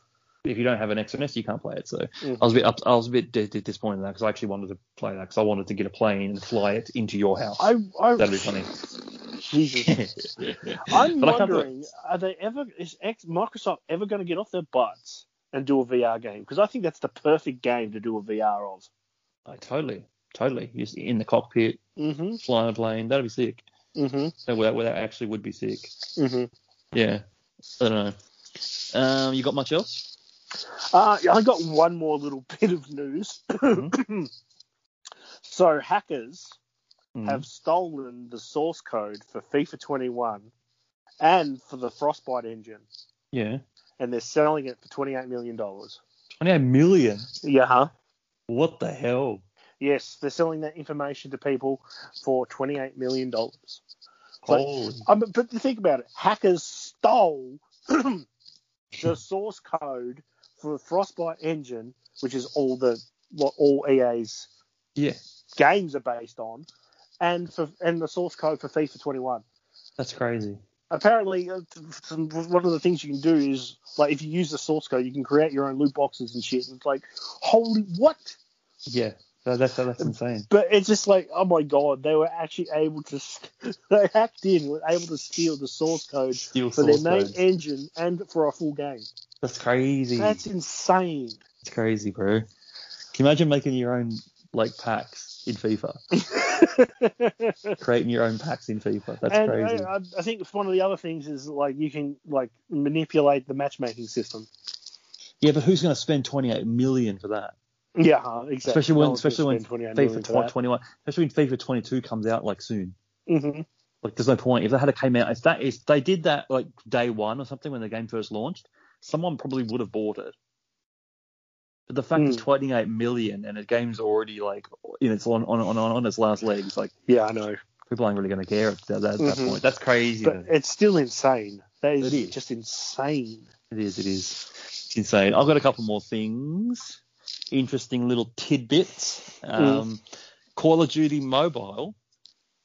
Speaker 2: If you don't have an X and S, you can't play it. So
Speaker 1: Mhm.
Speaker 2: I was a bit, up, I was a bit d- d- disappointed in that because I actually wanted to play that because I wanted to get a plane and fly it into your house.
Speaker 1: I, I,
Speaker 2: <laughs> That'd be
Speaker 1: <laughs>
Speaker 2: funny. <laughs>
Speaker 1: Jesus. I'm
Speaker 2: But I can't do it.
Speaker 1: wondering, are they ever is X, Microsoft ever going to get off their butts and do a VR game? Because I think that's the perfect game to do a VR of.
Speaker 2: I totally, totally. Just in the cockpit,
Speaker 1: Mm-hmm.
Speaker 2: flying a plane. That'd be sick.
Speaker 1: Mm-hmm.
Speaker 2: That, that, that actually would be sick.
Speaker 1: Mm-hmm.
Speaker 2: Yeah. I don't know. Um, you got much else?
Speaker 1: Uh, I got one more little <laughs> bit of news.
Speaker 2: Mm-hmm.
Speaker 1: <clears throat> so hackers
Speaker 2: Mm,
Speaker 1: have stolen the source code for FIFA 21 and for the Frostbite engine,
Speaker 2: Yeah.
Speaker 1: and they're selling it for 28 million dollars.
Speaker 2: 28 million.
Speaker 1: Yeah. Huh?
Speaker 2: What the hell?
Speaker 1: Yes, they're selling that information to people for 28 million dollars.
Speaker 2: Holy.
Speaker 1: Um, but think about it. Hackers stole <clears throat> the source code for the Frostbite engine, which is all the what all EA's
Speaker 2: Yeah.
Speaker 1: games are based on, and for and the source code for FIFA 21.
Speaker 2: That's crazy.
Speaker 1: Apparently, uh, some- one of the things you can do is like if you use the source code, you can create your own loot boxes and shit. And it's like, holy what?
Speaker 2: Yeah. That, that's, that's insane.
Speaker 1: But it's just like, oh my god, they were actually able to, <laughs> they hacked in, were able to steal the source code
Speaker 2: Steel
Speaker 1: for their main engine and for a full game.
Speaker 2: That's crazy.
Speaker 1: That's
Speaker 2: That's...
Speaker 1: insane. <laughs>
Speaker 2: crazy, bro. Can you imagine making your own like packs
Speaker 1: <laughs>
Speaker 2: in FIFA? Creating your own packs in FIFA. That's
Speaker 1: and uh,
Speaker 2: crazy.
Speaker 1: I, I, I think it's one of the other things is like you can like manipulate the matchmaking system.
Speaker 2: Yeah, but who's going to spend 28 million for that?
Speaker 1: Yeah, huh, exactly.
Speaker 2: Especially when-
Speaker 1: No one's gonna
Speaker 2: especially when
Speaker 1: spend 28 million
Speaker 2: FIFA
Speaker 1: for that.
Speaker 2: 21, especially when FIFA 22 comes out like soon.
Speaker 1: Mhm.
Speaker 2: Like, there's no point. If they had a came out, if that is, they did that like day one or something when the game first launched, someone probably would have bought it. But the fact
Speaker 1: Hmm.
Speaker 2: it's 28 million and the game's already like in its on on on, on its last legs, like
Speaker 1: Yeah, I know,
Speaker 2: people aren't really going to care at that, at that
Speaker 1: Mhm.
Speaker 2: point. That's crazy.
Speaker 1: but
Speaker 2: man.
Speaker 1: it's still insane. That is,
Speaker 2: It is.
Speaker 1: just insane.
Speaker 2: It is. It is. It's insane. I've got a couple more things. Interesting little tidbits. Um, Call of Duty Mobile.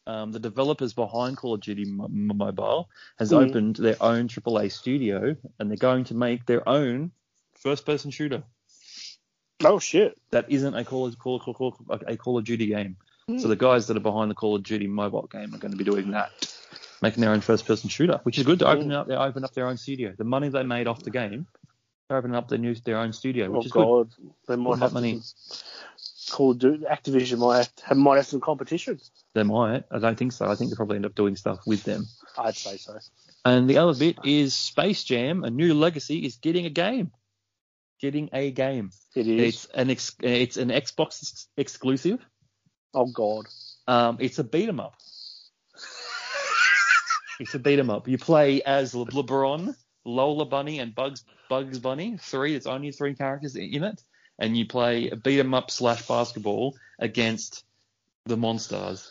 Speaker 2: Um, the developers behind Call of Duty Mo- Mo- Mobile has
Speaker 1: Mm.
Speaker 2: opened their own AAA studio, and they're going to make their own first-person shooter.
Speaker 1: Oh shit.
Speaker 2: that isn't a Call of, Call, Call, Call, a Call of Duty game.
Speaker 1: Hmm.
Speaker 2: So the guys that are behind the Call of Duty mobile game are going to be doing that, making their own first-person shooter, which is good to open up. They open up their own studio. The money they made off the game, they're opening up their new their own studio,
Speaker 1: Oh
Speaker 2: which is good.
Speaker 1: god. They
Speaker 2: What
Speaker 1: might
Speaker 2: about
Speaker 1: have
Speaker 2: money?
Speaker 1: money. Call of Duty, Activision might have, have- might have some competition.
Speaker 2: They might. I don't think so. I think they probably end up doing stuff with them.
Speaker 1: I'd say so.
Speaker 2: And the other bit is Space Jam: A New Legacy is getting a game. Getting a game.
Speaker 1: It is.
Speaker 2: It's an ex- it's an Xbox ex- exclusive.
Speaker 1: oh god.
Speaker 2: Um, it's a beat 'em up. It's a beat 'em up. You play as Le- LeBron, Lola Bunny, and Bugs Bugs Bunny. Three. It's only three characters in it, and you play a beat 'em up slash basketball against the monsters.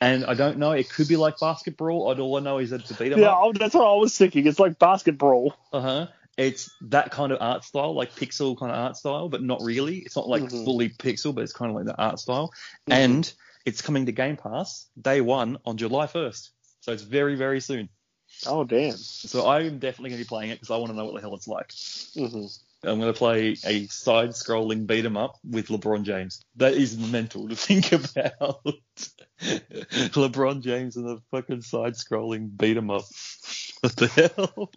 Speaker 2: And I don't know. It could be like basketball. All- All I know is that it's a beat 'em
Speaker 1: Yeah,
Speaker 2: up.
Speaker 1: I- that's what I was thinking. It's like basket brawl.
Speaker 2: Uh huh. It's that kind of art style, like pixel kind of art style, but not really. It's not like
Speaker 1: Mhm.
Speaker 2: fully pixel, but it's kind of like the art style.
Speaker 1: Mhm.
Speaker 2: And it's coming to Game Pass day one on July 1st. So it's very, very soon.
Speaker 1: Oh damn.
Speaker 2: So I'm definitely going to be playing it because I want to know what the hell it's like.
Speaker 1: hmm
Speaker 2: I'm going to play a side scrolling beat 'em up with LeBron James. That is mental to <laughs> think about. <laughs> LeBron James and the fucking side scrolling beat 'em up. <laughs> What the hell?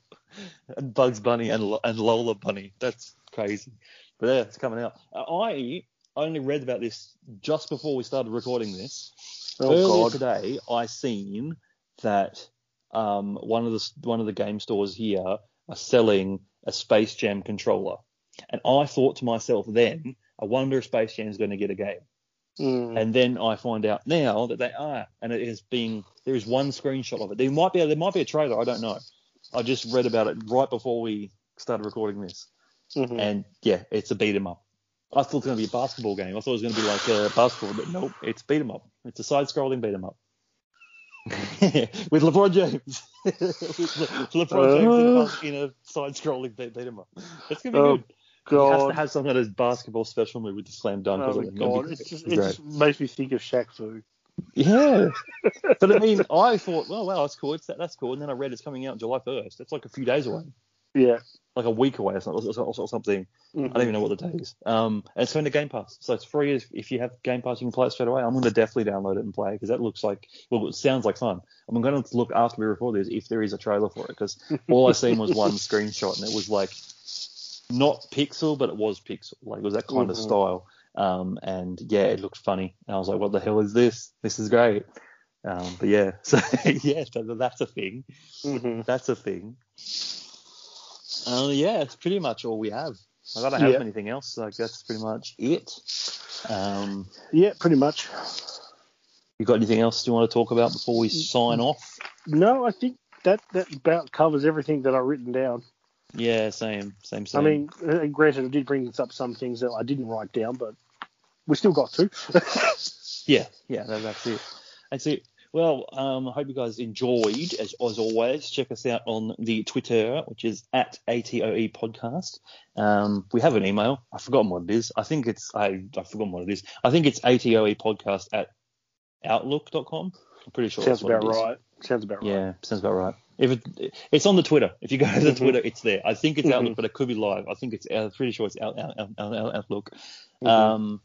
Speaker 2: And Bugs Bunny and, Lo- and Lola Bunny. That's crazy. But yeah, it's coming out. Uh, I only read about this just before we started recording this.
Speaker 1: Oh
Speaker 2: Earlier
Speaker 1: god.
Speaker 2: today, I seen that um, one of the one of the game stores here are selling a Space Jam controller, and I thought to myself then, I wonder if Space Jam's going to get a game.
Speaker 1: Mm.
Speaker 2: And then I find out now that they are, and it is being there is one screenshot of it. There might be a, there might be a trailer. I don't know. I just read about it right before we started recording this,
Speaker 1: Mhm.
Speaker 2: and yeah, it's a beat 'em up. I thought it was going to be a basketball game. I thought it was going to be like a basketball, but nope, it's beat 'em up. It's a side-scrolling beat 'em up <laughs> with LeBron James. <laughs> with Le- LeBron James in a, in a side-scrolling beat 'em up. It's going to be
Speaker 1: Uh. Oh,
Speaker 2: good. He has to
Speaker 1: god.
Speaker 2: have some kind of basketball special move with the slam dunk. or
Speaker 1: Oh
Speaker 2: something. That'd
Speaker 1: god.
Speaker 2: be
Speaker 1: It just,
Speaker 2: great.
Speaker 1: it just makes me think of Shaq Fu. <laughs>
Speaker 2: Yeah. but I mean, I thought, well, wow, that's cool. It's that, that's cool. And then I read it's coming out July 1st. That's like a few days away,
Speaker 1: Yeah. Mm-hmm.
Speaker 2: like a week away or something. Or, or- or something. I don't even know what the day is. Um, and it's going to Game Pass. So it's free. If, if you have Game Pass, you can play it straight away. I'm going to definitely download it and play it because that looks like, well, it sounds like fun. I'm going to look after we record this if there is a trailer for it because all I seen was one screenshot and it was like not pixel, but it was pixel. Like it was that kind of
Speaker 1: Mhm.
Speaker 2: style. Um, and yeah, it looked funny. And I was like, what the hell is this? This is great. Um, but yeah, <laughs> so yeah, that, that's a thing.
Speaker 1: Mhm.
Speaker 2: That's a thing. Uh, yeah, that's pretty much all we have. I don't have
Speaker 1: Yeah.
Speaker 2: anything else. Like that's pretty much it. Um,
Speaker 1: Yeah, pretty much.
Speaker 2: you got anything else you want to talk about before we sign off?
Speaker 1: No, I think that that about covers everything that I've written down.
Speaker 2: Yeah, same, same, same.
Speaker 1: I mean, uh, granted, I did bring up some things that I didn't write down, but we still got to.
Speaker 2: Yeah, yeah, that, that's it. That's it. Well, um, I hope you guys enjoyed. As, as always, check us out on the Twitter, which is at ATOE E Podcast. Um, we have an email. I've forgotten what it is. I think it's, I, I've forgotten what it is. I think it's ATOE E Podcast at outlook.com. I'm pretty sure
Speaker 1: <laughs> Sounds
Speaker 2: that's what
Speaker 1: about
Speaker 2: it is.
Speaker 1: right. Sounds about right.
Speaker 2: Yeah, sounds about right. If it, it's on the Twitter, if you go to the
Speaker 1: Mhm.
Speaker 2: Twitter, it's there. I think it's
Speaker 1: Mhm.
Speaker 2: Outlook, but it could be live. I think it's. I'm pretty sure it's out, out, out, out, out, Outlook.
Speaker 1: Mhm.
Speaker 2: Um,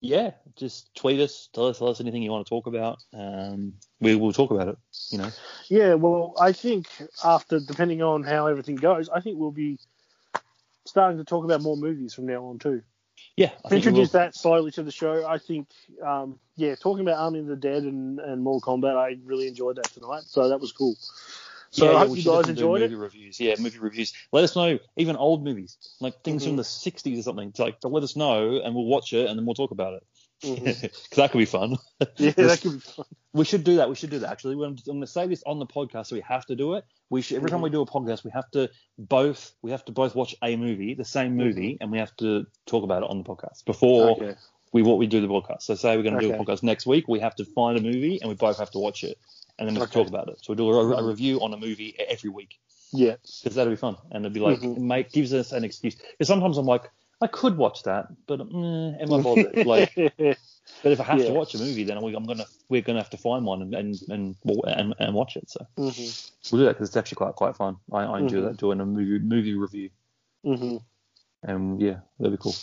Speaker 2: yeah, just tweet us. Tell us, tell us anything you want to talk about. Um, we will talk about it. You know.
Speaker 1: Yeah, well, I think after, depending on how everything goes, I think we'll be starting to talk about more movies from now on too.
Speaker 2: Yeah. I think we will.
Speaker 1: Introduce that slowly to the show. I think, um, yeah, talking about Army of the Dead and, and Mortal Kombat, I really enjoyed that tonight, so that was cool. So
Speaker 2: Yeah,
Speaker 1: I
Speaker 2: yeah,
Speaker 1: hope
Speaker 2: we
Speaker 1: you
Speaker 2: should
Speaker 1: guys
Speaker 2: definitely do
Speaker 1: enjoyed
Speaker 2: movie
Speaker 1: it.
Speaker 2: Reviews. Yeah, movie reviews. Let us know, even old movies, like things from
Speaker 1: Mhm.
Speaker 2: the 60s or something. It's Like, let us know, and we'll watch it, and then we'll talk about it. <laughs>
Speaker 1: Mhm.
Speaker 2: Because that could be fun.
Speaker 1: <laughs> yeah, that could be fun.
Speaker 2: We should do that. We should do that. Actually, We're- I'm going to say this on the podcast, so we have to do it. We should every time
Speaker 1: Mm-hmm.
Speaker 2: we do a podcast, we have to both we have to both watch a movie, the same movie, and we have to talk about it on the podcast before
Speaker 1: Mm-hmm. Okay.
Speaker 2: we what we do the podcast. So say we're going to do a
Speaker 1: Okay.
Speaker 2: podcast next week, we have to find a movie and we both have to watch it, and then we can
Speaker 1: Okay.
Speaker 2: talk about it. So we do a, a review on a movie e- every week <laughs>
Speaker 1: Yeah.
Speaker 2: because that'll be fun, and it'll be like
Speaker 1: Mhm.
Speaker 2: make gives us an excuse. Because sometimes I'm like. I could watch that, but mm, am I
Speaker 1: <laughs>
Speaker 2: bothered? Like, but if I have
Speaker 1: Yeah.
Speaker 2: to watch a movie, then we, I'm gonna we're gonna have to find one and and and, and, and watch it. So
Speaker 1: Mhm. Mm-hmm.
Speaker 2: we'll do that because it's actually quite quite fun. I, I enjoy
Speaker 1: Mhm.
Speaker 2: that doing a movie movie review.
Speaker 1: hmm
Speaker 2: And yeah, that'd be cool.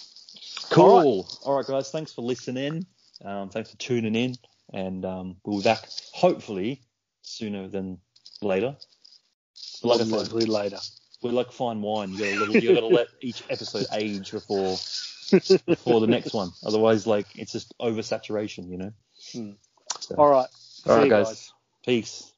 Speaker 2: Cool. All right, guys. Thanks for listening. Um, thanks for tuning in, and um, we'll be back hopefully sooner than later. Like I said,
Speaker 1: Lovely later.
Speaker 2: we're like fine wine. You got to you got to let each episode age before
Speaker 1: <laughs>
Speaker 2: before the next one. Otherwise, like it's just oversaturation, you know.
Speaker 1: All right. See
Speaker 2: All right,
Speaker 1: you
Speaker 2: guys.
Speaker 1: guys.
Speaker 2: Peace.